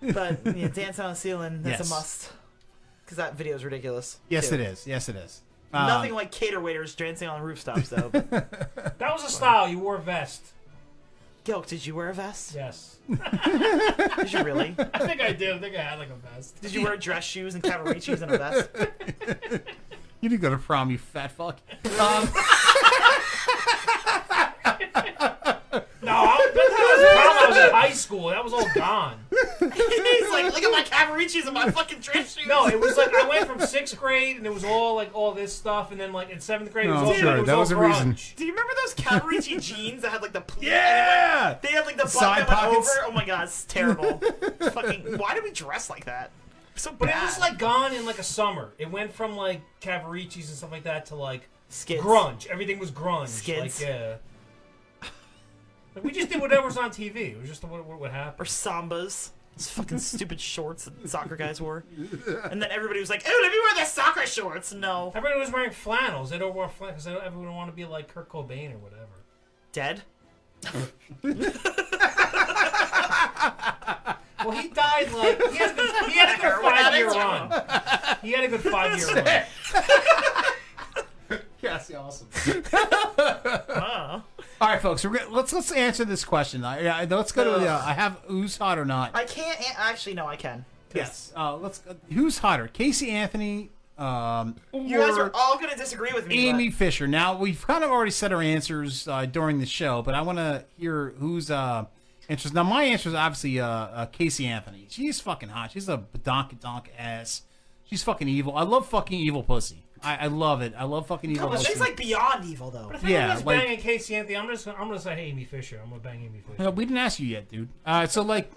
Speaker 22: But yeah, dancing on the ceiling that's
Speaker 5: Yes.
Speaker 22: a must. Because that video is ridiculous.
Speaker 5: Yes,
Speaker 22: too.
Speaker 5: it is. Yes, it is.
Speaker 22: Nothing
Speaker 5: Um,
Speaker 22: like cater waiters dancing on rooftops though. but-
Speaker 9: That was a style. You wore a vest.
Speaker 22: Gilk, did you wear a vest?
Speaker 9: Yes.
Speaker 22: Did you really?
Speaker 9: I think I did. I think I had like a vest.
Speaker 22: Did you wear dress shoes and cavaricis and a vest?
Speaker 5: You didn't go to prom, you fat fuck. Um,
Speaker 9: No, I, that was probably I was in high school. That was all gone.
Speaker 22: He's like, look at my cavaricis and my fucking dress shoes.
Speaker 9: No, it was like I went from sixth grade and it was all like all this stuff, and then like in seventh grade it was
Speaker 5: No,
Speaker 9: all
Speaker 5: sure,
Speaker 9: it was
Speaker 5: that
Speaker 9: all
Speaker 5: was a
Speaker 9: grunge.
Speaker 5: reason.
Speaker 22: Do you remember those Cavarici jeans that had like the
Speaker 5: Yeah!
Speaker 22: They had like the button
Speaker 5: Side
Speaker 22: that went
Speaker 5: pockets.
Speaker 22: over. Oh my god, it's terrible. Fucking, why do we dress like that? So
Speaker 9: But
Speaker 22: bad.
Speaker 9: it was like gone in like a summer. It went from like Cavaricis and stuff like that to like
Speaker 22: Skids.
Speaker 9: grunge. Everything was grunge.
Speaker 22: Skids.
Speaker 9: Like yeah. Like, we just did whatever was on TV. It was just what, what, what happened.
Speaker 22: or sambas. Those fucking stupid shorts that soccer guys wore. And then everybody was like, "Oh, let me wear the soccer shorts." No,
Speaker 9: Everybody was wearing flannels. They don't wear flannels because everyone want to be like Kurt Cobain or whatever.
Speaker 22: dead.
Speaker 9: Well, he died like he had a good, he had a good
Speaker 22: We're not
Speaker 9: five year
Speaker 22: into
Speaker 9: run. He had a good five year run.
Speaker 5: yes, awesome.
Speaker 22: Oh.
Speaker 5: All right, folks, we're gonna, let's let's answer this question. I, I, let's go to. Uh, I have who's hot or not.
Speaker 22: I can't. a- Actually, no, I can.
Speaker 5: yes. Uh, let's. who's hotter, Casey Anthony? Um,
Speaker 22: You guys are
Speaker 5: or
Speaker 22: all gonna disagree with me.
Speaker 5: Amy Fisher. Now we've kind of already said our answers uh, during the show, but I want to hear who's uh, answers. Now my answer is obviously uh, uh, Casey Anthony. She's fucking hot. She's a donk donk ass. She's fucking evil. I love fucking evil pussy. I, I love it. I love fucking evil.
Speaker 22: but, but
Speaker 5: pussy.
Speaker 22: she's like beyond evil though.
Speaker 9: If yeah,
Speaker 5: Yeah,
Speaker 9: just
Speaker 5: like-
Speaker 9: banging Casey Anthony, I'm just gonna, I'm gonna say Amy Fisher. I'm gonna bang Amy Fisher.
Speaker 5: No, we didn't ask you yet, dude. Uh, so like,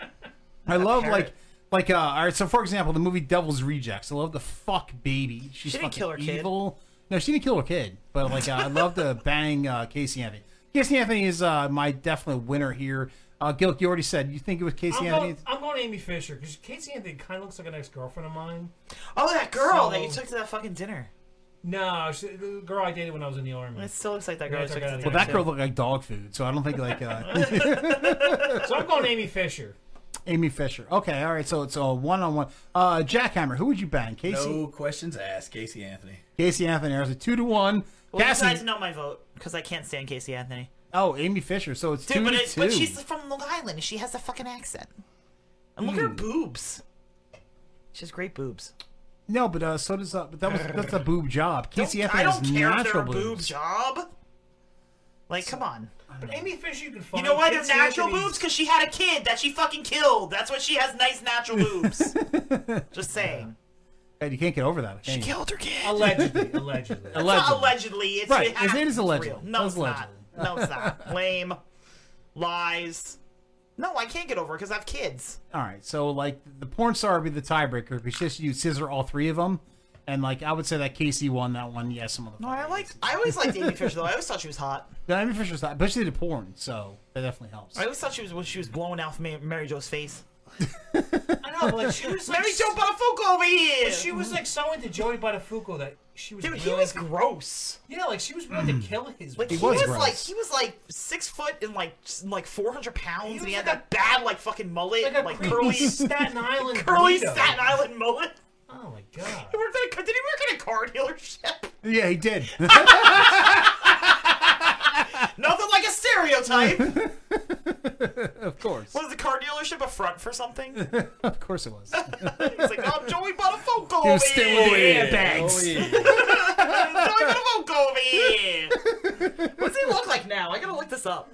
Speaker 5: I love like like uh. All right, so for example, the movie Devil's Rejects. I love the fuck baby.
Speaker 22: She
Speaker 5: She's
Speaker 22: didn't
Speaker 5: fucking
Speaker 22: kill her kid.
Speaker 5: evil. No, she didn't kill her kid, but like uh, I love to bang uh, Casey Anthony. Casey Anthony is uh, my definite winner here. Uh, Gilk, you already said you think it was Casey
Speaker 9: I'm
Speaker 5: Anthony.
Speaker 9: going, I'm going Amy Fisher because Casey Anthony kind of looks like an ex girlfriend of mine.
Speaker 22: Oh, that girl that you
Speaker 9: So-
Speaker 22: took to that fucking dinner.
Speaker 9: No, she, the girl I dated when I was in the army.
Speaker 22: It still looks like that
Speaker 9: Yeah,
Speaker 22: girl.
Speaker 9: it's
Speaker 22: you took
Speaker 9: like
Speaker 22: to
Speaker 9: that-
Speaker 22: dinner
Speaker 5: Well, that
Speaker 22: too.
Speaker 5: girl looked like dog food, so I don't think like uh,
Speaker 9: so I'm going Amy Fisher.
Speaker 5: Amy Fisher. Okay, all right. So it's a one on one. Uh, Jackhammer, who would you bang, Casey?
Speaker 11: No questions asked, Casey Anthony.
Speaker 5: Casey Anthony. There's a two to one.
Speaker 22: Well,
Speaker 5: Cassie-
Speaker 22: you guys know my vote because I can't stand Casey Anthony.
Speaker 5: Oh, Amy Fisher. So it's two
Speaker 22: Dude, but,
Speaker 5: to
Speaker 22: it,
Speaker 5: two.
Speaker 22: but she's from Long Island and she has a fucking accent. And look at her
Speaker 5: Hmm.
Speaker 22: boobs. She has great boobs.
Speaker 5: No, but uh, so does uh, but that was that's a boob job. Casey Anthony
Speaker 22: I don't
Speaker 5: has
Speaker 22: care if they're
Speaker 5: natural
Speaker 22: a
Speaker 5: boobs.
Speaker 22: boob job. Like, come on.
Speaker 9: But Amy Fisher, you can
Speaker 22: You
Speaker 9: find.
Speaker 22: know why they're
Speaker 9: Casey
Speaker 22: natural
Speaker 9: Anthony's-
Speaker 22: boobs? Because she had a kid that she fucking killed. That's why she has nice natural boobs. Just saying.
Speaker 5: God, you can't get over that. She
Speaker 22: killed her kid.
Speaker 9: Allegedly, allegedly.
Speaker 22: That's not allegedly. It's,
Speaker 5: Right,
Speaker 22: it, ha-
Speaker 5: it is
Speaker 22: it's
Speaker 5: allegedly.
Speaker 22: real. No,
Speaker 5: It was
Speaker 22: it's not. No, it's not. Lame. Lies. No, I can't get over it because I have kids.
Speaker 5: All right, so like the porn star would be the tiebreaker. It's just you scissor all three of them, and like I would say that Casey won that one. Yes, some of them.
Speaker 22: No, I like. I always liked Amy Fisher though. I always thought she was hot.
Speaker 5: But Amy Fisher's not, but she did porn, so that definitely helps.
Speaker 22: I always thought she was when she was blowing out Ma- Mary Jo's face.
Speaker 9: I know, but like she was like
Speaker 22: Mary Jo Buttafuoco over here.
Speaker 9: But she was like so into Joey Buttafuoco that she was.
Speaker 22: Dude, he
Speaker 9: willing
Speaker 22: was
Speaker 9: to-
Speaker 22: gross.
Speaker 9: Yeah, like she was willing to kill his.
Speaker 22: Like he, was, like he was like six foot and like s- like four hundred pounds, and he had that bad like fucking mullet, like,
Speaker 9: creepy
Speaker 22: curly
Speaker 9: Staten Island
Speaker 22: curly
Speaker 9: burrito.
Speaker 22: Staten Island mullet.
Speaker 9: Oh my god!
Speaker 22: He worked at a, car- did he work at a car dealership?
Speaker 5: Yeah, he did.
Speaker 22: Nothing like a stereotype.
Speaker 5: of course,
Speaker 22: was the car dealership a front for something? He's
Speaker 5: of course it was.
Speaker 22: like, oh, Joey Buttafuoco
Speaker 5: He
Speaker 22: over
Speaker 5: was still
Speaker 22: here.
Speaker 5: with the airbags.
Speaker 22: Joey Buttafuoco over here. What does he look like now? I gotta look this up.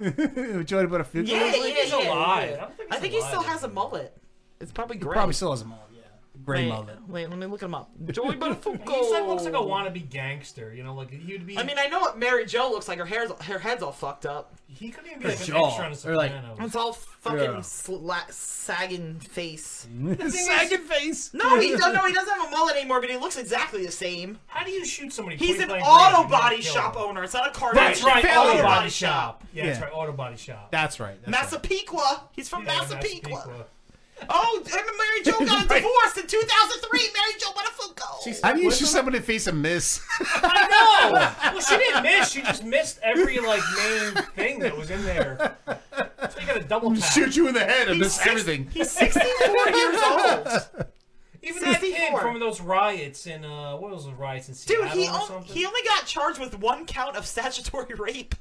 Speaker 5: Joey about a few.
Speaker 22: Yeah, yeah,
Speaker 9: he's
Speaker 22: yeah,
Speaker 9: alive.
Speaker 22: yeah.
Speaker 9: I don't think
Speaker 22: I
Speaker 9: he's
Speaker 22: think he still
Speaker 9: alive.
Speaker 22: has a mullet. It's probably
Speaker 5: He
Speaker 22: gray.
Speaker 5: probably still has them all. Yeah, gray
Speaker 22: Wait,
Speaker 5: mullet.
Speaker 22: Wait, let me look him up. Joey Buttafuoco.
Speaker 9: He said looks like a wannabe gangster. You know, like he'd be.
Speaker 22: I mean, I know what Mary Jo looks like. Her hair's her head's all fucked up.
Speaker 9: He could even be like an Jaw. extra on The Or like- Sopranos.
Speaker 22: it's all fucking
Speaker 9: Yeah.
Speaker 22: sla- sagging face.
Speaker 9: thing is- Sagging
Speaker 22: face. No, he doesn't. No, he doesn't have a mullet anymore, but he looks exactly the same.
Speaker 9: How do you shoot somebody?
Speaker 22: He's
Speaker 9: point
Speaker 22: an
Speaker 9: blank
Speaker 22: auto
Speaker 9: range and
Speaker 22: body
Speaker 9: kill
Speaker 22: shop
Speaker 9: him?
Speaker 22: owner. It's not a car.
Speaker 9: That's
Speaker 22: dealership.
Speaker 9: right,
Speaker 22: It's an
Speaker 9: auto body shop. Yeah,
Speaker 5: Yeah.
Speaker 9: that's right, auto body shop.
Speaker 5: That's right. That's right.
Speaker 22: Massapequa. He's from
Speaker 9: Yeah,
Speaker 22: Massapequa.
Speaker 9: Massapequa.
Speaker 22: Oh, him and Mary Jo got a divorce in 2003. Mary Jo Buttafuoco.
Speaker 5: How do you shoot someone in the face and miss?
Speaker 9: I know. Well, she didn't miss. She just missed every like main thing that was in there. So you got a double tap.
Speaker 5: Shoot you in the head and
Speaker 9: He's
Speaker 5: miss
Speaker 9: six-
Speaker 5: everything.
Speaker 22: He's 64 years old.
Speaker 9: Even that kid
Speaker 22: 64.
Speaker 9: from those riots in uh, what was those riots in
Speaker 22: Dude,
Speaker 9: Seattle
Speaker 22: he
Speaker 9: or
Speaker 22: on,
Speaker 9: something?
Speaker 22: he only got charged with one count of statutory rape.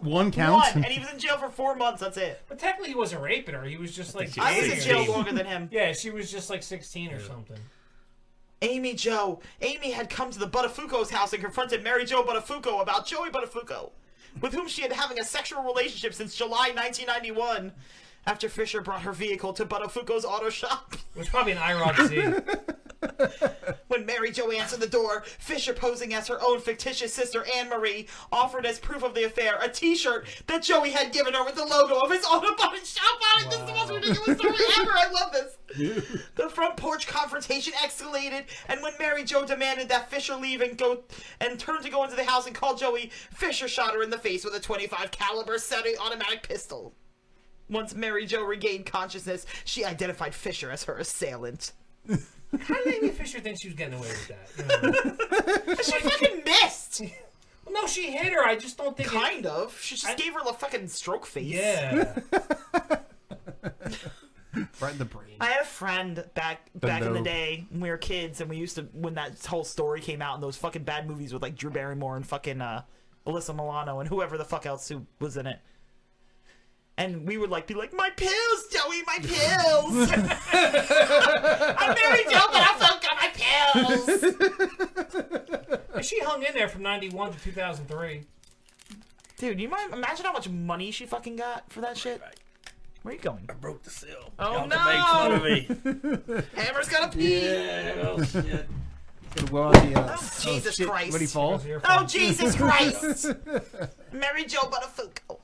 Speaker 5: One count.
Speaker 22: One, and he was in jail for four months. That's it.
Speaker 9: But technically, he wasn't raping her. He was just like.
Speaker 22: I was in jail
Speaker 9: 16.
Speaker 22: longer than him.
Speaker 9: Yeah, she was just like 16 or something.
Speaker 22: Amy Joe. Amy had come to the Buttafuoco's house and confronted Mary Joe Buttafuoco about Joey Buttafuoco, with whom she had having a sexual relationship since July 1991. After Fisher brought her vehicle to Buttafuoco's auto shop,
Speaker 9: It was probably an IROC Z.
Speaker 22: when Mary Joe answered the door, Fisher, posing as her own fictitious sister Anne Marie, offered as proof of the affair a T-shirt that Joey had given her with the logo of his auto body shop on it. This is the most ridiculous story ever. I love this. The front porch confrontation escalated, and when Mary Jo demanded that Fisher leave and go and turned to go into the house and call Joey, Fisher shot her in the face with a 25 caliber semi-automatic pistol. Once Mary Jo regained consciousness, she identified Fisher as her assailant.
Speaker 9: How did Amy Fisher think she was getting away with that?
Speaker 22: she fucking missed.
Speaker 9: Well, no, she hit her. I just don't think.
Speaker 22: Kind of. She just gave her the fucking stroke face.
Speaker 9: Yeah.
Speaker 5: Right in the brain.
Speaker 22: I had a friend back
Speaker 5: The
Speaker 22: back in the
Speaker 5: no.
Speaker 22: day when we were kids, and we used to when that whole story came out in those fucking bad movies with like Drew Barrymore and fucking uh, Alyssa Milano and whoever the fuck else who was in it. And we would like be like, my pills, Joey, my pills. I'm very Joe, but I still got my pills.
Speaker 9: And she hung in there from 91 to 2003.
Speaker 22: Dude, you might imagine how much money she fucking got for that shit. Where are you going? I broke the seal. Oh
Speaker 11: Y'all can
Speaker 22: no!
Speaker 11: make
Speaker 22: Hammer's gonna pee.
Speaker 11: oh, shit.
Speaker 5: Well, the, uh,
Speaker 22: Oh, Jesus
Speaker 5: shit,
Speaker 22: Christ.
Speaker 5: What'd he fall?
Speaker 22: Oh, Jesus Christ! Mary Jo Buttafuoco.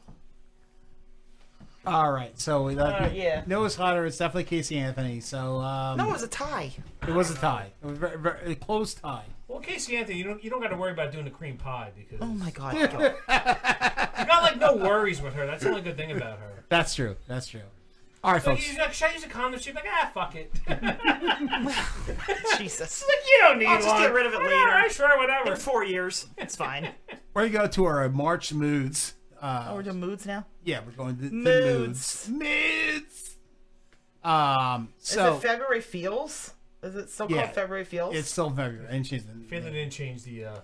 Speaker 5: All right, so uh,
Speaker 22: yeah.
Speaker 5: Noah's hotter. It's definitely Casey Anthony. So um,
Speaker 22: No, it was a tie.
Speaker 5: it was a tie. It was a very, very, a close tie.
Speaker 9: Well, Casey Anthony, you don't you don't got to worry about doing the cream pie because. Oh
Speaker 22: my god.
Speaker 9: She's got like no worries with her. That's the only good thing about her.
Speaker 5: That's true. That's true. All right,
Speaker 9: So
Speaker 5: folks.
Speaker 9: he's like, should I use a condom? She's like, ah, fuck it.
Speaker 22: Jesus.
Speaker 9: She's like, you don't need
Speaker 22: I'll just
Speaker 9: one.
Speaker 22: get rid of it
Speaker 9: "Ah,
Speaker 22: later.
Speaker 9: alright, sure, whatever.
Speaker 22: In four years. It's fine.
Speaker 5: We're gonna go to our March moods. Uh,
Speaker 22: oh, we're doing moods now?
Speaker 5: yeah, we're going to, to moods.
Speaker 22: Moods.
Speaker 5: Moods. Um. So
Speaker 22: Is it February Feels? Is it still
Speaker 5: Yeah.
Speaker 22: called February Feels?
Speaker 5: it's still February, and she's
Speaker 9: Feeling didn't change the. Uh...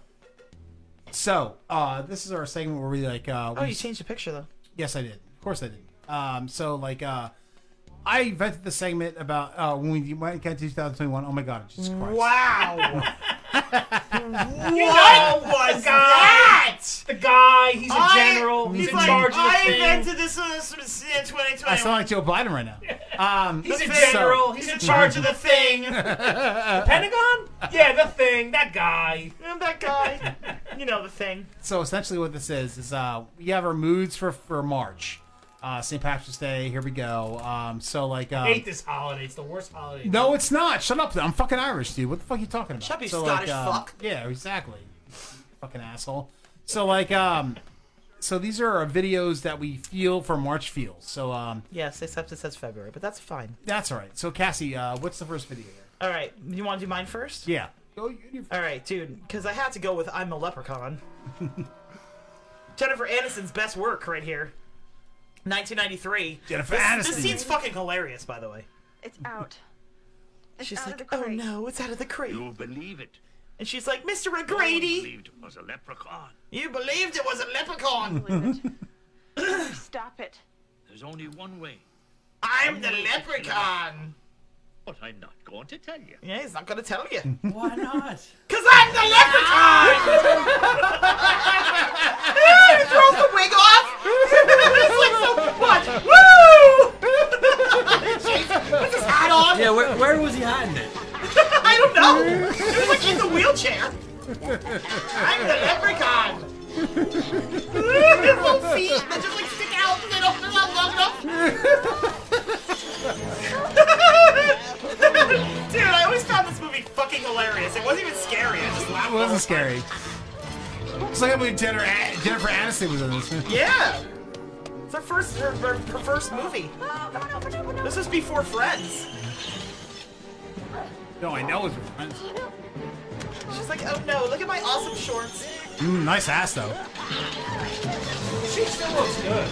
Speaker 5: So, uh, this is our segment where we like. Uh,
Speaker 22: Oh,
Speaker 5: we-
Speaker 22: you changed the picture though.
Speaker 5: Yes, I did. Of course, I did. Um, so like, uh, I invented the segment about uh, when we went to 2021. Oh my God, Jesus Christ!
Speaker 22: Wow.
Speaker 9: What
Speaker 22: What
Speaker 9: was
Speaker 22: was
Speaker 9: that? The guy, he's a
Speaker 22: I-
Speaker 9: general. he's in
Speaker 22: like,
Speaker 9: charge of the
Speaker 22: I
Speaker 9: thing.
Speaker 22: invented this in this- uh, in 2021.
Speaker 5: I sound like Joe Biden right now. Um,
Speaker 9: He's
Speaker 5: so-
Speaker 9: a general. he's in charge of the thing. the Pentagon? Yeah, the thing. That guy.
Speaker 22: that guy. you know the thing.
Speaker 5: So essentially, what this is is uh, we have our moods for for March, uh, St. Patrick's Day. Here we go. Um, so like, um,
Speaker 9: I hate this holiday. It's the worst holiday.
Speaker 5: no, it's not. Shut up! I'm fucking Irish, dude. What the fuck are you talking about?
Speaker 9: Shut up, you
Speaker 5: So,
Speaker 9: Scottish
Speaker 5: um,
Speaker 9: fuck.
Speaker 5: Yeah, exactly. fucking asshole. So like, um, so these are our videos that we feel for March feels. So um,
Speaker 22: Yes, except it says February, but that's fine.
Speaker 5: that's all right. So Cassie, uh, what's the first video? Here?
Speaker 22: All right, you want to do mine first?
Speaker 5: Yeah.
Speaker 22: All right, dude, because I had to go with I'm a leprechaun. Jennifer Aniston's best work right here. 1993.
Speaker 5: Jennifer
Speaker 22: this,
Speaker 5: Aniston.
Speaker 22: This scene's fucking hilarious, by the way.
Speaker 28: It's out. It's
Speaker 22: she's
Speaker 28: out
Speaker 22: like,
Speaker 28: of the
Speaker 22: oh
Speaker 28: crate."
Speaker 22: no, it's out of the crate.
Speaker 16: You believe it?
Speaker 22: And she's like, Mr.
Speaker 16: No one
Speaker 22: O'Grady,
Speaker 16: believed it was a leprechaun.
Speaker 22: you believed it was a leprechaun.
Speaker 28: Stop it.
Speaker 16: There's only one way.
Speaker 22: I'm
Speaker 16: One
Speaker 22: the
Speaker 16: way to
Speaker 22: leprechaun.
Speaker 16: But I'm not going to tell you.
Speaker 22: Yeah, he's not gonna tell you. Why
Speaker 5: not?
Speaker 22: Cause I'm the leprechaun. he throws the wig off. it's like so much. Woo! Put his hat on.
Speaker 19: Yeah, where, where was he hiding it?
Speaker 22: I don't know. It was like in the wheelchair. I'm the leprechaun. his little feet that just like stick out because they don't feel out long enough. Dude, I always found this movie fucking hilarious. It wasn't even scary. I just laughed.
Speaker 5: It wasn't scary. It's like I believe Jennifer, An- Jennifer Aniston was in this.
Speaker 22: Yeah. It's her first, her, her, her first movie. This was before Friends.
Speaker 5: No, I know it's friends.
Speaker 22: She's like, oh no, look at my awesome shorts.
Speaker 5: Mm, nice ass though.
Speaker 22: She still looks good.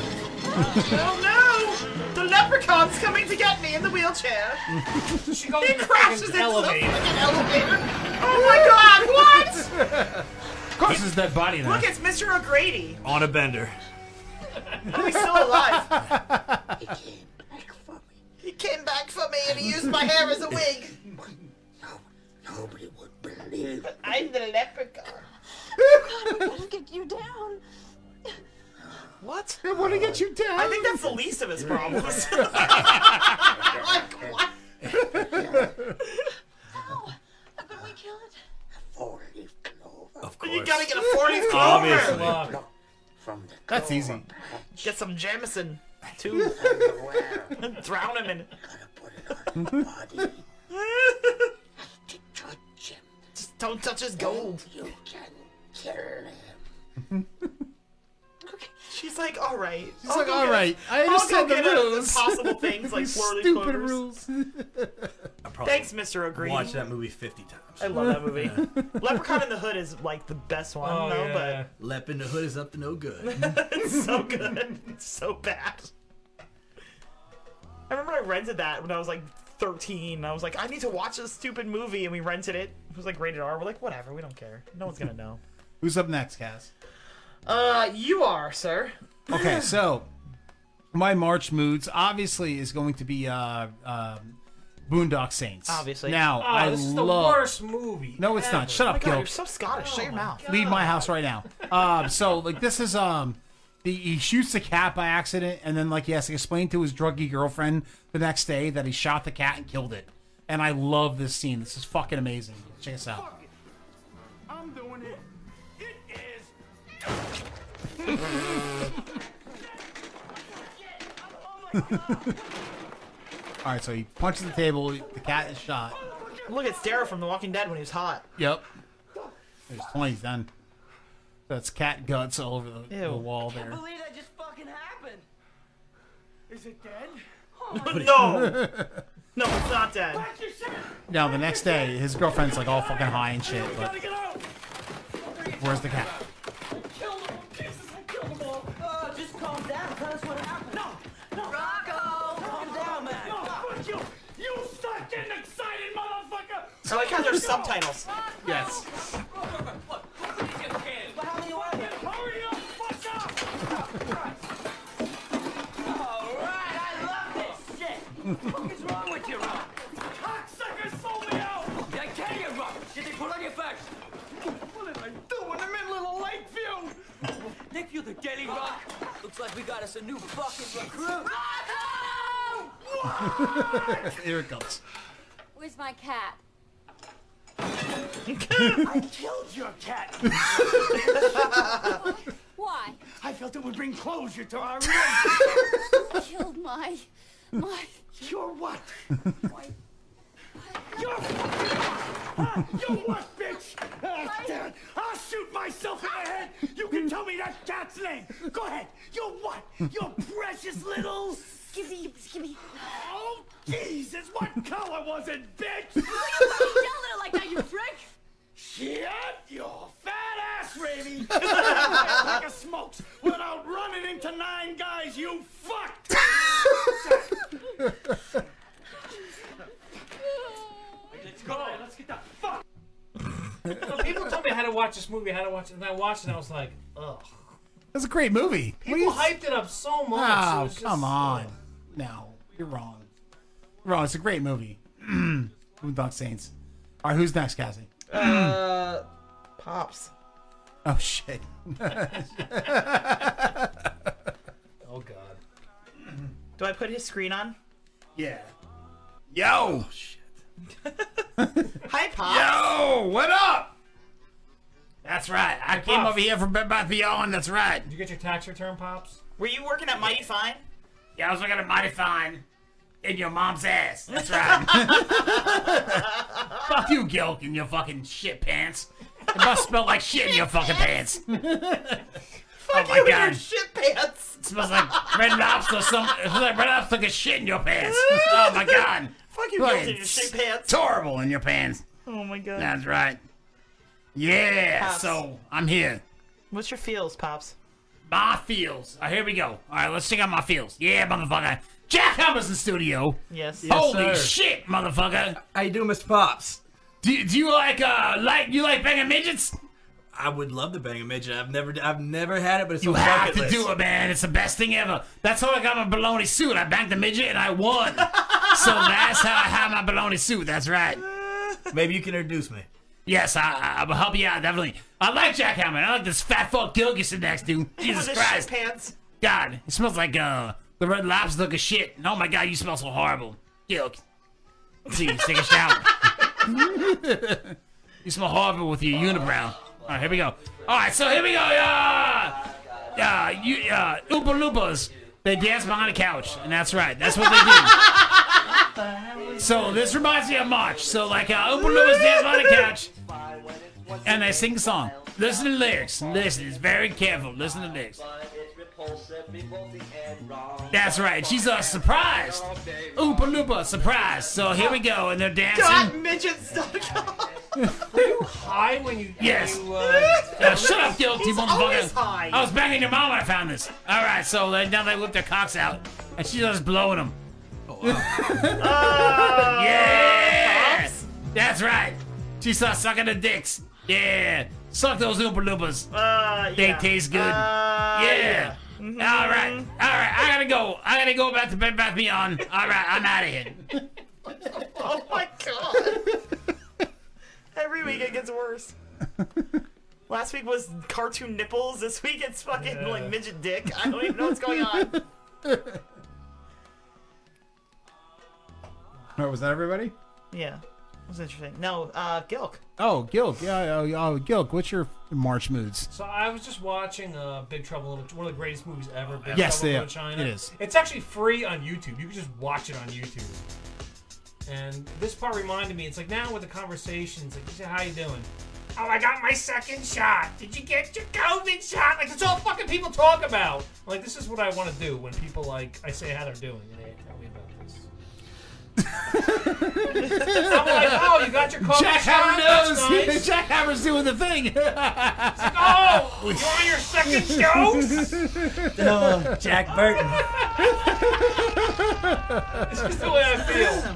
Speaker 22: oh no! The leprechaun's coming to get me in the wheelchair.
Speaker 9: she goes
Speaker 22: he
Speaker 9: in the
Speaker 22: crashes
Speaker 9: fucking
Speaker 22: into
Speaker 9: elevator.
Speaker 22: the fucking elevator. Oh my god, what?
Speaker 5: Of course, it's dead body now.
Speaker 22: Look, it's Mr. O'Grady.
Speaker 19: On a bender.
Speaker 22: Oh, he's still alive. He came back for me and he used my hair as a wig.
Speaker 16: Nobody would believe it.
Speaker 22: I'm the leprechaun.
Speaker 28: God, we gotta get you down.
Speaker 22: What?
Speaker 5: I want to get you down.
Speaker 22: I think that's the least of his problems. like, what?
Speaker 16: Of
Speaker 22: You gotta get a 40 clover.
Speaker 5: That's easy.
Speaker 22: Get some Jameson, too. and drown him in. Just don't touch his gold. You can kill him. She's like, all right.
Speaker 5: She's like, "All right, I understand the rules."
Speaker 22: Possible things like swirly
Speaker 5: Stupid
Speaker 22: clovers.
Speaker 5: rules.
Speaker 22: Thanks, Mr. O'Grady.
Speaker 19: Watch that movie 50 times.
Speaker 22: I love that movie. Leprechaun in the Hood is like the best one,
Speaker 19: Oh,
Speaker 22: though.
Speaker 19: yeah. Lep in the hood is up to no good.
Speaker 22: But it's so good. It's so bad. I remember I rented that when I was like 13. I was like, I need to watch this stupid movie, and we rented it. It was like rated R. We're like, whatever. We don't care. No one's gonna know.
Speaker 5: Who's up next, Cass?
Speaker 22: Uh, you are, sir.
Speaker 5: Okay, so my March moods obviously is going to be uh, um, Boondock Saints.
Speaker 22: Obviously.
Speaker 5: Now
Speaker 22: Oh,
Speaker 5: I
Speaker 22: this is the
Speaker 5: love.
Speaker 22: worst movie
Speaker 5: No, it's
Speaker 22: ever.
Speaker 5: not. Shut
Speaker 22: Oh
Speaker 5: up,
Speaker 22: my God,
Speaker 5: Gil.
Speaker 22: you're so Scottish. Oh Shut your mouth.
Speaker 5: Leave my house right now. Um, so like this is um, the, he shoots the cat by accident, and then like he has to explain to his druggy girlfriend the next day that he shot the cat and killed it. And I love this scene. This is fucking amazing. Check this out.
Speaker 25: I'm doing it. It is.
Speaker 5: All right, so he punches the table. The cat is shot.
Speaker 22: Look at Stara from The Walking Dead when he was hot.
Speaker 5: Yep. There's 20's done.
Speaker 4: That's cat guts all over the, the wall
Speaker 7: I can't
Speaker 4: there.
Speaker 7: believe that just fucking happened.
Speaker 6: Is it dead?
Speaker 7: Oh
Speaker 22: no, no, it's not dead.
Speaker 4: Now the next day, his girlfriend's like all fucking high and shit. But where's the cat?
Speaker 7: Killed them all. Jesus, I killed them all. Oh, just calm down. Tell us what happened. No, no. Rocco, calm down, man.
Speaker 6: No, fuck you! You start getting excited, motherfucker!
Speaker 22: I like how there's subtitles.
Speaker 4: Yes.
Speaker 6: Hurry up! Fuck up!
Speaker 7: What is wrong with you, Rock? Cocksucker sold me out! I tell you, Rock, did they put on your facts? What did I do in the middle of Lakeview? Lakeview, the Daily Rock. Looks like we got us a new fucking recruit.
Speaker 4: Here it comes.
Speaker 3: Where's my cat?
Speaker 6: I killed your cat!
Speaker 3: Why?
Speaker 6: I felt it would bring closure to our relationship!
Speaker 3: Killed my. my.
Speaker 6: Your what? Your what? Your what, bitch? Ah, damn it. I'll shoot myself in the head! You can tell me that cat's name! Go ahead! Your what? Your precious little.
Speaker 3: Skizzy, skibby.
Speaker 6: Oh, Jesus! What color was it, bitch?
Speaker 7: Yell at her like that, you prick!
Speaker 6: Shut your fat ass, Raby! like a smokes without running into nine guys you fucked!
Speaker 9: Let's go. Let's get the fuck. people told me how to watch this movie, how to watch it, and I watched it, and I was like, ugh.
Speaker 4: That's a great movie.
Speaker 9: People hyped it up so much.
Speaker 5: Ah,
Speaker 9: it
Speaker 4: Oh,
Speaker 9: was just-
Speaker 4: come on. No, you're wrong. You're wrong. It's a great movie. Boondock Saints. All right, who's next, Cassie?
Speaker 22: Uh, pops.
Speaker 4: Oh shit.
Speaker 22: Oh god. Do I put his screen on? Oh,
Speaker 4: Yeah. Yo.
Speaker 22: Hi, pops.
Speaker 4: Yo, what up? That's right. I came
Speaker 9: Pops.
Speaker 4: over here from Bed Bath Beyond. That's right.
Speaker 9: Did you get your tax return, pops?
Speaker 22: Were you working at Mighty Fine?
Speaker 4: Yeah, I was looking at Mighty Fine in your mom's ass. That's right. Fuck you, Gilk, in your fucking shit pants. It must smell like shit in your fucking pants. oh my
Speaker 22: you in your
Speaker 4: god.
Speaker 22: shit pants.
Speaker 4: It smells like red lobster. Some it smells like red lobster took a shit in your pants. Oh my god.
Speaker 22: Fuck you,
Speaker 4: Look,
Speaker 22: Gilk, in your shit pants.
Speaker 4: It's horrible in your pants.
Speaker 22: Oh my god.
Speaker 4: That's right. Yeah.
Speaker 22: Pops.
Speaker 4: So I'm here.
Speaker 22: What's your feels, pops?
Speaker 4: My feels. Uh, here we go. All right, let's check out my feels. Yeah, motherfucker. Jack Hubbard's in studio.
Speaker 22: Yes.
Speaker 4: Holy shit, motherfucker!
Speaker 11: How you do, Mr. Pops?
Speaker 4: Do, do you like uh like you like banging midgets?
Speaker 11: I would love to bang a midget. I've never I've never had it, but it's
Speaker 4: You
Speaker 11: on my
Speaker 4: have
Speaker 11: bucket
Speaker 4: to
Speaker 11: list.
Speaker 4: do it, man. It's the best thing ever. That's how I got my baloney suit. I banked the midget and I won. so that's how I have my baloney suit. That's right.
Speaker 11: Maybe you can introduce me.
Speaker 4: Yes, I, I, I will help you out definitely. I like Jack Hammond. I like this fat fuck Gilgison next to.
Speaker 22: With his
Speaker 4: Jesus
Speaker 22: shit
Speaker 4: Christ,
Speaker 22: pants.
Speaker 4: God, it smells like uh the red lobster look of shit. And, Oh my God, you smell so horrible, Gilg. See, take a shower. you smell horrible with your unibrow. All right, here we go. All right, so here we go. Yeah, yeah, you, uh, Oompa Loompas. They dance behind a couch, and that's right. That's what they do. so this reminds me of March. So like uh, Oompa Loompas dance behind a couch, and they sing a song. Listen to the lyrics. Listen, it's very careful. Listen to the lyrics. That's right. She's uh, surprised. Oompa Loompa surprised. So here we go, and they're dancing.
Speaker 22: God, midgets.com. Were you high when you?
Speaker 4: Yes.
Speaker 22: You, uh,
Speaker 4: Now, shut up, guilty
Speaker 22: He's always
Speaker 4: motherfucker.
Speaker 22: high.
Speaker 4: I was banging your mom when I found this. All right, so uh, now they whip their cocks out, and she's just blowing them.
Speaker 9: Uh,
Speaker 4: yeah. That's right. She saw sucking the dicks. Yeah. Suck those Oompa Loompas.
Speaker 22: Uh,
Speaker 4: They taste good. yeah. All right.
Speaker 9: Mm-hmm.
Speaker 4: All right. I gotta go. I gotta go back to Bed Bath Beyond. All right. I'm out of here.
Speaker 22: Oh my god. Every week it gets worse. Last week was cartoon nipples. This week it's fucking like midget dick. I don't even know what's going on.
Speaker 4: Oh, was that everybody?
Speaker 22: Yeah, was interesting. No, uh, Gilk.
Speaker 4: Oh, Gilk. Yeah, oh, Gilk. What's your March moods?
Speaker 9: So I was just watching uh, Big Trouble in Little one of the greatest movies ever. Big Trouble
Speaker 4: Yes,
Speaker 9: in
Speaker 4: they-
Speaker 9: Little China.
Speaker 4: it is.
Speaker 9: It's actually free on YouTube. You can just watch it on YouTube. And this part reminded me. It's like now with the conversations, like, "Yeah, how you doing? Oh, I got my second shot. Did you get your COVID shot? Like that's all fucking people talk about. Like this is what I want to do when people like I say how they're doing and they tell me about this. I'm like, oh, you got your COVID
Speaker 5: Jack
Speaker 9: shot.
Speaker 5: Hammer
Speaker 9: That's
Speaker 5: knows.
Speaker 9: nice.
Speaker 5: Jack Hammer's doing the thing.
Speaker 9: Oh, you want your second dose?
Speaker 4: Oh, Jack Burton.
Speaker 9: This is the way I feel.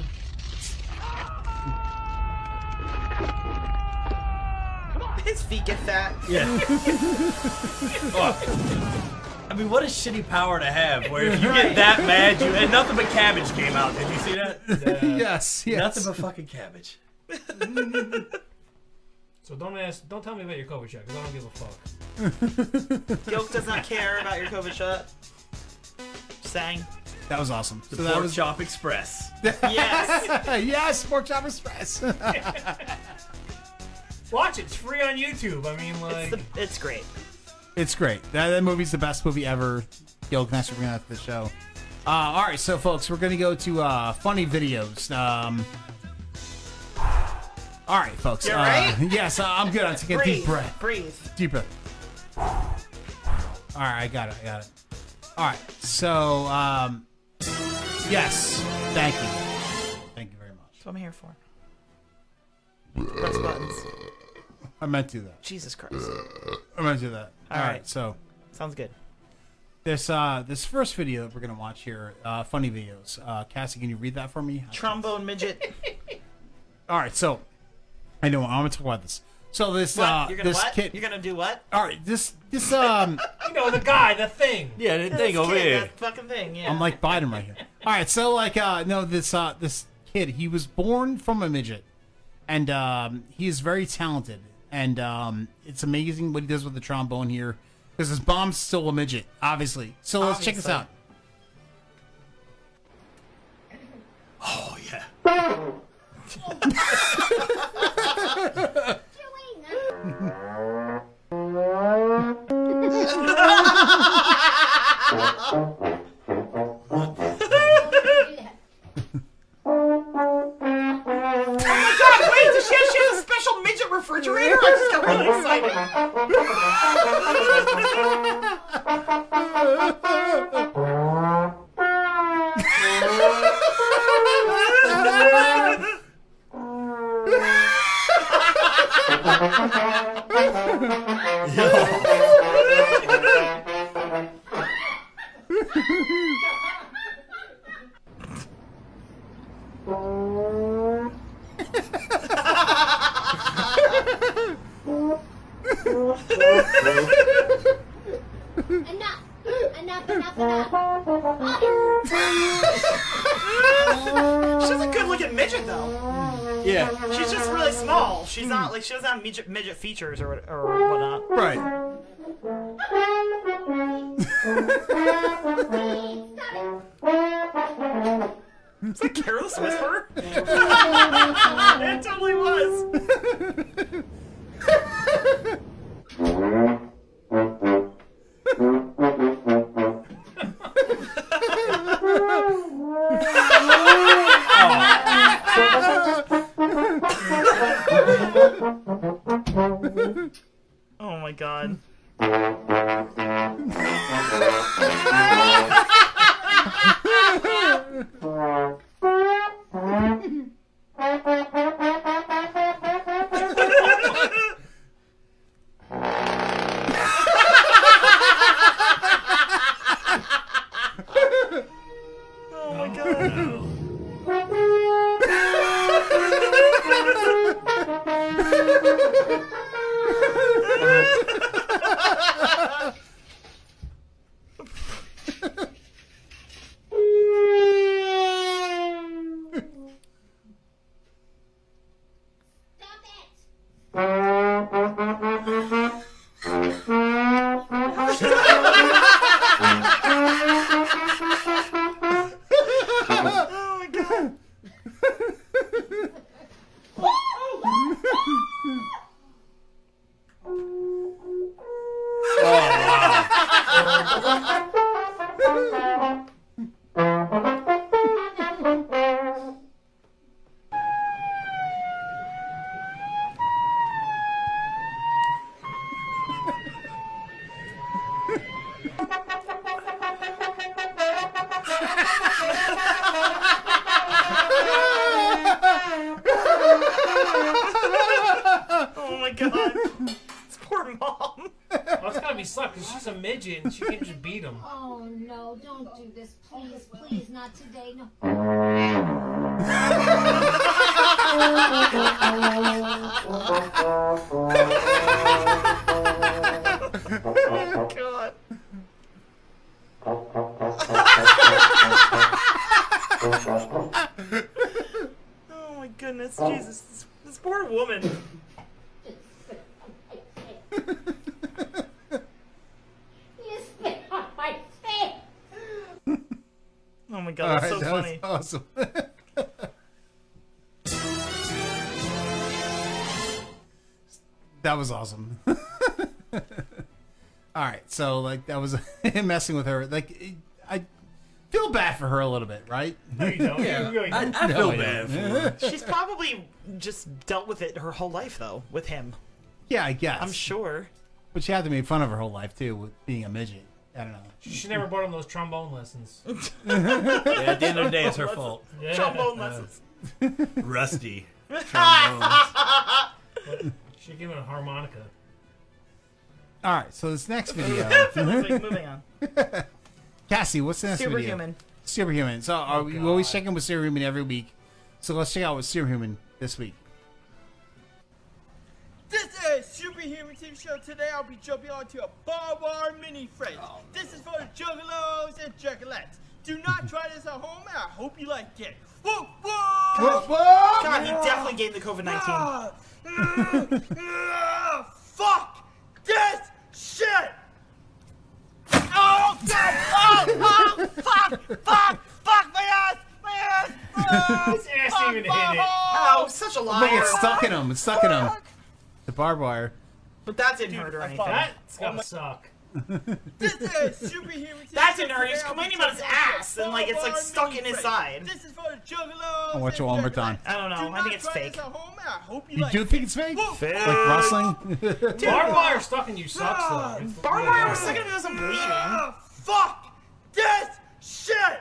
Speaker 6: His feet get fat.
Speaker 11: I mean, what a shitty power to have where if you get that mad, you and nothing but cabbage came out. Did you see that?
Speaker 9: uh,
Speaker 5: yes, yes.
Speaker 11: Nothing but fucking cabbage.
Speaker 9: So don't ask, don't tell me about your COVID shot because I don't give a fuck.
Speaker 6: Yoke does not care about your COVID shot. Sang.
Speaker 5: That was awesome.
Speaker 11: The
Speaker 5: So that
Speaker 11: Pork
Speaker 5: was-
Speaker 11: Chop Express.
Speaker 5: yes. yes, Pork Chop Express.
Speaker 9: Watch it. It's free on YouTube. I mean, like, it's,
Speaker 6: great.
Speaker 5: It's great. That, that movie's the best movie ever. Yo, thanks for bringing that to the show. Uh, all right, so folks, we're gonna go to uh, funny videos. Um, all right, folks.
Speaker 6: You
Speaker 5: uh,
Speaker 6: alright?
Speaker 5: Yes, uh, I'm good. I'm taking a deep
Speaker 6: Breathe.
Speaker 5: breath.
Speaker 6: Breathe.
Speaker 5: Deep breath. All right, I got it. I got it. All right, so um, yes, thank you, thank you very much.
Speaker 6: That's what I'm here for. Press buttons.
Speaker 5: I meant to do that.
Speaker 6: Jesus Christ.
Speaker 5: I meant to do that.
Speaker 6: All
Speaker 5: all right.
Speaker 6: right.
Speaker 5: so
Speaker 6: Sounds good.
Speaker 5: this uh, this first video that we're gonna watch here, uh, funny videos. Uh, Cassie, can you read that for me?
Speaker 6: Trombone midget.
Speaker 5: All right, so I know I'm gonna talk about this. So this
Speaker 6: What?
Speaker 5: uh,
Speaker 6: You're gonna
Speaker 5: this
Speaker 6: what?
Speaker 5: kid.
Speaker 6: You're gonna do what?
Speaker 5: All right, this this um.
Speaker 9: you know the guy, the thing.
Speaker 5: Yeah, the
Speaker 6: This
Speaker 5: thing over
Speaker 6: kid,
Speaker 5: here.
Speaker 6: That fucking thing. Yeah.
Speaker 5: I'm like Biden right here. All right, so like uh, no, this uh, this kid, he was born from a midget, and um, he is very talented, and um, it's amazing what he does with the trombone here, because his mom's still a midget, obviously. So let's check this
Speaker 6: Obviously.
Speaker 5: out.
Speaker 11: Oh yeah.
Speaker 6: Oh my god, wait, does she actually have a special midget refrigerator? I just got really excited. She's a good looking midget though.
Speaker 5: Yeah.
Speaker 6: She's just really small. She's not like she doesn't have midget midget features or what- or whatnot.
Speaker 5: Right.
Speaker 6: Oh Is that careless whisper? it totally was. Oh my god. Oh my god. Oh
Speaker 22: oh my god.
Speaker 9: This poor mom. well, it's gotta be slept because she's a midget and she can't just beat him.
Speaker 34: Oh no, don't do this. Please, please, not today. No.
Speaker 22: God. Oh my goodness, Jesus. This, this poor woman.
Speaker 34: You spit on my face.
Speaker 22: Oh my god, that's
Speaker 5: All
Speaker 22: so funny.
Speaker 5: right, that was awesome. that was awesome. All right, so like that was him messing with her. Like it- I feel bad for her a little bit, right? No,
Speaker 22: you don't. You really don't. I- I feel bad
Speaker 5: for
Speaker 22: She's probably just dealt with it her whole life, though, with him.
Speaker 5: yeah, I guess.
Speaker 22: I'm sure.
Speaker 5: But she had to make fun of her whole life too, with being a midget. I don't know.
Speaker 9: She should never bought him those trombone lessons.
Speaker 5: at the end of the day,
Speaker 11: it's her fault.
Speaker 9: Yeah.
Speaker 22: Trombone lessons.
Speaker 11: Rusty.
Speaker 9: She gave him a harmonica.
Speaker 5: All right, so this next video.
Speaker 9: Phil's like, moving
Speaker 22: on.
Speaker 5: Cassie, what's the next video?
Speaker 22: Superhuman.
Speaker 5: Superhuman. So are we we always checking with Superhuman every week. So let's check out with Superhuman this week.
Speaker 6: This is Superhuman TV Show. Today I'll be jumping onto a barbed wire mini fridge.
Speaker 9: Oh.
Speaker 6: This is for the juggalos and juggalettes. Do not try this at home, and I hope you like it. Whoa, whoa!
Speaker 22: God, God, he definitely gave the COVID 19.
Speaker 6: Ah, ah, fuck this shit! Oh, God! Oh, oh, fuck! Fuck! Fuck my ass! My ass! Oh,
Speaker 22: His ass
Speaker 6: fuck
Speaker 22: even
Speaker 6: my
Speaker 22: hit it.
Speaker 6: hole!
Speaker 22: Oh, such a
Speaker 5: Look,
Speaker 22: liar.
Speaker 5: it's stuck in him. It's stuck in him. The barbed wire.
Speaker 22: But that didn't hurt or anything. Oh
Speaker 9: That's gotta suck.
Speaker 6: This is Superhuman TV
Speaker 22: That
Speaker 6: Show.
Speaker 22: didn't hurt. He was
Speaker 6: Today I'll be
Speaker 22: complaining about his
Speaker 6: jumping onto a
Speaker 22: ass, and like it's like
Speaker 6: barbed
Speaker 22: stuck
Speaker 6: wire
Speaker 22: in his
Speaker 6: mini
Speaker 22: side.
Speaker 6: fridge. This is for the juggalos.
Speaker 5: I'll watch it one more time.
Speaker 22: I don't know. I think it's fake.
Speaker 5: You do think it's fake? Like rustling?
Speaker 9: Barbed wire stuck in you sucks though.
Speaker 22: Barbed wire was sticking to me as I'm bleeding.
Speaker 6: Fuck this shit!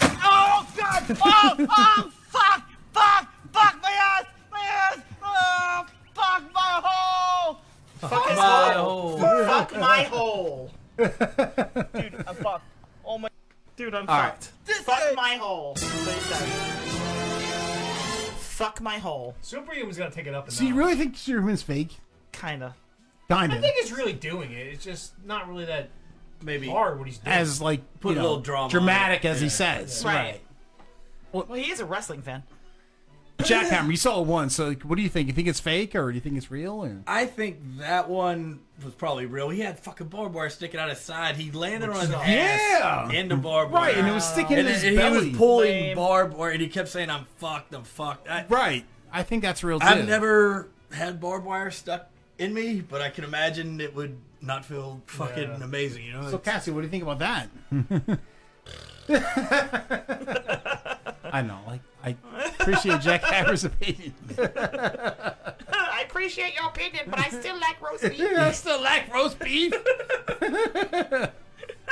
Speaker 6: Oh god! Oh, oh fuck! Fuck! Fuck my ass! My ass! Oh, fuck my hole!
Speaker 22: Fuck his hole. Fuck my hole.
Speaker 6: Dude, I'm fucked. Oh my.
Speaker 22: Dude, I'm
Speaker 6: All
Speaker 22: fucked. Fuck my hole. Please don't. Fuck my hole.
Speaker 9: Superhuman's gotta take it up. A
Speaker 5: So you really think Superhuman's fake?
Speaker 22: Kinda.
Speaker 5: Kinda.
Speaker 9: I think he's really doing it. It's just not really that maybe hard what he's doing.
Speaker 5: as like
Speaker 9: Put
Speaker 5: you
Speaker 9: a
Speaker 5: know,
Speaker 9: little drama on
Speaker 5: dramatic
Speaker 9: it.
Speaker 5: as he
Speaker 9: Yeah.
Speaker 5: says.
Speaker 9: Right.
Speaker 5: Right.
Speaker 22: Well, he is a wrestling fan.
Speaker 5: Jackhammer, you saw it once. So like, what do you think? You think it's fake or do you think it's real? Or
Speaker 11: I think that one was probably real. He had fucking barbed wire sticking out his side. He landed on his
Speaker 5: sucks.
Speaker 11: ass
Speaker 5: Yeah.
Speaker 11: into barbed wire.
Speaker 5: Right, and it was sticking in
Speaker 11: And
Speaker 5: his
Speaker 11: he
Speaker 5: belly.
Speaker 11: was pulling
Speaker 5: Lame.
Speaker 11: barbed wire, and he kept saying, "I'm fucked. I'm fucked." I,
Speaker 5: right. I think that's real too.
Speaker 11: I've never had barbed wire stuck in me, but I can imagine it would not feel fucking
Speaker 5: Yeah.
Speaker 11: amazing. You know.
Speaker 5: So Cassie, what do you think about that? I know, like I appreciate Jack Hammer's opinion.
Speaker 22: I appreciate your opinion, but I still like roast beef.
Speaker 5: I still like roast beef. All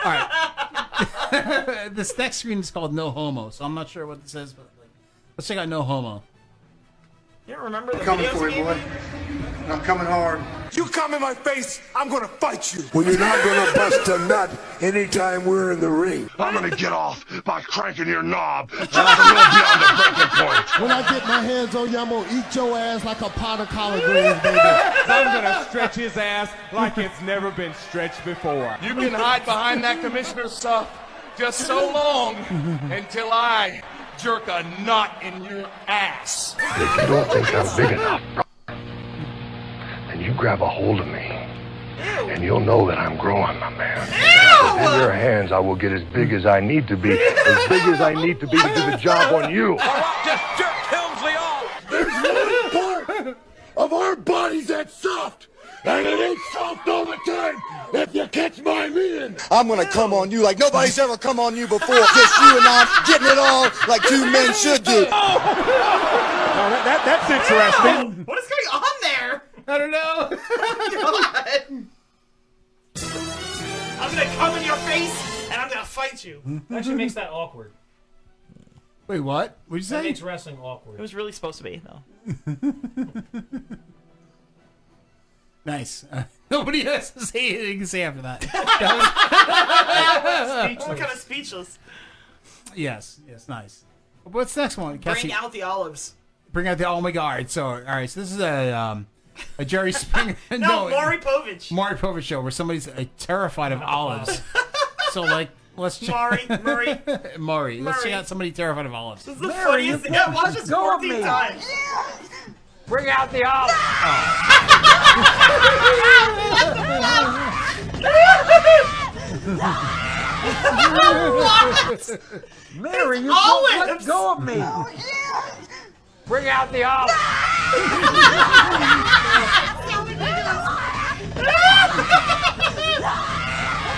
Speaker 5: right. this next screen is called No Homo, so I'm not sure what this is, but like, let's check out No Homo.
Speaker 22: You don't remember the
Speaker 5: Coming
Speaker 22: videos
Speaker 5: for
Speaker 22: he
Speaker 5: you,
Speaker 22: gave
Speaker 5: boy.
Speaker 22: me?
Speaker 5: I'm coming hard.
Speaker 35: You come in my face, I'm gonna fight you.
Speaker 31: Well, you're not gonna bust a nut anytime we're in the ring.
Speaker 36: I'm gonna get off by cranking your knob just a little beyond the breaking point.
Speaker 37: When I get my hands on you, I'm gonna eat your ass like a pot of collard greens, baby.
Speaker 38: I'm gonna stretch his ass like it's never been stretched before.
Speaker 33: You can hide behind that commissioner stuff just so long until I jerk a knot in your ass.
Speaker 31: If you don't think I'm big enough, then you grab a hold of me. And you'll know that I'm growing, my man. In your hands, I will get as big as I need to be. As big as I need to be to do the job on you.
Speaker 35: There's one part of our bodies that's soft, and it ain't soft all the time if you catch my meaning.
Speaker 29: I'm gonna come on you like nobody's ever come on you before. Just you and I getting it on like two men should do.
Speaker 35: Oh,
Speaker 29: that's
Speaker 22: Ew! What is going on there?
Speaker 5: I don't know.
Speaker 22: God. I'm gonna come in your face and I'm gonna fight you.
Speaker 9: Actually, makes that awkward.
Speaker 5: Wait, what? What you
Speaker 9: That
Speaker 5: say?
Speaker 9: makes wrestling awkward.
Speaker 6: It was really supposed to be, though.
Speaker 5: Nice. Uh, nobody has to say anything to say after that. That was-
Speaker 22: We're kind of speechless.
Speaker 5: yes, yes, nice. What's the next one? Cassie?
Speaker 22: Bring out the olives.
Speaker 5: Bring out the oh my god. So all right, so this is a um, a Jerry Springer.
Speaker 22: No, Maury Povich.
Speaker 5: Maury Povich show where somebody's uh, terrified of olives. so like, let's check.
Speaker 22: Maury, Murray.
Speaker 5: Maury, let's
Speaker 22: Maury.
Speaker 5: check out somebody terrified of olives.
Speaker 22: This is the funniest thing. Yeah, watch this 14 times. Bring out the olives.
Speaker 28: Mary, you
Speaker 22: Olives!
Speaker 28: won't let go of me. Bring out the olives.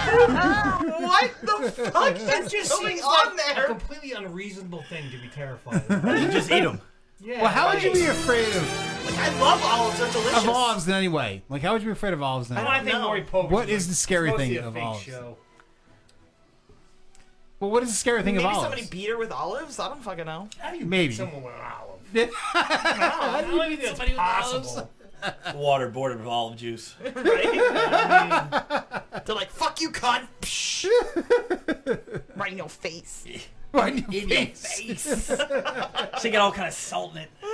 Speaker 22: what the fuck is
Speaker 9: It
Speaker 22: going
Speaker 9: seems
Speaker 22: on
Speaker 9: like
Speaker 22: there?
Speaker 9: A completely unreasonable thing to be terrified.
Speaker 5: just eat them.
Speaker 9: Yeah,
Speaker 5: well, how would you be
Speaker 9: right.
Speaker 5: afraid of,
Speaker 22: Like, I love olives. They're delicious.
Speaker 5: of olives in any way? Like, how would you be afraid of olives in
Speaker 9: I
Speaker 5: any
Speaker 9: don't think
Speaker 5: way?
Speaker 9: Maury Povich.
Speaker 5: What
Speaker 9: was-
Speaker 5: is the scary
Speaker 9: it's mostly
Speaker 5: thing
Speaker 9: a
Speaker 5: of
Speaker 9: fake
Speaker 5: olives?
Speaker 9: Show.
Speaker 5: Well, what is the scary thing
Speaker 22: Maybe
Speaker 5: of olives?
Speaker 22: somebody beat her with olives. I don't fucking know. How do
Speaker 5: you Maybe. beat someone
Speaker 22: someone with olives?
Speaker 9: I don't think that's
Speaker 22: somebody with
Speaker 9: possible.
Speaker 4: Water bordered with olive juice.
Speaker 22: They're like, "Fuck you, cunt!" Psh. right in your face.
Speaker 5: Right in
Speaker 22: your face.
Speaker 4: She got all kind of salt in it.
Speaker 9: Well,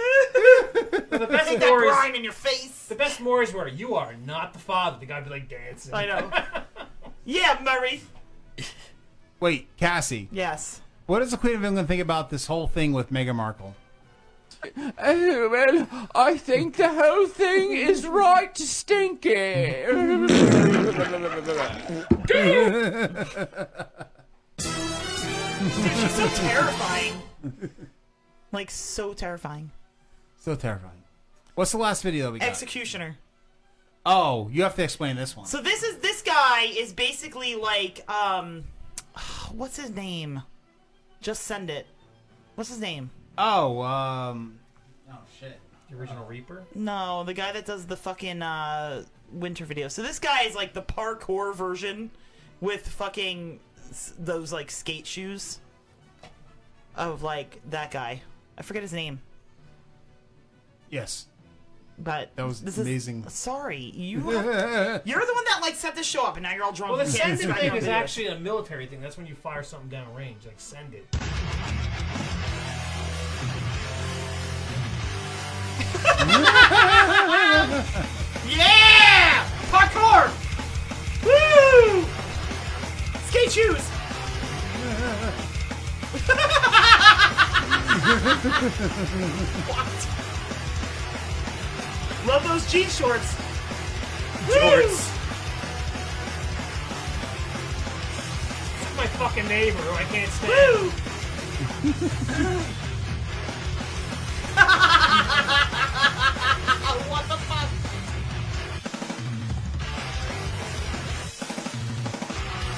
Speaker 9: the
Speaker 22: Make
Speaker 9: best
Speaker 22: that
Speaker 9: Maury's
Speaker 22: brine in your face.
Speaker 9: the best Maury's were you are not the father. The guy be like dancing.
Speaker 22: I know. yeah, Murray.
Speaker 5: Wait, Cassie,
Speaker 22: Yes.
Speaker 5: what does the Queen of England think about this whole thing with Meghan Markle?
Speaker 28: Oh, well, I think the whole thing is right stinky.
Speaker 22: Dude, she's so terrifying. Like so terrifying.
Speaker 5: So terrifying. What's the last video that we got?
Speaker 22: Executioner.
Speaker 5: oh, you have to explain this one.
Speaker 22: So this is this guy is basically like um, what's his name? Just send it. What's his name?
Speaker 5: Oh, um,
Speaker 9: Oh shit. The original Reaper.
Speaker 22: No, the guy that does the fucking uh, winter video. So this guy is like the parkour version with fucking s- those like skate shoes of like that guy. I forget his name,
Speaker 5: yes.
Speaker 22: but
Speaker 5: That was
Speaker 22: this
Speaker 5: amazing.
Speaker 22: Is, sorry, you you're the one that like set this show up, and now you're all drunk.
Speaker 9: Well, the
Speaker 22: and
Speaker 9: send
Speaker 22: shit.
Speaker 9: it
Speaker 22: I
Speaker 9: thing
Speaker 22: know
Speaker 9: is
Speaker 22: this.
Speaker 9: actually a military thing. That's when you fire something down range. Like send it.
Speaker 22: yeah, parkour. Woo! Skate shoes. Love those jean shorts. Shorts.
Speaker 9: This is my fucking neighbor who I can't stand.
Speaker 22: what the fuck?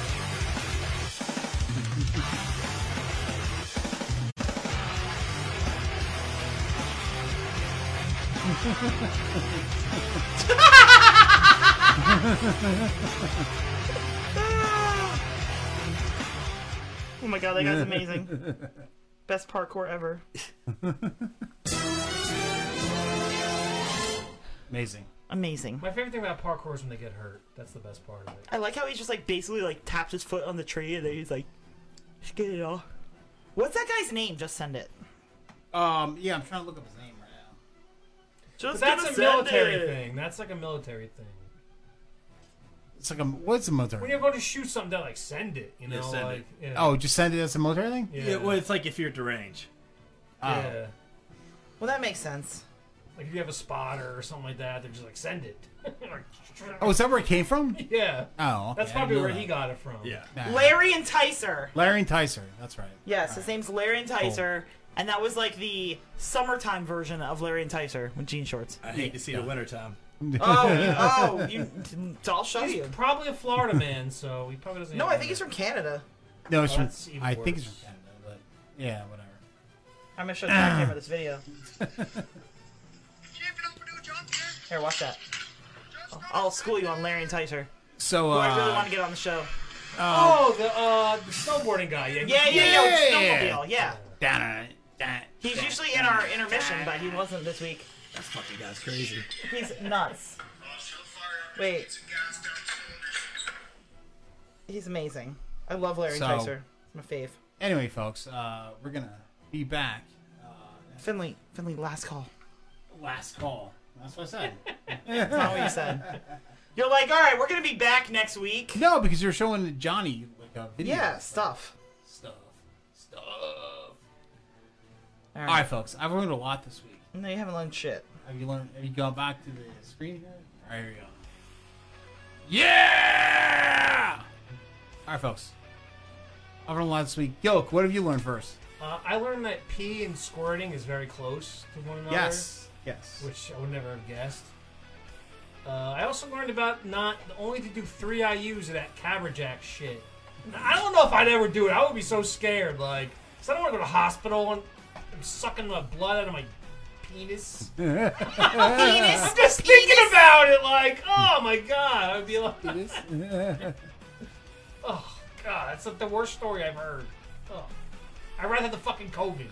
Speaker 22: Oh my god, that guy's amazing. Best parkour ever.
Speaker 5: Amazing.
Speaker 22: Amazing.
Speaker 9: My favorite thing about parkour is when they get hurt. That's the best part of it.
Speaker 22: I like how he just like basically like taps his foot on the tree and then he's like, "Just get it all. What's that guy's name? Just send it.
Speaker 5: Um, yeah, I'm trying to look up his name right now.
Speaker 22: Just
Speaker 9: that's
Speaker 22: gonna
Speaker 9: a
Speaker 22: send
Speaker 9: military
Speaker 22: it.
Speaker 9: thing. That's like a military thing.
Speaker 5: It's like a what's a
Speaker 9: When
Speaker 5: military?
Speaker 9: you're going to shoot something, they're like send it. You know,
Speaker 4: Yeah, send
Speaker 9: like
Speaker 4: it.
Speaker 9: Yeah.
Speaker 5: Oh, just send it as a military thing.
Speaker 4: Yeah.
Speaker 9: Yeah.
Speaker 4: well, it's like if you're deranged.
Speaker 11: Oh.
Speaker 9: yeah.
Speaker 22: Well, that makes sense.
Speaker 9: Like if you have a spotter or something like that, they're just like send it. Like,
Speaker 5: Oh, is that where it came from?
Speaker 9: yeah.
Speaker 5: Oh,
Speaker 9: That's
Speaker 5: okay, I
Speaker 9: probably
Speaker 5: didn't
Speaker 9: where
Speaker 5: know
Speaker 9: he
Speaker 5: that.
Speaker 9: got it from. Yeah.
Speaker 5: Nah.
Speaker 22: Larry and Ticer.
Speaker 5: Larry and Tyser. That's right.
Speaker 22: Yes, his name's Larry and Ticer, and that was like the summertime version of Larry and Ticer with jean shorts.
Speaker 4: I hate to see the winter time.
Speaker 22: Oh, you- oh, you, I'll show
Speaker 9: He's
Speaker 22: you.
Speaker 9: probably a Florida man, so he probably doesn't.
Speaker 22: No, I think he's from Canada.
Speaker 5: No, it's
Speaker 9: Oh,
Speaker 5: from,
Speaker 9: that's even
Speaker 5: I think it's
Speaker 9: worse.
Speaker 5: from Canada, but yeah, whatever.
Speaker 22: I'm gonna show the back camera this video. Here, watch that. I'll school you on Larry and Ticer,
Speaker 5: So,
Speaker 22: who I really want
Speaker 5: uh,
Speaker 22: to get on the show.
Speaker 9: oh, the uh, the snowboarding guy. Yeah,
Speaker 22: Yeah, yeah, yeah, with snowmobile, yeah.
Speaker 5: Down
Speaker 22: He's usually in our intermission, but he wasn't this week.
Speaker 19: This fucking guy's crazy.
Speaker 22: He's nuts. Wait. He's amazing. I love Larry
Speaker 5: So-
Speaker 22: Kaiser. He's my fave.
Speaker 5: Anyway, folks, uh, we're gonna be back.
Speaker 22: Finley, Finley, last call.
Speaker 5: Last call. That's what I said.
Speaker 22: That's not what you said. You're like, all right, we're gonna be back next week.
Speaker 5: No, because you're showing Johnny like a video.
Speaker 22: Yeah, stuff.
Speaker 5: Stuff. Stuff. All right, folks. I've learned a lot this week.
Speaker 22: No, you haven't learned shit.
Speaker 5: Have you learned? Have you gone back to the screen here? All right, here we go. Yeah. All right, folks. I've learned a lot this week. Yoke, what have you learned first?
Speaker 9: Uh, I learned that pee and squirting is very close to one another.
Speaker 5: Yes. Yes.
Speaker 9: Which I would never have guessed. Uh, I also learned about not only to do three IU's of that camera jack shit. And I don't know if I'd ever do it. I would be so scared, like, 'cause I don't want to go to hospital and I'm sucking the blood out of my penis. I'm just thinking about it, like, oh my god, I'd be like, oh god, that's like the worst story I've heard. Oh. I'd rather have the fucking COVID.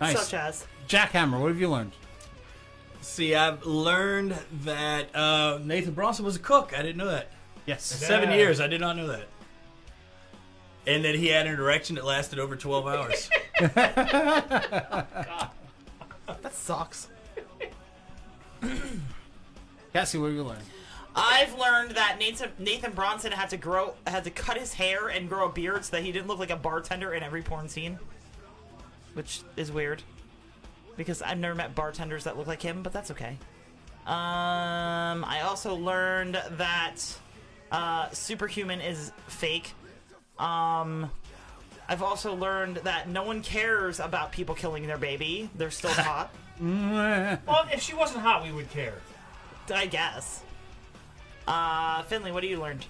Speaker 5: Nice.
Speaker 22: Such as.
Speaker 5: Jackhammer, what have you learned?
Speaker 4: Oh. See, I've learned that uh, Nathan Bronson was a cook. I didn't know that.
Speaker 5: Yes.
Speaker 4: Seven years. I did not know that. And that he had an erection that lasted over 12 hours.
Speaker 22: That sucks.
Speaker 5: Cassie, what have you learned?
Speaker 22: I've learned that Nathan, Nathan Bronson had to grow, had to cut his hair and grow a beard so that he didn't look like a bartender in every porn scene, which is weird because I've never met bartenders that look like him, but that's okay. Um, I also learned that uh, Superhuman is fake. Um, I've also learned that no one cares about people killing their baby; they're still hot.
Speaker 9: Well, if she wasn't hot, we would care.
Speaker 22: I guess. Uh, Finley, what have you learned?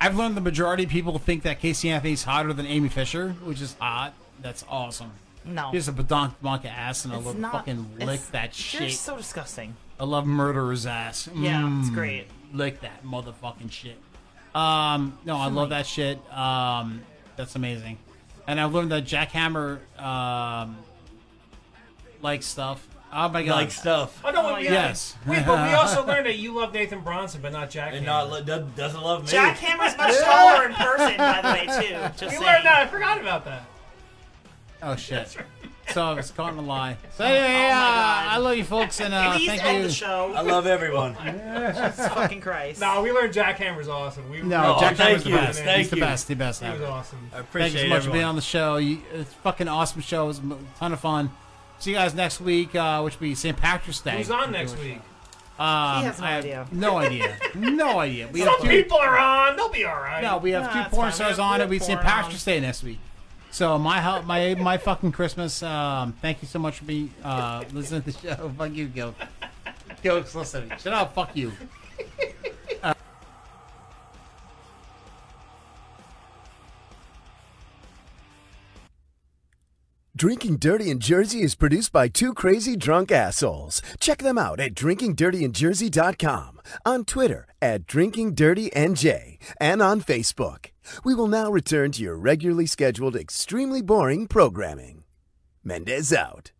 Speaker 5: I've learned the majority of people think that Casey Anthony's hotter than Amy Fisher, which is hot. That's awesome.
Speaker 22: No.
Speaker 5: He's a badonk monk ass, and I
Speaker 22: It's
Speaker 5: love
Speaker 22: not-
Speaker 5: fucking lick
Speaker 22: it's-
Speaker 5: that
Speaker 22: You're
Speaker 5: shit.
Speaker 22: so disgusting.
Speaker 5: I love murderer's ass. Mm.
Speaker 22: Yeah, it's great.
Speaker 5: Lick that motherfucking shit. Um, no, I love that shit. Um, that's amazing. And I've learned that Jackhammer um, likes stuff. Oh my god,
Speaker 4: Likes stuff.
Speaker 9: Oh no, we,
Speaker 5: yes.
Speaker 9: Wait, but we also learned that you love Nathan Bronson, but not Jack. And
Speaker 4: not doesn't love me.
Speaker 9: Jackhammer's
Speaker 22: much taller in person, by the way, too. Just
Speaker 9: we
Speaker 22: saying.
Speaker 9: learned that. I forgot about that.
Speaker 5: Oh shit. So I was caught in a lie. So anyway,
Speaker 22: Oh, my
Speaker 5: uh,
Speaker 22: God.
Speaker 5: I love you folks, and uh,
Speaker 22: Please
Speaker 5: thank
Speaker 22: end
Speaker 5: you.
Speaker 22: the show.
Speaker 5: I love everyone.
Speaker 9: Jesus
Speaker 22: fucking Christ.
Speaker 9: No, we learned Jackhammer's awesome. We
Speaker 5: No,
Speaker 9: Oh,
Speaker 5: Jack
Speaker 9: thank
Speaker 5: Hammer's the
Speaker 9: you,
Speaker 5: best.
Speaker 9: thank
Speaker 5: He's the
Speaker 9: you.
Speaker 5: best. The best.
Speaker 9: He was
Speaker 5: ever.
Speaker 9: awesome. I
Speaker 5: Thank
Speaker 4: appreciate
Speaker 5: you so much for
Speaker 4: everyone.
Speaker 5: being on the show. You, it's a fucking awesome show. It was a ton of fun. See you guys next week, uh, which will be St. Patrick's Day.
Speaker 9: Who's on next week?
Speaker 5: Um,
Speaker 9: He has no
Speaker 5: I have
Speaker 9: idea.
Speaker 5: No idea. No idea. We
Speaker 9: Some
Speaker 5: have two-
Speaker 9: people are on. They'll be all right.
Speaker 5: No, we have two porn stars on. It'll be St. Patrick's Day next week. So my hel- my my fucking Christmas. Um, thank you so much for being uh, listening to the show. Fuck you, Gil. Gil's listening. Shut up. Fuck you. Uh,
Speaker 7: Drinking Dirty in Jersey is produced by two crazy drunk assholes. Check them out at drinkingdirtyinjersey.com, on Twitter at drinkingdirtynj, and on Facebook. We will now return to your regularly scheduled, extremely boring programming. Mendez out.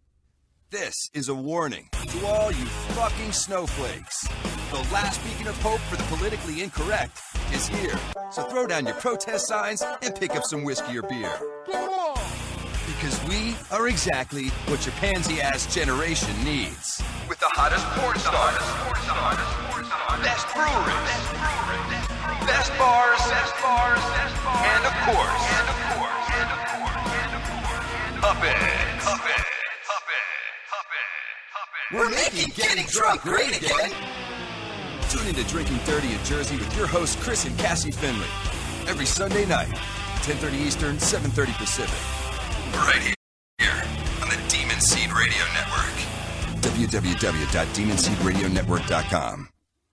Speaker 12: This is a warning to all you fucking snowflakes. The last beacon of hope for the politically incorrect is here. So throw down your protest signs and pick up some whiskey or beer. Because we are exactly what your pansy ass generation needs. With the hottest porn stars, best breweries, best bars, and of course, Puppets. We're making getting drunk great again. Tune into Drinking Dirty in Jersey with your hosts Chris and Cassie Finley every Sunday night, 10:30 Eastern, 7:30 Pacific, right here on the Demon Seed Radio Network. www.demonseedradionetwork.com.